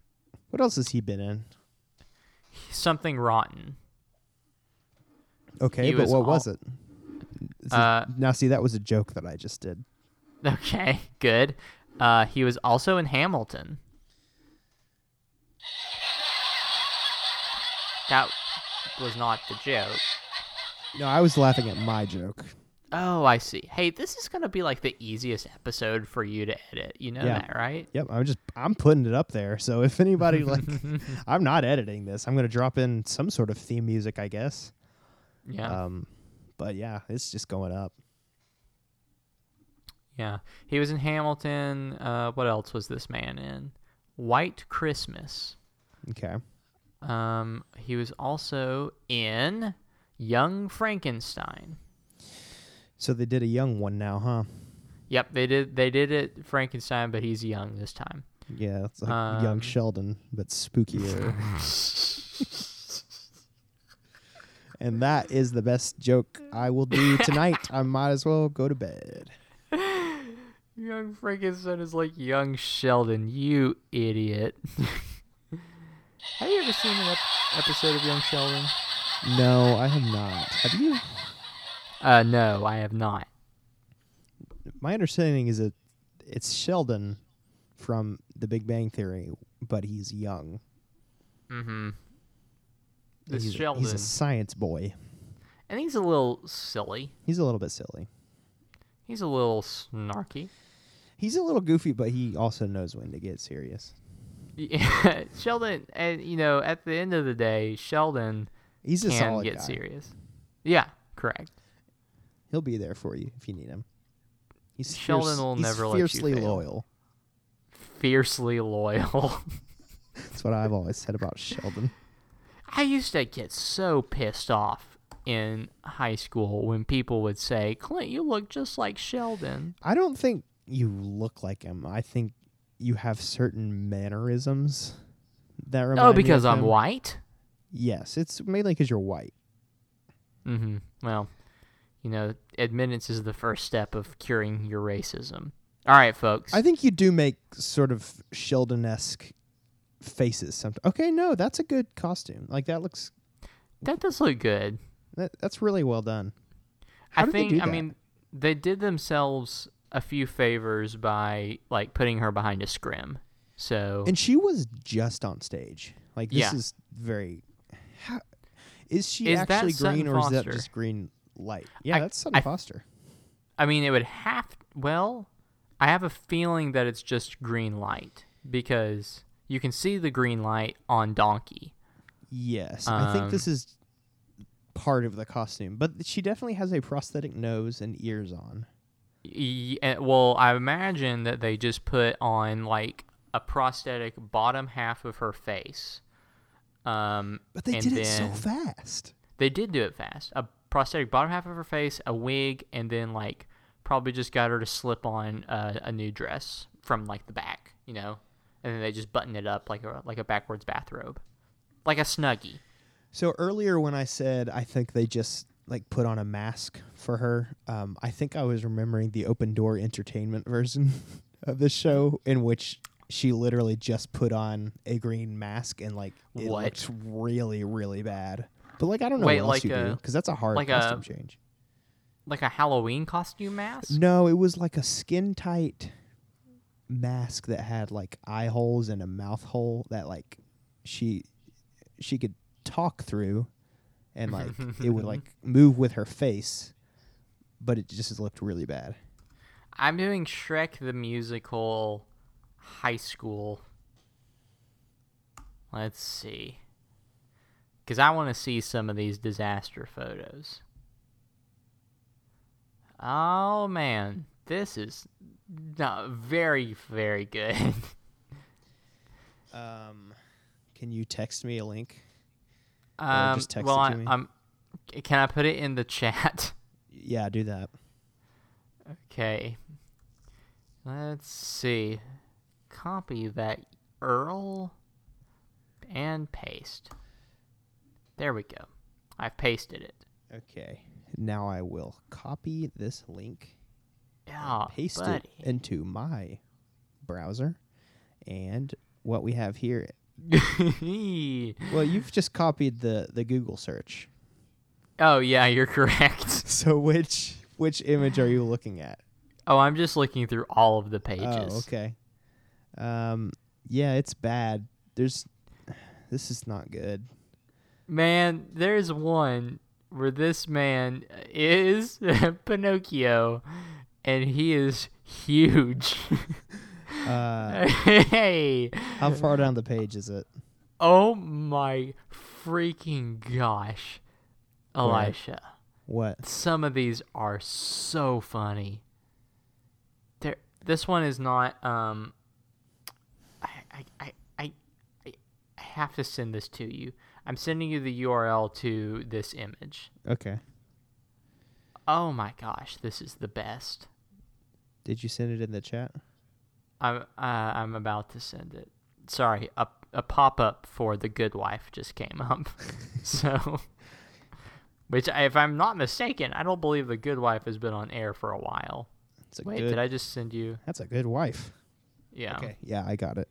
Speaker 1: What else has he been in?
Speaker 2: something rotten.
Speaker 1: Okay,
Speaker 2: He
Speaker 1: but
Speaker 2: was
Speaker 1: what
Speaker 2: all-
Speaker 1: was it? This is-
Speaker 2: Uh,
Speaker 1: now, see, that was a joke that I just did.
Speaker 2: Okay, good. Uh, he was also in Hamilton. That was not the joke.
Speaker 1: No, I was laughing at my joke.
Speaker 2: Oh, I see. Hey, this is gonna be like the easiest episode for you to edit. You know
Speaker 1: Yeah.
Speaker 2: that, right?
Speaker 1: Yep, I'm just I'm putting it up there. So if anybody like I'm not editing this. I'm going to drop in some sort of theme music, I guess.
Speaker 2: Yeah.
Speaker 1: Um but yeah, it's just going up.
Speaker 2: Yeah. He was in Hamilton. Uh, what else was this man in? White Christmas.
Speaker 1: Okay.
Speaker 2: Um, he was also in Young Frankenstein.
Speaker 1: So they did a young one now, huh?
Speaker 2: Yep, they did. They did it Frankenstein, but he's young this time.
Speaker 1: Yeah, it's like young
Speaker 2: Um,
Speaker 1: Sheldon, but spookier. and that is the best joke I will do tonight. I might as well go to bed.
Speaker 2: Young Frankenstein is like young Sheldon. You idiot. Have you ever seen an ep- episode of Young Sheldon?
Speaker 1: No, I have not. Have you?
Speaker 2: Uh, no, I have not.
Speaker 1: My understanding is that it's Sheldon from The Big Bang Theory, but he's young.
Speaker 2: Mm-hmm. This
Speaker 1: he's,
Speaker 2: Sheldon,
Speaker 1: he's a science boy.
Speaker 2: and he's a little silly.
Speaker 1: He's a little bit silly.
Speaker 2: He's a little snarky.
Speaker 1: He's a little goofy, but he also knows when to get serious.
Speaker 2: Yeah, Sheldon, and you know, at the end of the day, Sheldon
Speaker 1: He's a
Speaker 2: can
Speaker 1: solid
Speaker 2: get
Speaker 1: guy.
Speaker 2: serious. Yeah, correct.
Speaker 1: He'll be there for you if you need him. He's
Speaker 2: Sheldon
Speaker 1: fierce-
Speaker 2: will
Speaker 1: he's
Speaker 2: never let you
Speaker 1: fiercely
Speaker 2: fail.
Speaker 1: loyal.
Speaker 2: Fiercely loyal.
Speaker 1: That's what I've always said about Sheldon.
Speaker 2: I used to get so pissed off in high school when people would say, "Clint, you look just like Sheldon."
Speaker 1: I don't think you look like him. I think you have certain mannerisms that remind.
Speaker 2: oh,
Speaker 1: me
Speaker 2: because
Speaker 1: of
Speaker 2: I'm
Speaker 1: him.
Speaker 2: white.
Speaker 1: Yes, it's mainly because you're white.
Speaker 2: Mm-hmm. Well, you know, admittance is the first step of curing your racism. All right, folks.
Speaker 1: I think you do make sort of Sheldon esque faces. Sometimes. Okay, no, that's a good costume. Like that looks.
Speaker 2: that does look good.
Speaker 1: That, that's really well done. How
Speaker 2: I
Speaker 1: did they
Speaker 2: think
Speaker 1: do
Speaker 2: I
Speaker 1: that?
Speaker 2: mean they did themselves a few favors by like putting her behind a scrim. So
Speaker 1: And she was just on stage. Like this
Speaker 2: Yeah.
Speaker 1: is very. How, is she
Speaker 2: Is that
Speaker 1: actually
Speaker 2: Sutton
Speaker 1: green or is that
Speaker 2: Foster?
Speaker 1: just green light? Yeah,
Speaker 2: I-
Speaker 1: that's Sutton
Speaker 2: I-
Speaker 1: Foster.
Speaker 2: I mean it would have well, I have a feeling that it's just green light because you can see the green light on Donkey.
Speaker 1: Yes, I think
Speaker 2: Um,
Speaker 1: this is part of the costume, but she definitely has a prosthetic nose and ears on.
Speaker 2: Y- eh, Well, I imagine that they just put on like a prosthetic bottom half of her face. Um,
Speaker 1: But they
Speaker 2: and
Speaker 1: did
Speaker 2: then,
Speaker 1: it so fast.
Speaker 2: They did do it fast. A prosthetic bottom half of her face, a wig, and then like probably just got her to slip on uh, a new dress from like the back, you know, and then they just buttoned it up like a like a backwards bathrobe, like a snuggie.
Speaker 1: So earlier when I said I think they just like put on a mask for her, um, I think I was remembering the open door entertainment version of the show in which she literally just put on a green mask and like it
Speaker 2: What?
Speaker 1: looked really really bad. But like I don't know
Speaker 2: Wait,
Speaker 1: what else
Speaker 2: like
Speaker 1: you do
Speaker 2: a-
Speaker 1: because that's a hard
Speaker 2: like a-
Speaker 1: costume change.
Speaker 2: Like a Halloween costume mask?
Speaker 1: No, it was like a skin tight mask that had like eye holes and a mouth hole that like she she could talk through and like it would like move with her face but it just looked really bad.
Speaker 2: I'm doing Shrek the Musical High School. Let's see. Because I want to see some of these disaster photos. Oh, man. This is not very, very good.
Speaker 1: Um can you text me a link?
Speaker 2: um,
Speaker 1: just text
Speaker 2: well,
Speaker 1: it
Speaker 2: I,
Speaker 1: to me.
Speaker 2: I'm, c- can I put it in the chat?
Speaker 1: Yeah, do that.
Speaker 2: Okay. Let's see. Copy that Earl and paste. There we go. I've pasted it.
Speaker 1: Okay. Now I will copy this link,
Speaker 2: Yeah,
Speaker 1: paste
Speaker 2: buddy.
Speaker 1: it into my browser and what we have here Well, you've just copied the the Google search.
Speaker 2: oh yeah, you're correct.
Speaker 1: So which which image are you looking at?
Speaker 2: Oh, I'm just looking through all of the pages.
Speaker 1: Oh, okay. Um, yeah, it's bad. There's this is not good.
Speaker 2: Man, there's one where this man is Pinocchio and he is huge.
Speaker 1: Uh,
Speaker 2: hey.
Speaker 1: how far down the page is it?
Speaker 2: Oh my freaking gosh. Elisha.
Speaker 1: What?
Speaker 2: Some of these are so funny. There this one is not um I I I I, I I have to send this to you. I'm sending you the URL to this image.
Speaker 1: Okay.
Speaker 2: Oh my gosh, this is the best.
Speaker 1: Did you send it in the chat?
Speaker 2: I'm uh, I'm about to send it. Sorry, a a pop up for the Good Wife just came up. so, which I, if I'm not mistaken, I don't believe the Good Wife has been on air for a while.
Speaker 1: It's a
Speaker 2: Wait,
Speaker 1: good.
Speaker 2: did I just send you?
Speaker 1: that's a good wife.
Speaker 2: Yeah,
Speaker 1: Okay. Yeah, I got it.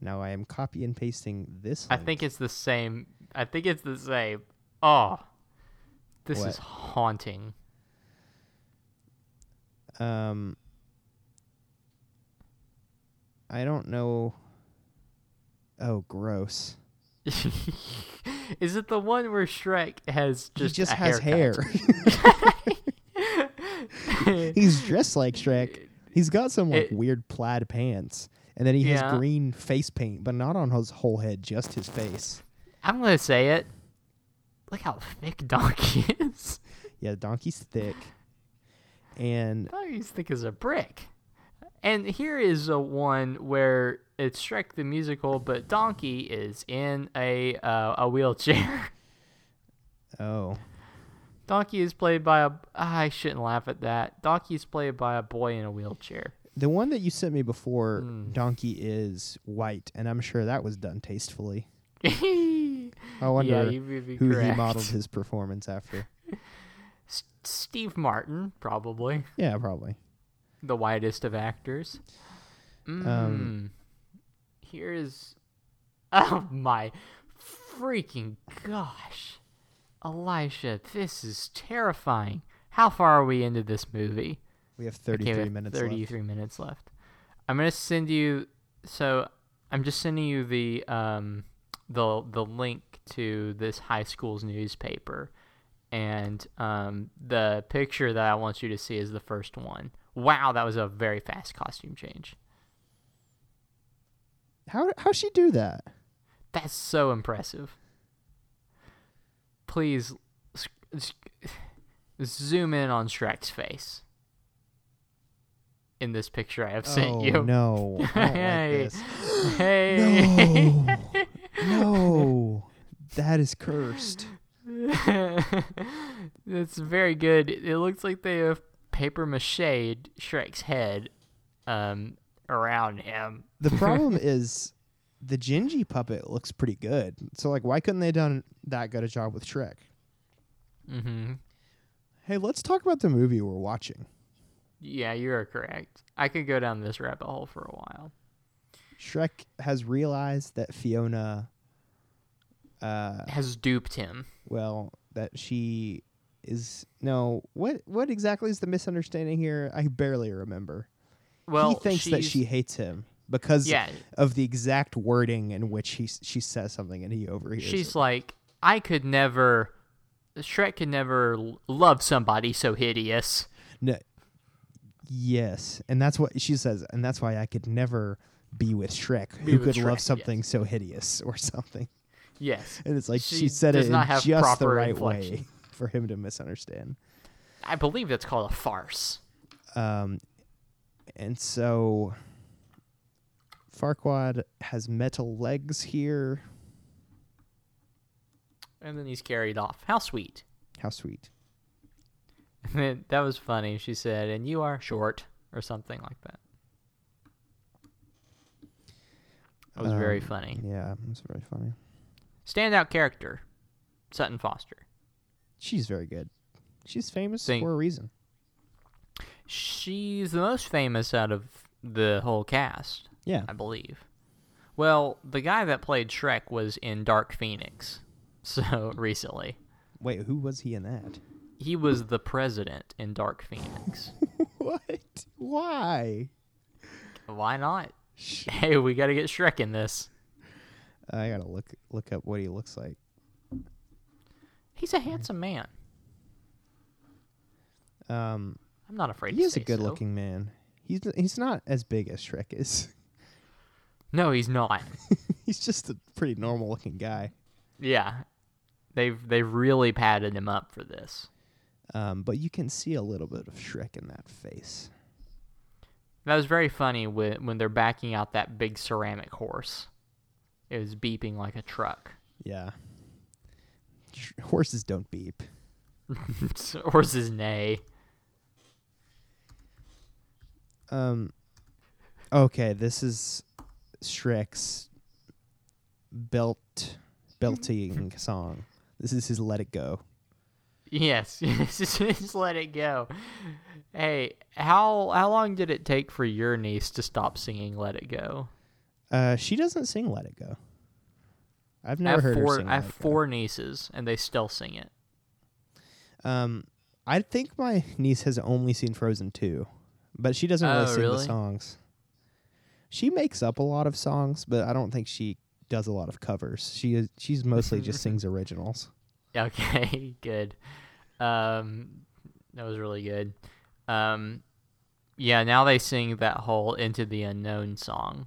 Speaker 1: Now I am copy and pasting this.
Speaker 2: I
Speaker 1: link.
Speaker 2: think it's the same. I think it's the same. Oh, this is
Speaker 1: What?
Speaker 2: haunting.
Speaker 1: Um, I don't know. Oh, gross.
Speaker 2: is it the one where Shrek has just
Speaker 1: he just
Speaker 2: a
Speaker 1: has
Speaker 2: haircut?
Speaker 1: hair. He's dressed like Shrek. He's got some like
Speaker 2: It-
Speaker 1: weird plaid pants, and then he
Speaker 2: Yeah.
Speaker 1: has green face paint, but not on his whole head, just his face.
Speaker 2: I'm gonna say it. Look how thick Donkey is.
Speaker 1: Yeah, the donkey's thick, and
Speaker 2: Donkey's thick as a brick. And here is a one where it's Shrek the musical, but Donkey is in a uh, a wheelchair.
Speaker 1: oh,
Speaker 2: Donkey is played by a. ah, I shouldn't laugh at that. Donkey is played by a boy in a wheelchair.
Speaker 1: the one that you sent me before,
Speaker 2: Mm.
Speaker 1: donkey is white, and I'm sure that was done tastefully. I
Speaker 2: yeah,
Speaker 1: wonder
Speaker 2: you would be
Speaker 1: who
Speaker 2: correct.
Speaker 1: he modeled his performance after.
Speaker 2: S- Steve Martin, probably
Speaker 1: Yeah, probably.
Speaker 2: the widest of actors.
Speaker 1: Um,
Speaker 2: Mm. here is. Oh my freaking gosh. Elisha, this is terrifying. How far are we into this movie?
Speaker 1: We have
Speaker 2: Okay, we
Speaker 1: 33
Speaker 2: have
Speaker 1: minutes
Speaker 2: 33 minutes left. I'm gonna send you. So I'm just sending you the um the the link to this high school's newspaper, and um the picture that I want you to see is the first one. Wow, that was a very fast costume change.
Speaker 1: left. How how she do that?
Speaker 2: That's so impressive. Please s- s- zoom in on Shrek's face in this picture I have sent
Speaker 1: oh,
Speaker 2: you.
Speaker 1: no. I don't like
Speaker 2: Hey.
Speaker 1: this.
Speaker 2: Hey.
Speaker 1: No. no. That is cursed.
Speaker 2: That's very good. It looks like they have paper mache'd Shrek's head um, around him.
Speaker 1: The problem is the Gingy puppet looks pretty good. So like why couldn't they done that good a job with Shrek?
Speaker 2: hmm
Speaker 1: Hey, let's talk about the movie we're watching.
Speaker 2: Yeah, you are correct. I could go down this rabbit hole for a while.
Speaker 1: Shrek has realized that Fiona uh
Speaker 2: Has duped him.
Speaker 1: well, that she is no, what what exactly is the misunderstanding here? I barely remember.
Speaker 2: Well,
Speaker 1: he thinks that
Speaker 2: she's-
Speaker 1: she hates him because
Speaker 2: Yeah,
Speaker 1: of the exact wording in which he she says something and he overhears.
Speaker 2: she's
Speaker 1: it.
Speaker 2: like, I could never. Shrek could never l- love somebody so hideous.
Speaker 1: no, yes, and that's what she says, and that's why I could never be with Shrek,
Speaker 2: Be
Speaker 1: who
Speaker 2: with
Speaker 1: could love
Speaker 2: Shrek,
Speaker 1: something so hideous or something.
Speaker 2: Yes,
Speaker 1: And it's like she,
Speaker 2: She
Speaker 1: said
Speaker 2: does
Speaker 1: it
Speaker 2: not
Speaker 1: in
Speaker 2: have
Speaker 1: just the
Speaker 2: proper
Speaker 1: right way
Speaker 2: inflection.
Speaker 1: for him to misunderstand.
Speaker 2: I believe that's called a farce.
Speaker 1: Um, and so Farquad has metal legs here.
Speaker 2: And then he's carried off. How sweet.
Speaker 1: How sweet.
Speaker 2: that was funny. She said, and you are short, or something like that. That was very
Speaker 1: Um,
Speaker 2: funny.
Speaker 1: Yeah, that's very funny.
Speaker 2: Standout character Sutton Foster.
Speaker 1: She's very good. She's famous
Speaker 2: Think-
Speaker 1: for a reason.
Speaker 2: She's the most famous out of the whole cast,
Speaker 1: Yeah.
Speaker 2: I believe. Well, the guy that played Shrek was in Dark Phoenix, so recently.
Speaker 1: Wait, who was he in that?
Speaker 2: He was the president in Dark Phoenix.
Speaker 1: What? Why?
Speaker 2: Why not?
Speaker 1: Sh-
Speaker 2: Hey, we gotta get Shrek in this.
Speaker 1: Uh, I gotta look look up what he looks like.
Speaker 2: He's a handsome man.
Speaker 1: Um,
Speaker 2: I'm not afraid.
Speaker 1: he
Speaker 2: to
Speaker 1: is a
Speaker 2: say so.
Speaker 1: good-looking man. He's he's not as big as Shrek is.
Speaker 2: No, he's not.
Speaker 1: he's just a pretty normal-looking guy.
Speaker 2: yeah, they've they've really padded him up for this.
Speaker 1: Um, but you can see a little bit of Shrek in that face.
Speaker 2: That was very funny when when they're backing out that big ceramic horse. It was beeping like a truck.
Speaker 1: Yeah. Sh- horses don't beep.
Speaker 2: Horses neigh.
Speaker 1: Um. Okay, this is Shrek's belt belting song. This is his "Let It Go."
Speaker 2: Yes, just, just let it go. Hey, how how long did it take for your niece to stop singing "Let It Go"?
Speaker 1: Uh, she doesn't sing "Let It Go." I've never
Speaker 2: I have
Speaker 1: heard
Speaker 2: four,
Speaker 1: her sing.
Speaker 2: I
Speaker 1: "Let
Speaker 2: have
Speaker 1: It Go."
Speaker 2: four nieces, and they still sing it.
Speaker 1: Um, I think my niece has only seen Frozen two, but she doesn't really
Speaker 2: Oh,
Speaker 1: sing the
Speaker 2: really?
Speaker 1: songs. She makes up a lot of songs, but I don't think she does a lot of covers. She is she's mostly just sings originals.
Speaker 2: Okay, good. Um, that was really good. Um, yeah, now they sing that whole "Into the Unknown" song,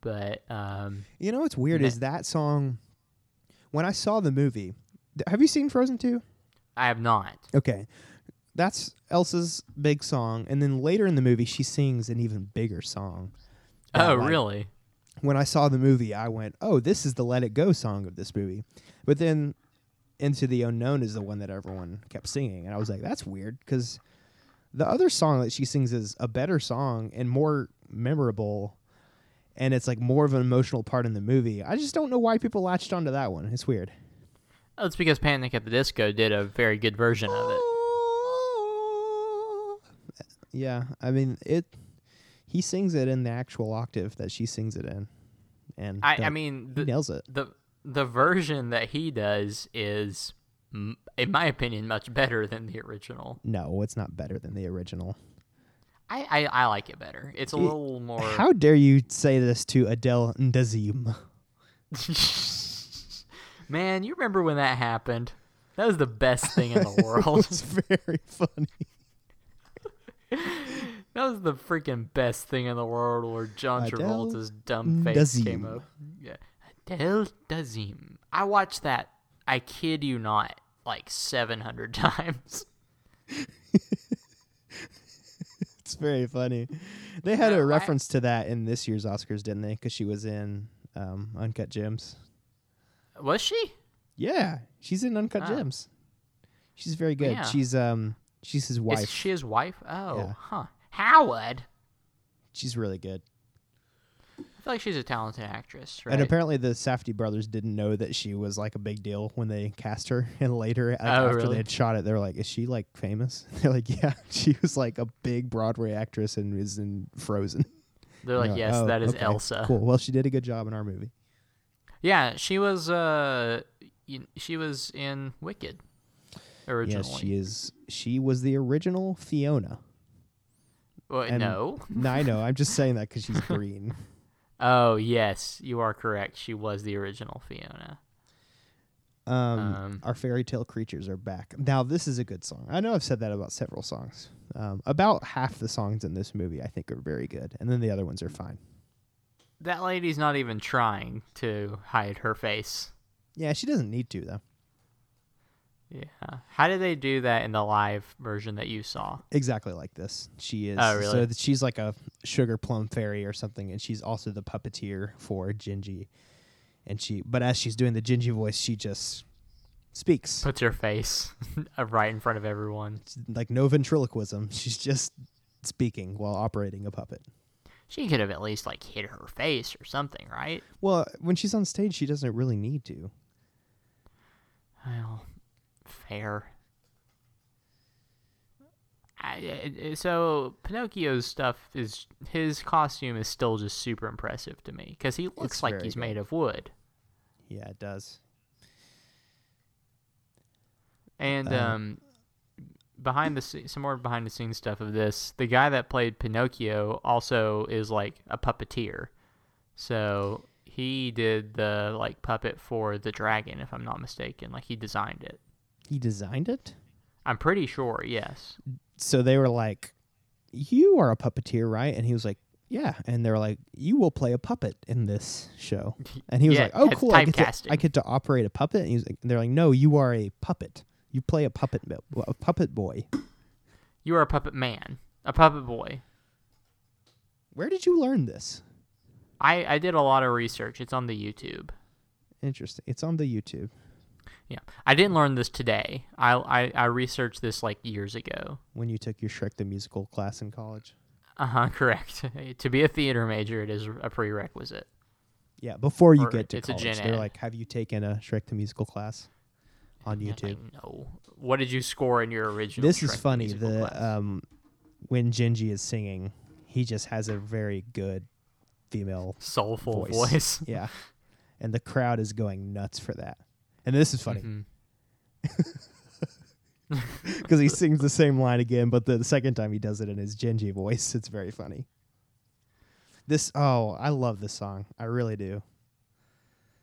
Speaker 2: but um,
Speaker 1: You know what's weird
Speaker 2: Ne-
Speaker 1: is that song. When I saw the movie, th- have you seen Frozen two?
Speaker 2: I have not.
Speaker 1: Okay, that's Elsa's big song, and then later in the movie she sings an even bigger song. that,
Speaker 2: oh,
Speaker 1: like,
Speaker 2: really?
Speaker 1: when I saw the movie, I went, "Oh, this is the Let It Go song of this movie." But then Into the Unknown is the one that everyone kept singing, and I was like, "That's weird cuz the other song that she sings is a better song and more memorable and it's like more of an emotional part in the movie. I just don't know why people latched onto that one. It's weird.
Speaker 2: Oh, it's because Panic at the Disco did a very good version of it.
Speaker 1: Yeah, I mean, it he sings it in the actual octave that she sings it in. And
Speaker 2: I, I
Speaker 1: like,
Speaker 2: mean,
Speaker 1: he
Speaker 2: the,
Speaker 1: nails it.
Speaker 2: the the version that he does is, m- in my opinion, much better than the original.
Speaker 1: No, it's not better than the original.
Speaker 2: I, I, I like it better. It's a
Speaker 1: Y-
Speaker 2: little more.
Speaker 1: How dare you say this to Adele Ndazim?
Speaker 2: Man, you remember when that happened? That was the best thing in the
Speaker 1: It
Speaker 2: world.
Speaker 1: was very funny.
Speaker 2: that was the freaking best thing in the world where John
Speaker 1: Adele
Speaker 2: Travolta's dumb face came
Speaker 1: Dazeem.
Speaker 2: up. Yeah. Adele Dazim. I watched that, I kid you not, like 700 times.
Speaker 1: It's very funny. They had
Speaker 2: No,
Speaker 1: a
Speaker 2: I-
Speaker 1: reference to that in this year's Oscars, didn't they? Because she was in um, Uncut Gems.
Speaker 2: Was she?
Speaker 1: Yeah, she's in Uncut
Speaker 2: Ah.
Speaker 1: Gems. She's very good.
Speaker 2: Yeah.
Speaker 1: She's um, she's his wife.
Speaker 2: Is she his wife? Oh,
Speaker 1: Yeah.
Speaker 2: huh. Howard.
Speaker 1: she's really good.
Speaker 2: I feel like she's a talented actress, right?
Speaker 1: And apparently, the Safety brothers didn't know that she was like a big deal when they cast her. And later, like, after
Speaker 2: Oh, really?
Speaker 1: they had shot it, they were like, "Is she like famous?" They're like, "Yeah, she was like a big Broadway actress and is in Frozen."
Speaker 2: They're like,
Speaker 1: You're
Speaker 2: yes,
Speaker 1: "Oh,
Speaker 2: that is
Speaker 1: okay,
Speaker 2: Elsa.
Speaker 1: Cool. Well, she did a good job in our movie.
Speaker 2: Yeah, she was. Uh, y- she was in Wicked originally.
Speaker 1: Yes, she is. She was the original Fiona.
Speaker 2: Well,
Speaker 1: and-
Speaker 2: no.
Speaker 1: No, I know. I'm just saying that because she's green.
Speaker 2: Oh yes, you are correct. She was the original Fiona.
Speaker 1: Um,
Speaker 2: Um.
Speaker 1: our fairy tale creatures are back. Now, this is a good song. I know I've said that about several songs. Um, about half the songs in this movie, I think, are very good, and then the other ones are fine.
Speaker 2: That lady's not even trying to hide her face.
Speaker 1: Yeah, she doesn't need to though.
Speaker 2: Yeah. How did they do that in the live version that you saw?
Speaker 1: Exactly like this. She is.
Speaker 2: Oh, really?
Speaker 1: So that she's like a sugar plum fairy or something, and she's also the puppeteer for Gingy. And she, but as she's doing the Gingy voice, she just speaks.
Speaker 2: Puts her face right in front of everyone.
Speaker 1: It's like no ventriloquism. She's just speaking while operating a puppet.
Speaker 2: She could have at least like hid her face or something, right?
Speaker 1: Well, when she's on stage, she doesn't really need to.
Speaker 2: Well, fair. I, I- I- so Pinocchio's stuff is his costume is still just super impressive to me because he looks
Speaker 1: It's
Speaker 2: like
Speaker 1: very
Speaker 2: he's
Speaker 1: good.
Speaker 2: made of wood.
Speaker 1: Yeah, it does.
Speaker 2: And
Speaker 1: Uh,
Speaker 2: um, behind the sce- some more behind the scenes stuff of this, the guy that played Pinocchio also is like a puppeteer, so He did the like puppet for the dragon, if I'm not mistaken. Like he designed it.
Speaker 1: He designed it?
Speaker 2: I'm pretty sure. Yes.
Speaker 1: So they were like, You are a puppeteer, right? And he was like, Yeah. And they were like, You will play a puppet in this show. And he was
Speaker 2: Yeah,
Speaker 1: like, Oh,
Speaker 2: it's
Speaker 1: cool. I get, to,
Speaker 2: typecasting.
Speaker 1: I get to operate a puppet. And he was like, They're like, No, you are a puppet. You play a puppet, bo- a puppet boy.
Speaker 2: You are a puppet man, a puppet boy.
Speaker 1: Where did you learn this?
Speaker 2: I I did a lot of research. It's on the YouTube.
Speaker 1: Interesting. It's on the YouTube.
Speaker 2: Yeah, I didn't learn this today. I I, I researched this like years ago.
Speaker 1: When you took your Shrek the Musical class in college.
Speaker 2: Uh huh. Correct. to be a theater major, it is a prerequisite.
Speaker 1: Yeah, before you
Speaker 2: Or
Speaker 1: get to
Speaker 2: it's a
Speaker 1: college,
Speaker 2: gen
Speaker 1: they're
Speaker 2: ed.
Speaker 1: like, "Have you taken a Shrek the Musical class on
Speaker 2: And I'm
Speaker 1: YouTube?"
Speaker 2: Like, no. What did you score in your original?
Speaker 1: this
Speaker 2: Shrek
Speaker 1: is
Speaker 2: the
Speaker 1: funny.
Speaker 2: Musical
Speaker 1: The
Speaker 2: class?
Speaker 1: um, when Genji is singing, he just has a very good female.
Speaker 2: soulful
Speaker 1: voice.
Speaker 2: voice.
Speaker 1: Yeah, and the crowd is going nuts for that. And this is funny
Speaker 2: Mhm.
Speaker 1: because he sings the same line again, but the, the second time he does it in his Genji voice. It's very funny. This oh, I love this song. I really do.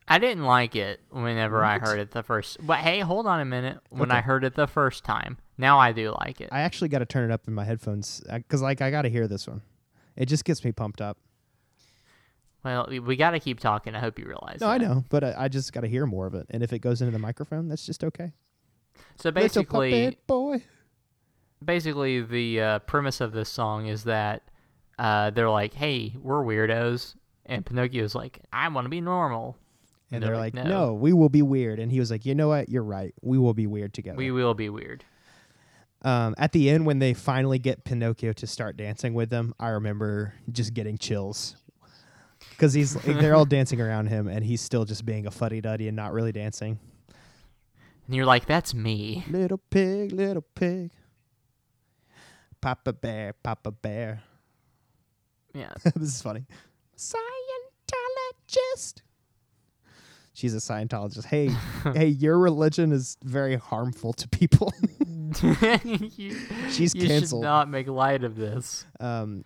Speaker 2: I didn't like it whenever I
Speaker 1: What?
Speaker 2: heard it the first. But hey, hold on a minute. When I
Speaker 1: Okay.
Speaker 2: heard it the first time, now I do like it.
Speaker 1: I actually got to turn it up in my headphones because like I got to hear this one. It just gets me pumped up.
Speaker 2: well, we, we got to keep talking. I hope you realize.
Speaker 1: No, I
Speaker 2: that.
Speaker 1: know, but I, I just got to hear more of it. And if it goes into the microphone, that's just okay.
Speaker 2: So
Speaker 1: Little
Speaker 2: basically,
Speaker 1: puppet boy.
Speaker 2: basically the uh, premise of this song is that uh, they're like, "Hey, we're weirdos," and Pinocchio's like, "I want to be normal."
Speaker 1: And they're like, no. we will be weird. And he was like, you know what? You're right. We will be weird together.
Speaker 2: we will be weird."
Speaker 1: um, at the end, when they finally get Pinocchio to start dancing with them, I remember just getting chills because he's they're all dancing around him, and he's still just being a fuddy duddy and not really dancing.
Speaker 2: And you're like, "That's me."
Speaker 1: Little pig, little pig. Papa bear, Papa bear.
Speaker 2: Yeah,
Speaker 1: this is funny. Scientologist. She's a Scientologist. Hey, hey, your religion is very harmful to people.
Speaker 2: you,
Speaker 1: She's
Speaker 2: you should
Speaker 1: canceled.
Speaker 2: not make light of this.
Speaker 1: Um,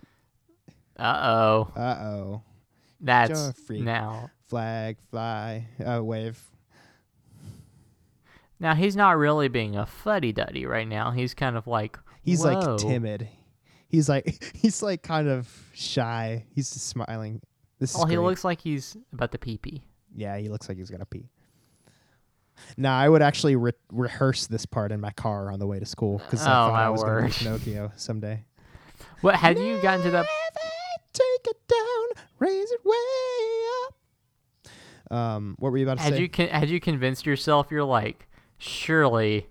Speaker 2: Uh oh,
Speaker 1: uh oh.
Speaker 2: that's
Speaker 1: Joffrey.
Speaker 2: now.
Speaker 1: Flag, fly, uh, wave.
Speaker 2: Now he's not really being a fuddy duddy right now. He's kind of like
Speaker 1: He's
Speaker 2: "Whoa."
Speaker 1: like timid. He's like he's like kind of shy. He's just smiling. This is
Speaker 2: Well, Oh, he
Speaker 1: great.
Speaker 2: looks like he's about to pee pee.
Speaker 1: Yeah, he looks like he's gonna pee. Now I would actually re- rehearse this part in my car on the way to school because I
Speaker 2: Oh,
Speaker 1: thought I
Speaker 2: my
Speaker 1: was gonna be
Speaker 2: word.
Speaker 1: Pinocchio someday.
Speaker 2: What had you gotten to that?
Speaker 1: Take it down, raise it way up. Um, what were you about to
Speaker 2: Had
Speaker 1: say?
Speaker 2: you con- had you convinced yourself you're like surely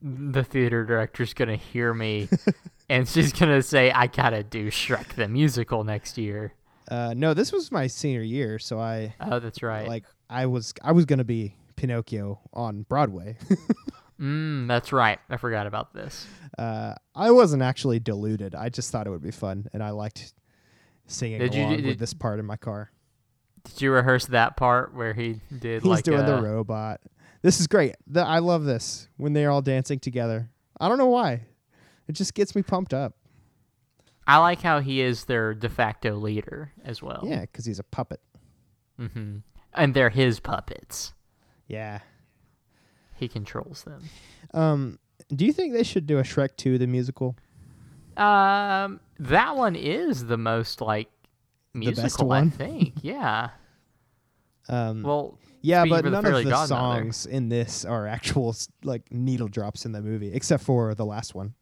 Speaker 2: the theater director's gonna hear me and she's gonna say I gotta do Shrek the musical next year.
Speaker 1: uh, no, this was my senior year, so I
Speaker 2: Oh, that's right.
Speaker 1: like I was I was gonna be Pinocchio on Broadway.
Speaker 2: mm, that's right. I forgot about this.
Speaker 1: uh, I wasn't actually deluded. I just thought it would be fun, and I liked singing
Speaker 2: Did you-
Speaker 1: along with
Speaker 2: did-
Speaker 1: this part in my car.
Speaker 2: Did you rehearse that part where he did
Speaker 1: He's
Speaker 2: like
Speaker 1: doing
Speaker 2: uh,
Speaker 1: the robot. This is great. The, I love this when they're all dancing together. I don't know why. It just gets me pumped up.
Speaker 2: I like how he is their de facto leader as well.
Speaker 1: Yeah, because he's a puppet.
Speaker 2: hmm And they're his puppets.
Speaker 1: Yeah.
Speaker 2: He controls them.
Speaker 1: Um, do you think they should do a Shrek 2 the musical?
Speaker 2: Um, that one is the most like
Speaker 1: best
Speaker 2: musical,
Speaker 1: one?
Speaker 2: I think. Yeah.
Speaker 1: Um,
Speaker 2: Well,
Speaker 1: yeah,
Speaker 2: speaking
Speaker 1: but
Speaker 2: for the
Speaker 1: none
Speaker 2: Fairy
Speaker 1: of the
Speaker 2: Godmother.
Speaker 1: songs in this are actual s- like needle drops in the movie, except for the last one.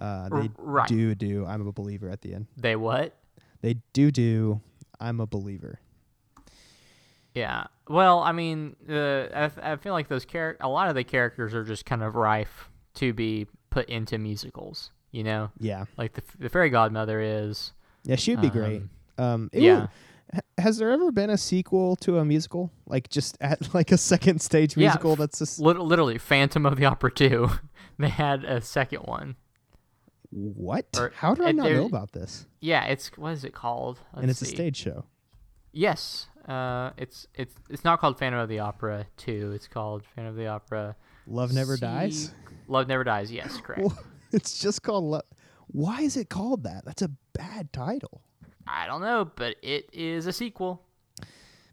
Speaker 1: Uh,
Speaker 2: R-
Speaker 1: they
Speaker 2: right.
Speaker 1: do do I'm a believer at the end.
Speaker 2: they what?
Speaker 1: They do do I'm a believer.
Speaker 2: Yeah. Well, I mean, the I, f- I feel like those char- a lot of the characters are just kind of rife to be put into musicals. You know,
Speaker 1: Yeah,
Speaker 2: like the f- the fairy godmother is.
Speaker 1: yeah, she'd be great.
Speaker 2: Um,
Speaker 1: Um, it
Speaker 2: yeah.
Speaker 1: would- ha- has there ever been a sequel to a musical like just at like a second stage
Speaker 2: Yeah,
Speaker 1: musical
Speaker 2: f-
Speaker 1: that's just
Speaker 2: Lit- literally, Phantom of the Opera two. they had a second one.
Speaker 1: what?
Speaker 2: or-
Speaker 1: How do I
Speaker 2: and
Speaker 1: not know
Speaker 2: there's-
Speaker 1: about this?
Speaker 2: Yeah, it's what is it called? Let's
Speaker 1: and it's a
Speaker 2: see.
Speaker 1: stage show.
Speaker 2: Yes. Uh, it's it's it's not called Phantom of the Opera two. It's called Phantom of the Opera.
Speaker 1: Love never dies.
Speaker 2: Se- Love never dies. Yes, correct.
Speaker 1: Well, it's just called Love. Why is it called that? That's a bad title.
Speaker 2: I don't know, but it is a sequel.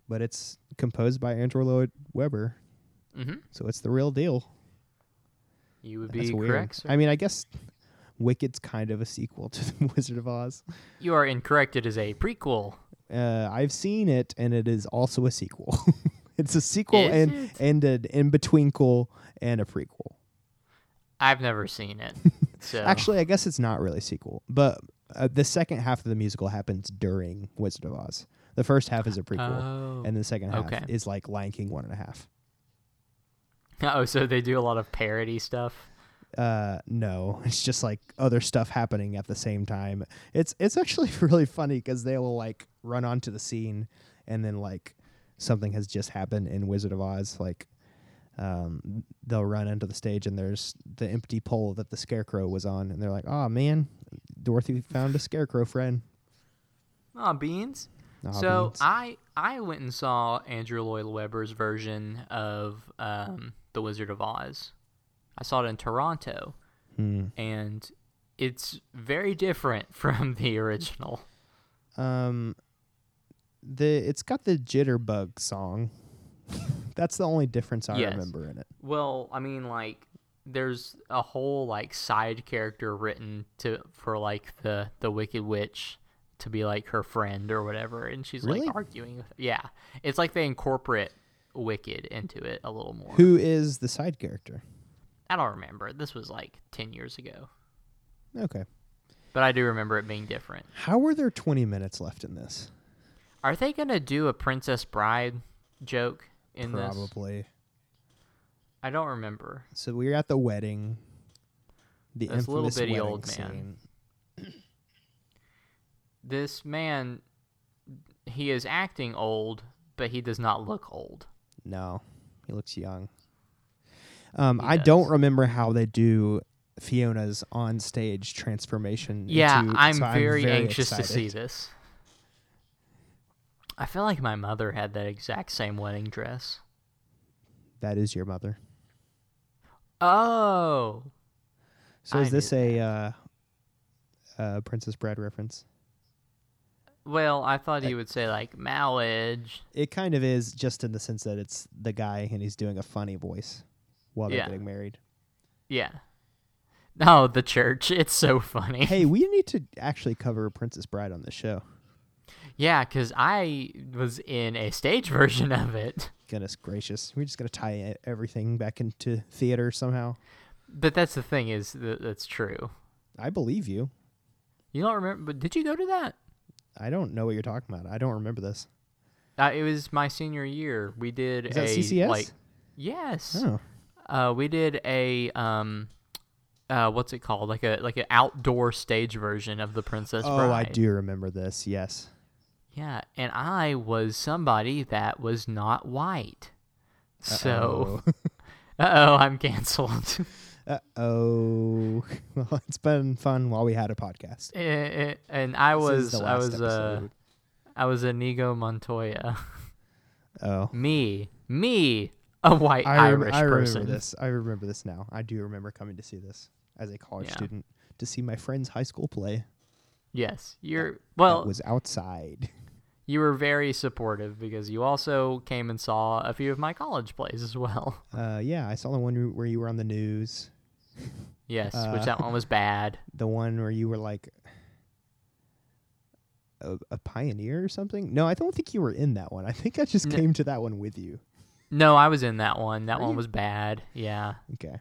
Speaker 1: but it's composed by Andrew Lloyd Webber,
Speaker 2: Mm-hmm.
Speaker 1: so it's the real deal.
Speaker 2: You would
Speaker 1: That's
Speaker 2: be
Speaker 1: weird.
Speaker 2: correct. Sir.
Speaker 1: I mean, I guess Wicked's kind of a sequel to The Wizard of Oz.
Speaker 2: you are incorrect. It is a prequel.
Speaker 1: Uh, I've seen it, and it is also a sequel. it's a sequel
Speaker 2: Is
Speaker 1: and
Speaker 2: it?
Speaker 1: and an in betweenquel and a prequel.
Speaker 2: I've never seen it. So
Speaker 1: Actually, I guess it's not really a sequel, but uh, the second half of the musical happens during Wizard of Oz. The first half is a prequel,
Speaker 2: Oh.
Speaker 1: and the second half
Speaker 2: okay.
Speaker 1: is like Lion King one and a half.
Speaker 2: oh, so they do a lot of parody stuff.
Speaker 1: uh no it's just like other stuff happening at the same time it's it's actually really funny because they will like run onto the scene and then like something has just happened in wizard of oz like um they'll run into the stage and there's the empty pole that the scarecrow was on and they're like oh man dorothy found a scarecrow friend
Speaker 2: Aw, beans.
Speaker 1: Aw,
Speaker 2: so
Speaker 1: beans.
Speaker 2: I I went and saw Andrew Lloyd Webber's version of um, The Wizard of Oz. I saw it in Toronto,
Speaker 1: Hmm.
Speaker 2: and it's very different from the original.
Speaker 1: um the it's got the jitterbug song that's the only difference i
Speaker 2: Yes.
Speaker 1: remember in it
Speaker 2: Well, I mean, like there's a whole like side character written to for like the the Wicked Witch to be like her friend or whatever, and she's
Speaker 1: Really?
Speaker 2: like arguing. With Yeah, it's like they incorporate Wicked into it a little more.
Speaker 1: who is the side character
Speaker 2: I don't remember. This was like ten years ago.
Speaker 1: Okay.
Speaker 2: but I do remember it being different.
Speaker 1: How were there 20 minutes left in this?
Speaker 2: Are they gonna do a Princess Bride joke in this?
Speaker 1: Probably.
Speaker 2: I don't remember.
Speaker 1: So we're at the wedding. The
Speaker 2: This little
Speaker 1: infamous
Speaker 2: bitty
Speaker 1: wedding
Speaker 2: old man.
Speaker 1: scene.
Speaker 2: This man, he is acting old, but he does not look old.
Speaker 1: No, he looks young. Um,
Speaker 2: He
Speaker 1: I don't
Speaker 2: does.
Speaker 1: remember how they do Fiona's on stage transformation.
Speaker 2: yeah,
Speaker 1: into-
Speaker 2: I'm,
Speaker 1: so
Speaker 2: very anxious to see
Speaker 1: excited.
Speaker 2: this. I feel like my mother had that exact same wedding dress.
Speaker 1: That is your mother.
Speaker 2: Oh,
Speaker 1: So
Speaker 2: I
Speaker 1: is
Speaker 2: knew
Speaker 1: this a uh, uh, Princess Bride reference?
Speaker 2: well, I thought he would say like marriage.
Speaker 1: It kind of is, just in the sense that it's the guy and he's doing a funny voice while they're
Speaker 2: Yeah.
Speaker 1: getting married.
Speaker 2: Yeah. No, the church. It's so funny.
Speaker 1: hey, we need to actually cover Princess Bride on this show.
Speaker 2: Yeah, because I was in a stage version of it.
Speaker 1: Goodness gracious, we're just gonna tie e- everything back into theater somehow.
Speaker 2: But that's the thing is that that's true.
Speaker 1: I believe you.
Speaker 2: You don't remember? But did you go to that?
Speaker 1: I don't know what you're talking about. I don't remember this.
Speaker 2: Uh, it was my senior year. We did
Speaker 1: Is that
Speaker 2: a
Speaker 1: CCS?
Speaker 2: like yes.
Speaker 1: Oh,
Speaker 2: Uh, we did a um, uh, what's it called? Like a like an outdoor stage version of the Princess
Speaker 1: oh,
Speaker 2: Bride.
Speaker 1: I do remember this. Yes.
Speaker 2: Yeah, and I was somebody that was not white. So, uh oh, I'm canceled.
Speaker 1: Uh oh. well, it's been fun while we had a podcast.
Speaker 2: Eh, eh, and I
Speaker 1: This is
Speaker 2: was
Speaker 1: the
Speaker 2: I
Speaker 1: last
Speaker 2: was uh.
Speaker 1: episode.
Speaker 2: I was Inigo Montoya.
Speaker 1: Oh,
Speaker 2: me, me, a white
Speaker 1: I, rem-
Speaker 2: Irish
Speaker 1: I remember
Speaker 2: person.
Speaker 1: this. I remember this now. I do remember coming to see this as a college
Speaker 2: Yeah.
Speaker 1: student to see my friend's high school play.
Speaker 2: Yes, you're well.
Speaker 1: that was outside.
Speaker 2: you were very supportive because you also came and saw a few of my college plays as well.
Speaker 1: Uh, yeah, I saw the one you- where you were on the news.
Speaker 2: Yes,
Speaker 1: Uh,
Speaker 2: which that one was bad.
Speaker 1: the one where you were like a, a pioneer or something. No, I don't think you were in that one. I think I just
Speaker 2: No.
Speaker 1: came to that one with you.
Speaker 2: No, I was in that one. That
Speaker 1: Were
Speaker 2: one
Speaker 1: you?
Speaker 2: was bad. Yeah,
Speaker 1: Okay.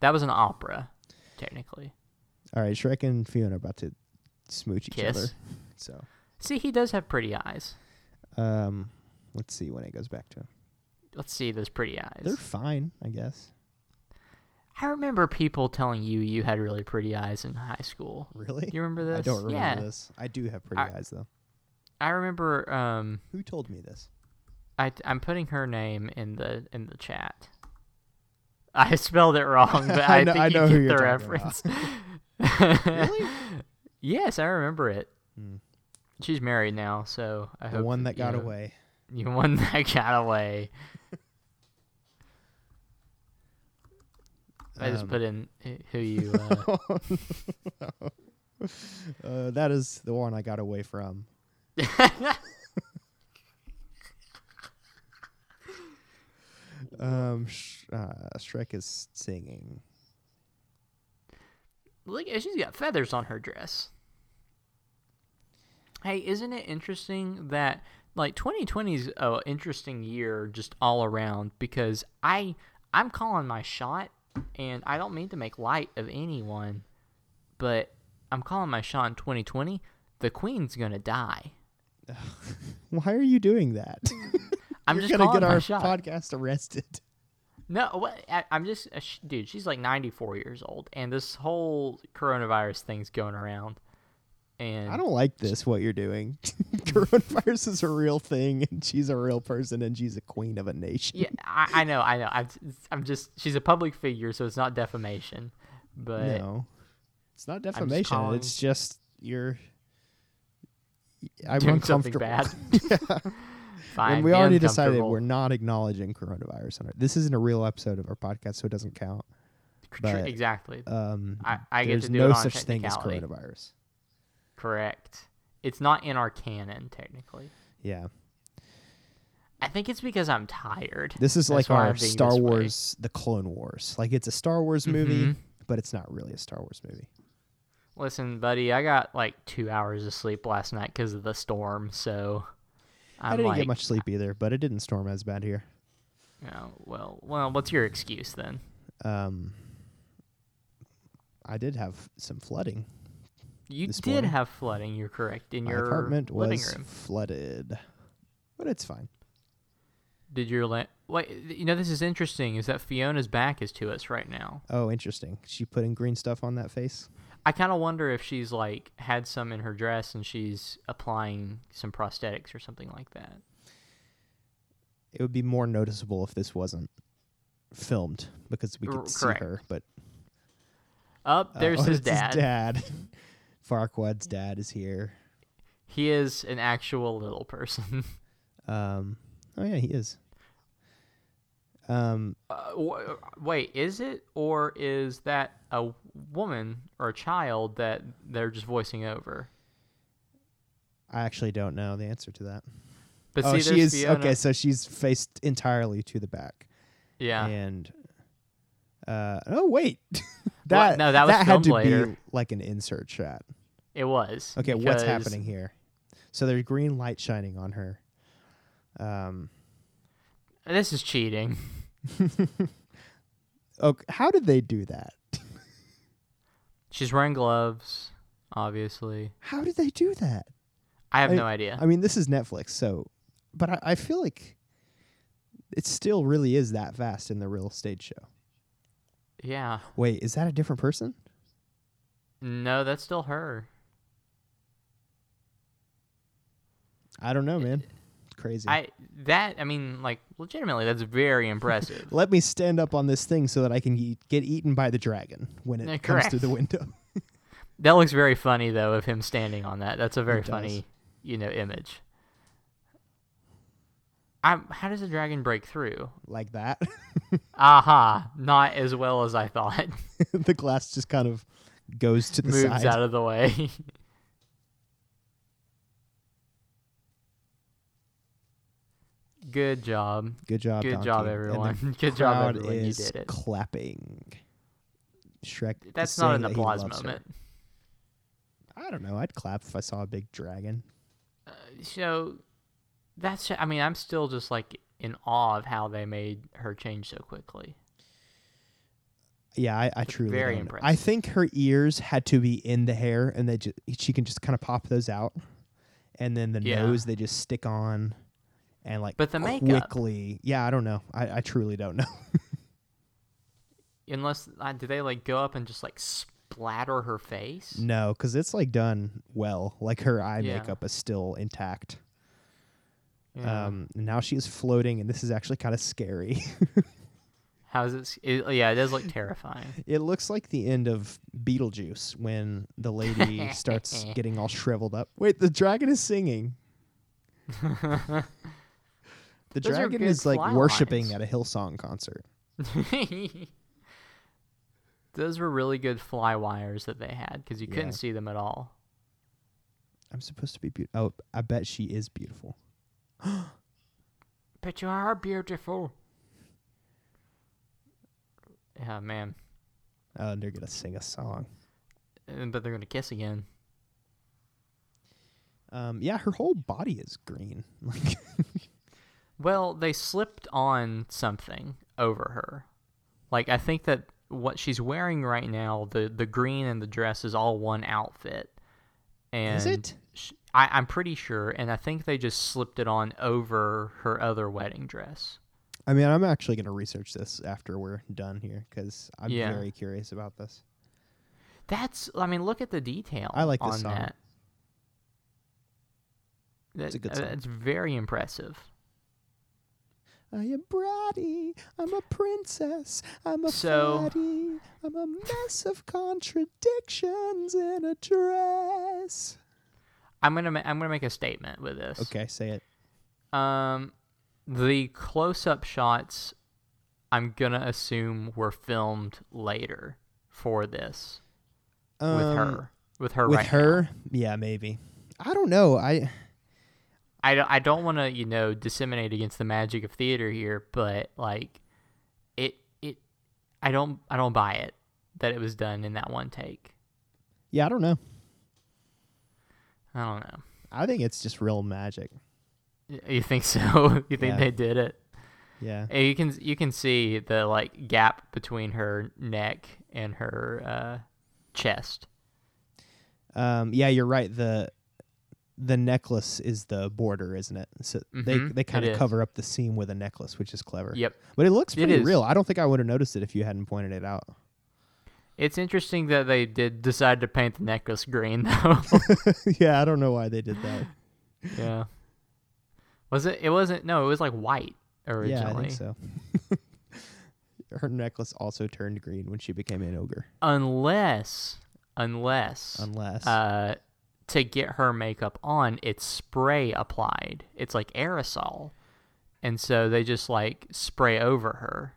Speaker 2: that was an opera, technically.
Speaker 1: All right. Shrek and Fiona are about to smooch each
Speaker 2: Kiss.
Speaker 1: other. So,
Speaker 2: See, he does have pretty eyes.
Speaker 1: um, let's see when it goes back to him.
Speaker 2: Let's see those pretty eyes.
Speaker 1: They're fine, I guess.
Speaker 2: I remember people telling you you had really pretty eyes in high school.
Speaker 1: Really?
Speaker 2: You remember this?
Speaker 1: I don't remember
Speaker 2: yeah.
Speaker 1: this. I do have pretty
Speaker 2: I-
Speaker 1: eyes though.
Speaker 2: I remember um,
Speaker 1: Who told me this?
Speaker 2: I, am putting her name in the in the chat. I spelled it wrong, but I,
Speaker 1: I know-
Speaker 2: think
Speaker 1: I
Speaker 2: you
Speaker 1: know who
Speaker 2: get
Speaker 1: you're
Speaker 2: the
Speaker 1: talking
Speaker 2: reference.
Speaker 1: Really?
Speaker 2: Yes, I remember it.
Speaker 1: Hmm.
Speaker 2: She's married now, so I
Speaker 1: the
Speaker 2: hope
Speaker 1: one that got
Speaker 2: you-
Speaker 1: away.
Speaker 2: You one that got away. I just
Speaker 1: Um,
Speaker 2: put in wh- who you. Uh,
Speaker 1: uh, that is the one I got away from. Um, Sh- uh, Shrek is singing.
Speaker 2: Look, she's got feathers on her dress. Hey, isn't it interesting that like 2020 is an interesting year just all around because I I'm calling my shot, and I don't mean to make light of anyone, but I'm calling my shot in 2020. The queen's gonna die.
Speaker 1: Why are you doing that?
Speaker 2: I'm
Speaker 1: You're
Speaker 2: just
Speaker 1: gonna
Speaker 2: calling
Speaker 1: get
Speaker 2: my
Speaker 1: our
Speaker 2: shot.
Speaker 1: podcast arrested.
Speaker 2: No, what, I, I'm just, uh, sh- dude. She's like 94 years old, and this whole coronavirus thing's going around. And
Speaker 1: I don't like this. What you're doing? Coronavirus is a real thing, and she's a real person, and she's a queen of a nation.
Speaker 2: Yeah, I, I know, I know. I'm, I'm just. She's a public figure, so it's not defamation. But
Speaker 1: no, it's not defamation.
Speaker 2: calling-
Speaker 1: It's just you're. I'm
Speaker 2: doing something
Speaker 1: uncomfortable.
Speaker 2: bad. Fine.
Speaker 1: And we
Speaker 2: be
Speaker 1: already decided
Speaker 2: uncomfortable.
Speaker 1: we're not acknowledging coronavirus. on our- This isn't a real episode of our podcast, so it doesn't count.
Speaker 2: Tr-
Speaker 1: but-
Speaker 2: exactly
Speaker 1: Um,
Speaker 2: I- I get
Speaker 1: there's
Speaker 2: to do
Speaker 1: no
Speaker 2: it on
Speaker 1: such thing as
Speaker 2: technicality.
Speaker 1: coronavirus.
Speaker 2: correct. It's not in our canon technically.
Speaker 1: Yeah,
Speaker 2: I think it's because I'm tired.
Speaker 1: this is like
Speaker 2: That's why
Speaker 1: our
Speaker 2: I'm being
Speaker 1: Star
Speaker 2: this way.
Speaker 1: Wars, the Clone Wars. Like it's a Star Wars movie,
Speaker 2: Mhm.
Speaker 1: but it's not really a Star Wars movie.
Speaker 2: Listen, buddy, I got like two hours of sleep last night because of the storm. So I'm
Speaker 1: I didn't
Speaker 2: like,
Speaker 1: get much sleep either, but it didn't storm as bad here.
Speaker 2: Oh, well, well, what's your excuse then?
Speaker 1: Um, I did have some flooding.
Speaker 2: You
Speaker 1: This
Speaker 2: did
Speaker 1: morning.
Speaker 2: have flooding. You're correct in
Speaker 1: My
Speaker 2: your
Speaker 1: apartment
Speaker 2: living
Speaker 1: was
Speaker 2: room.
Speaker 1: flooded, but it's fine.
Speaker 2: Did your la- wait? You know this is interesting. Is that Fiona's back is to us right now?
Speaker 1: Oh, interesting. She putting green stuff on that face.
Speaker 2: I kind of wonder if she's like had some in her dress and she's applying some prosthetics or something like that.
Speaker 1: It would be more noticeable if this wasn't filmed because we
Speaker 2: R-
Speaker 1: could see
Speaker 2: correct.
Speaker 1: her. But
Speaker 2: Up
Speaker 1: uh,
Speaker 2: there's
Speaker 1: oh,
Speaker 2: his
Speaker 1: it's his
Speaker 2: dad.
Speaker 1: dad. Farquad's dad is here.
Speaker 2: He is an actual little person.
Speaker 1: Um, oh yeah, he is. Um,
Speaker 2: Uh, wh- wait, is it or is that a woman or a child that they're just voicing over?
Speaker 1: I actually don't know the answer to that.
Speaker 2: But
Speaker 1: oh,
Speaker 2: see,
Speaker 1: she
Speaker 2: there's
Speaker 1: is
Speaker 2: Fiona.
Speaker 1: okay. So she's faced entirely to the back,
Speaker 2: yeah.
Speaker 1: and uh, oh wait,
Speaker 2: Well, no, that was
Speaker 1: had
Speaker 2: filmed
Speaker 1: to be
Speaker 2: later.
Speaker 1: like an insert shot.
Speaker 2: It was.
Speaker 1: Okay, what's
Speaker 2: because-
Speaker 1: happening here? So there's green light shining on her. Um,
Speaker 2: This is cheating.
Speaker 1: okay, how did they do that?
Speaker 2: She's wearing gloves, obviously.
Speaker 1: How did they do that?
Speaker 2: I have
Speaker 1: I-
Speaker 2: no idea.
Speaker 1: I mean, this is Netflix, so, but I, I feel like it still really is that fast in the real stage show.
Speaker 2: yeah.
Speaker 1: Wait, is that a different person?
Speaker 2: No, that's still her.
Speaker 1: I don't know, man. It's crazy.
Speaker 2: I that I mean, like legitimately, that's very impressive.
Speaker 1: Let me stand up on this thing so that I can eat, get eaten by the dragon when it
Speaker 2: Yeah,
Speaker 1: comes through
Speaker 2: correct.
Speaker 1: the window.
Speaker 2: that looks very funny though of him standing on that. That's a very
Speaker 1: It does.
Speaker 2: funny, you know, image. I, how does the dragon break through?
Speaker 1: like that.
Speaker 2: Aha! Not as well as I thought.
Speaker 1: the glass just kind of goes to the
Speaker 2: Moves
Speaker 1: side.
Speaker 2: out of the way. Good job.
Speaker 1: Good job,
Speaker 2: Good
Speaker 1: Donkey.
Speaker 2: job,
Speaker 1: And the
Speaker 2: everyone. Good job,
Speaker 1: crowd
Speaker 2: everyone. You
Speaker 1: Is
Speaker 2: did it.
Speaker 1: clapping. Shrek. is
Speaker 2: That's not
Speaker 1: saying
Speaker 2: an
Speaker 1: that he
Speaker 2: applause
Speaker 1: loves her.
Speaker 2: moment.
Speaker 1: I don't know. I'd clap if I saw a big dragon.
Speaker 2: so that's i mean i'm still just like in awe of how they made her change so quickly
Speaker 1: Yeah, I, I truly
Speaker 2: very
Speaker 1: don't know. I
Speaker 2: impressive.
Speaker 1: think her ears had to be in the hair, and they just she can just kind of pop those out, and then the
Speaker 2: Yeah.
Speaker 1: nose they just stick on, and like
Speaker 2: But the makeup.
Speaker 1: quickly. Yeah, I don't know. I, I truly don't know.
Speaker 2: unless uh, do they like go up and just like splatter her face
Speaker 1: no, because it's like done well. Like her eye
Speaker 2: Yeah.
Speaker 1: makeup is still intact.
Speaker 2: Yeah.
Speaker 1: Um, now she is floating, and this is actually kind of scary.
Speaker 2: how's it, s- it yeah it does look terrifying
Speaker 1: it looks like the end of Beetlejuice when the lady starts getting all shriveled up. Wait, the dragon is singing. The
Speaker 2: Those are
Speaker 1: dragon
Speaker 2: good
Speaker 1: is like
Speaker 2: fly
Speaker 1: worshiping
Speaker 2: lines.
Speaker 1: at a Hillsong concert.
Speaker 2: those were really good fly wires that they had because you
Speaker 1: Yeah.
Speaker 2: couldn't see them at all
Speaker 1: I'm supposed to be beautiful. Oh, I bet she is beautiful.
Speaker 2: but you are beautiful Yeah, man.
Speaker 1: Oh, and they're gonna sing a song.
Speaker 2: And- Uh, But they're gonna kiss again.
Speaker 1: Um, yeah, her whole body is green. Like,
Speaker 2: Well, they slipped on something over her. Like I think that what she's wearing right now, the the green and the dress is all one outfit. And
Speaker 1: is it?
Speaker 2: sh- I, I'm pretty sure, and I think they just slipped it on over her other wedding dress.
Speaker 1: I mean, I'm actually gonna research this after we're done here because I'm
Speaker 2: Yeah.
Speaker 1: very curious about this.
Speaker 2: That's, I mean, look at the detail.
Speaker 1: I like this
Speaker 2: on
Speaker 1: song.
Speaker 2: That.
Speaker 1: It's a good
Speaker 2: That- uh,
Speaker 1: song.
Speaker 2: That's very impressive.
Speaker 1: I am bratty. I'm a princess. I'm a
Speaker 2: So-
Speaker 1: fatty. I'm a mess of contradictions in a dress.
Speaker 2: I'm gonna, ma- I'm gonna make a statement with this.
Speaker 1: Okay, say it.
Speaker 2: Um, the close-up shots, I'm gonna assume were filmed later for this with
Speaker 1: Um,
Speaker 2: her, with her,
Speaker 1: With
Speaker 2: right now.
Speaker 1: her? Yeah, maybe. I don't know. I
Speaker 2: I don't, I don't want to, you know, disseminate against the magic of theater here, but like it it I don't I don't buy it that it was done in that one take.
Speaker 1: yeah, I don't know.
Speaker 2: I don't know.
Speaker 1: I think it's just real magic.
Speaker 2: Y- You think so? you think
Speaker 1: Yeah.
Speaker 2: they did it?
Speaker 1: Yeah.
Speaker 2: And you can you can see the like gap between her neck and her uh chest.
Speaker 1: Um, yeah, you're right. The the necklace is the border, isn't it? So
Speaker 2: Mhm,
Speaker 1: they they kind
Speaker 2: it
Speaker 1: of
Speaker 2: is.
Speaker 1: cover up the seam with a necklace, which is clever.
Speaker 2: Yep.
Speaker 1: But it looks
Speaker 2: It
Speaker 1: pretty
Speaker 2: is.
Speaker 1: real. I don't think I would have noticed it if you hadn't pointed it out.
Speaker 2: It's interesting that they did decide to paint the necklace green though.
Speaker 1: yeah, I don't know why they did that.
Speaker 2: yeah. Was it it wasn't no, it was like white originally.
Speaker 1: Yeah, I think so. Her necklace also turned green when she became an ogre.
Speaker 2: unless unless
Speaker 1: Unless
Speaker 2: uh to get her makeup on it's spray applied it's like aerosol and so they just like spray over her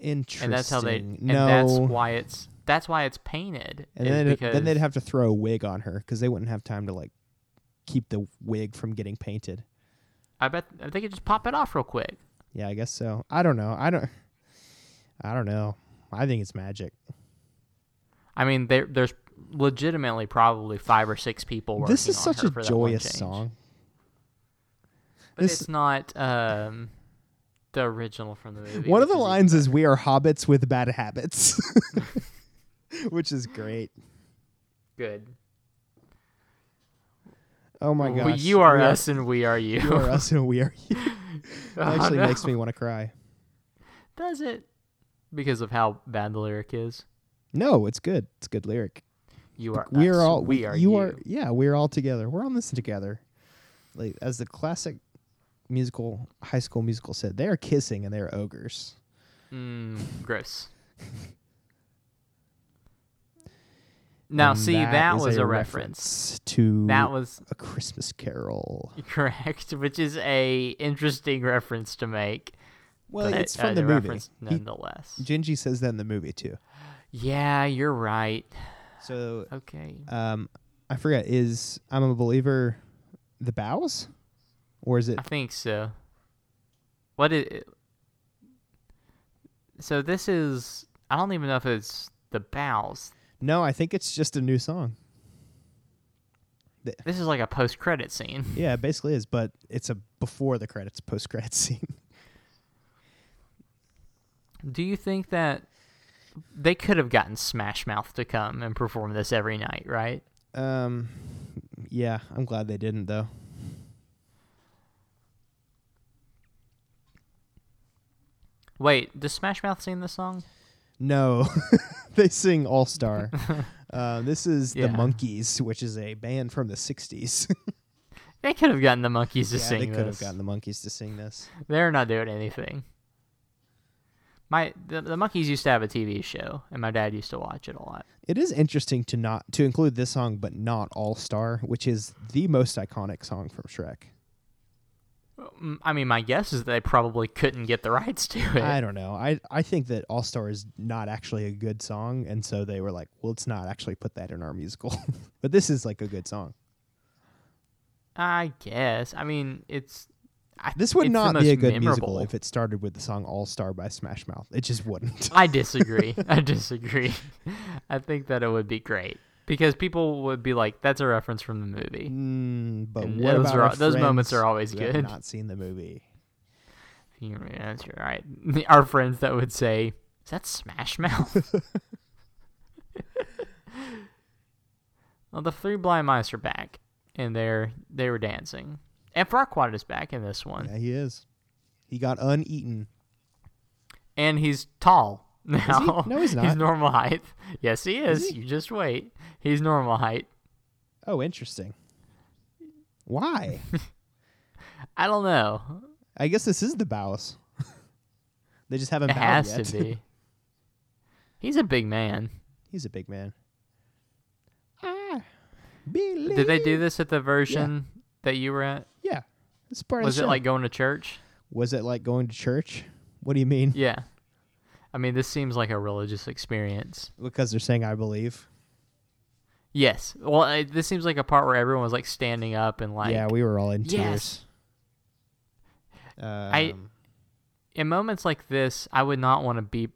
Speaker 1: interesting.
Speaker 2: and that's how they and
Speaker 1: no.
Speaker 2: that's why it's that's why it's painted
Speaker 1: and
Speaker 2: is
Speaker 1: then, it-
Speaker 2: because
Speaker 1: then they'd have to throw a wig on her because they wouldn't have time to like keep the wig from getting painted.
Speaker 2: i bet they could just pop it off real quick
Speaker 1: Yeah, I guess so. I don't know. I don't. I don't know. I think it's magic.
Speaker 2: i mean there there's legitimately probably five or six people working
Speaker 1: This is
Speaker 2: on
Speaker 1: such
Speaker 2: her
Speaker 1: a
Speaker 2: for that one
Speaker 1: joyous
Speaker 2: change.
Speaker 1: song.
Speaker 2: but
Speaker 1: This-
Speaker 2: it's not um the original from the movie
Speaker 1: One of
Speaker 2: which
Speaker 1: the
Speaker 2: is-
Speaker 1: lines is "We are hobbits with bad habits," which is great.
Speaker 2: good
Speaker 1: Oh my
Speaker 2: We-
Speaker 1: gosh!
Speaker 2: you are
Speaker 1: We
Speaker 2: us and we are you
Speaker 1: You are us, and we are you. It
Speaker 2: Oh,
Speaker 1: actually
Speaker 2: no.
Speaker 1: makes me want to cry.
Speaker 2: Does it? Because of how bad the lyric is.
Speaker 1: No, it's good. It's a good lyric.
Speaker 2: You are
Speaker 1: we
Speaker 2: us,
Speaker 1: are all.
Speaker 2: we are
Speaker 1: You
Speaker 2: you.
Speaker 1: are. Yeah, we are all together. We're on this together. Like as the classic musical, High School Musical said, they are kissing and they are ogres.
Speaker 2: Mm, gross. Now
Speaker 1: And
Speaker 2: see that,
Speaker 1: is
Speaker 2: was
Speaker 1: a
Speaker 2: a reference.
Speaker 1: to
Speaker 2: That was
Speaker 1: a Christmas Carol.
Speaker 2: correct, which is a interesting reference to make.
Speaker 1: Well,
Speaker 2: but,
Speaker 1: it's from
Speaker 2: uh,
Speaker 1: the movie.
Speaker 2: reference
Speaker 1: He-
Speaker 2: nonetheless.
Speaker 1: Gingy says that in the movie too.
Speaker 2: yeah, you're right.
Speaker 1: So,
Speaker 2: Okay.
Speaker 1: um, I forget is I'm a believer the bows, or is it
Speaker 2: I think so. What is? So this is. I don't even know if it's the bows.
Speaker 1: no? I think it's just a new song.
Speaker 2: This is like a post-credit scene.
Speaker 1: Yeah, it basically is, but it's a before the credits, post credits scene.
Speaker 2: Do you think that they could have gotten Smash Mouth to come and perform this every night, right?
Speaker 1: Um, yeah, I'm glad they didn't though.
Speaker 2: Wait, does Smash Mouth sing this song?
Speaker 1: No, they sing All Star. uh, this is the
Speaker 2: Yeah.
Speaker 1: Monkeys, which is a band from the '60s.
Speaker 2: They could have gotten the monkeys to
Speaker 1: yeah,
Speaker 2: sing
Speaker 1: they could have
Speaker 2: this.
Speaker 1: gotten the Monkeys to sing this.
Speaker 2: They're not doing anything. My the, the monkeys used to have a TV show, and my dad used to watch it a lot.
Speaker 1: It is interesting to not to include this song, but not All Star, which is the most iconic song from Shrek.
Speaker 2: Mm, I mean, my guess is they probably couldn't get the rights to it.
Speaker 1: I don't know. I I think that All Star is not actually a good song, and so they were like, "Well, let's not actually put that in our musical." but this is like a good song.
Speaker 2: I guess. I mean, it's. I,
Speaker 1: This would
Speaker 2: it's the
Speaker 1: not be a
Speaker 2: most
Speaker 1: good musical
Speaker 2: memorable.
Speaker 1: if it started with the song All Star by Smash Mouth. It just wouldn't.
Speaker 2: I disagree. I disagree. I think that it would be great because people would be like, "That's a reference from the movie."
Speaker 1: Mm, but
Speaker 2: And
Speaker 1: what
Speaker 2: those
Speaker 1: about
Speaker 2: are-
Speaker 1: our
Speaker 2: those moments
Speaker 1: friends
Speaker 2: are always
Speaker 1: who have
Speaker 2: good.
Speaker 1: not seen the movie.
Speaker 2: You- That's right. Our friends that would say, "Is that Smash Mouth?" well, the three blind mice are back, and they're they were dancing. And Farquaad is back in this one,
Speaker 1: Yeah, he is. He got uneaten.
Speaker 2: and he's tall now.
Speaker 1: No, he's
Speaker 2: He's
Speaker 1: not.
Speaker 2: normal height. Yes, he is.
Speaker 1: he?
Speaker 2: You just wait. He's normal height.
Speaker 1: Oh, interesting. Why?
Speaker 2: I don't know.
Speaker 1: I guess this is the bows. they just haven't
Speaker 2: It
Speaker 1: bowed
Speaker 2: has
Speaker 1: yet.
Speaker 2: to be. He's a big man.
Speaker 1: He's a big man. Ah, believe.
Speaker 2: Did they do this at the version that you were at?
Speaker 1: Yeah, it's part
Speaker 2: Was
Speaker 1: of the
Speaker 2: it
Speaker 1: show.
Speaker 2: like going to church?
Speaker 1: Was it like going to church? What do you mean?
Speaker 2: Yeah. I mean, this seems like a religious experience.
Speaker 1: Because they're saying I believe.
Speaker 2: Yes. Well, I, this seems like a part where everyone was like standing up and like
Speaker 1: yeah, we were all in tears.
Speaker 2: Yes.
Speaker 1: Um,
Speaker 2: I- in moments like this, I would not want to be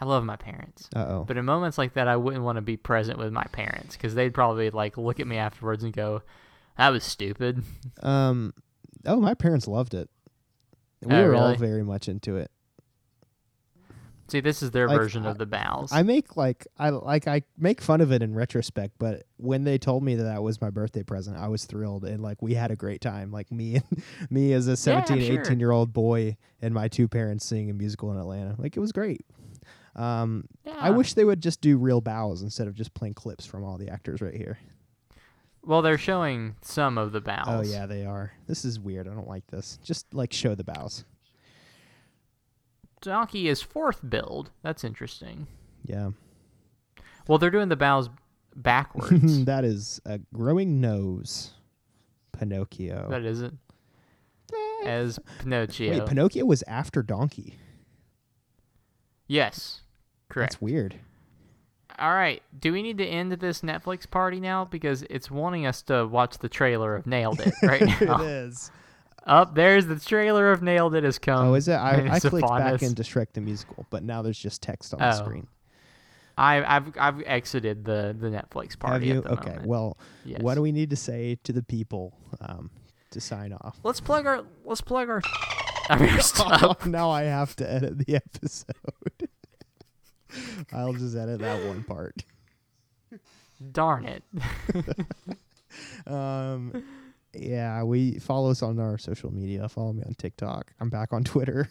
Speaker 2: I love my parents.
Speaker 1: Uh oh.
Speaker 2: But in moments like that, I wouldn't want to be present with my parents cuz they'd probably like look at me afterwards and go, "That was stupid."
Speaker 1: Um, oh, my parents loved it. We
Speaker 2: Oh,
Speaker 1: were all
Speaker 2: really?
Speaker 1: very much into it.
Speaker 2: See, this is their
Speaker 1: Like,
Speaker 2: version
Speaker 1: I-
Speaker 2: of the bows.
Speaker 1: I make like I like I make fun of it in retrospect, but when they told me that that was my birthday present, I was thrilled and like we had a great time. Like me and me as a 17,
Speaker 2: sure.
Speaker 1: 18 year old boy and my two parents singing a musical in Atlanta. Like it was great. Um, I
Speaker 2: Yeah.
Speaker 1: wish they would just do real bows instead of just playing clips from all the actors right here.
Speaker 2: Well, they're showing some of the bows.
Speaker 1: Oh yeah, they are. This is weird. I don't like this. Just like show the bows.
Speaker 2: Donkey is fourth build. That's interesting.
Speaker 1: Yeah.
Speaker 2: Well, they're doing the bows backwards.
Speaker 1: that is a growing nose. Pinocchio.
Speaker 2: that isn't
Speaker 1: Oh. Eh.
Speaker 2: as Pinocchio.
Speaker 1: Wait, Pinocchio was after Donkey.
Speaker 2: yes, correct.
Speaker 1: That's weird.
Speaker 2: All right. Do we need to end this Netflix party now because it's wanting us to watch the trailer of Nailed It right now?
Speaker 1: is.
Speaker 2: Up there's the trailer of Nailed It has come.
Speaker 1: Oh, is it?
Speaker 2: and
Speaker 1: I, I
Speaker 2: Um, it's
Speaker 1: clicked
Speaker 2: upon
Speaker 1: back
Speaker 2: us.
Speaker 1: into Shrek the Musical, but now there's just text on the
Speaker 2: Oh,
Speaker 1: screen.
Speaker 2: I, I've I've exited the the Netflix party.
Speaker 1: Have you?
Speaker 2: At the
Speaker 1: Okay.
Speaker 2: moment.
Speaker 1: Well,
Speaker 2: Yes.
Speaker 1: what do we need to say to the people um, to sign off?
Speaker 2: let's plug our let's plug our, I mean, our stuff.
Speaker 1: now I have to edit the episode. I'll just edit that one part.
Speaker 2: Darn it.
Speaker 1: Um, yeah, we follow us on our social media. Follow me on TikTok. I'm back on Twitter.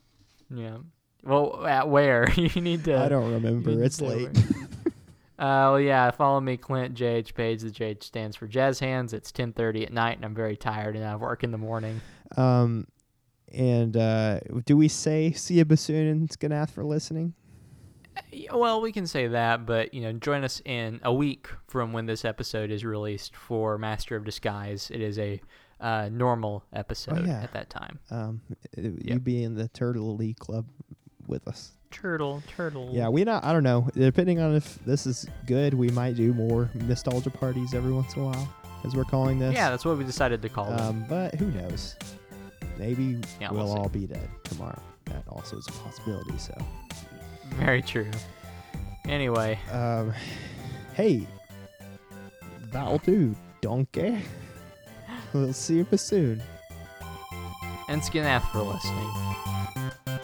Speaker 2: Yeah. Well, at where you need to.
Speaker 1: I don't remember.
Speaker 2: need
Speaker 1: It's
Speaker 2: to
Speaker 1: late.
Speaker 2: Uh, well, yeah. Follow me, Clint JH Page. The JH stands for Jazz Hands. It's 10:30 at night, and I'm very tired, and I have work in the morning.
Speaker 1: Um, and uh, do we say see you bassoon and Skanath for listening?
Speaker 2: Uh, Yeah, Well, we can say that, but you know, join us in a week from when this episode is released for Master of Disguise. It is a uh, normal episode Oh,
Speaker 1: yeah.
Speaker 2: at that time.
Speaker 1: Um, uh, you
Speaker 2: Yep.
Speaker 1: be in the Turtle League Club with us.
Speaker 2: Turtle, turtle.
Speaker 1: Yeah, we not. I don't know. Depending on if this is good, we might do more nostalgia parties every once in a while, as we're calling this.
Speaker 2: yeah. That's what we decided to call it.
Speaker 1: Um, but who knows? Maybe
Speaker 2: Yeah,
Speaker 1: we'll,
Speaker 2: we'll see.
Speaker 1: all be dead tomorrow. That also is a possibility. So,
Speaker 2: Very true. Anyway,
Speaker 1: um, hey, that'll do, donkey. we'll see you bassoon.
Speaker 2: and Skinath for listening.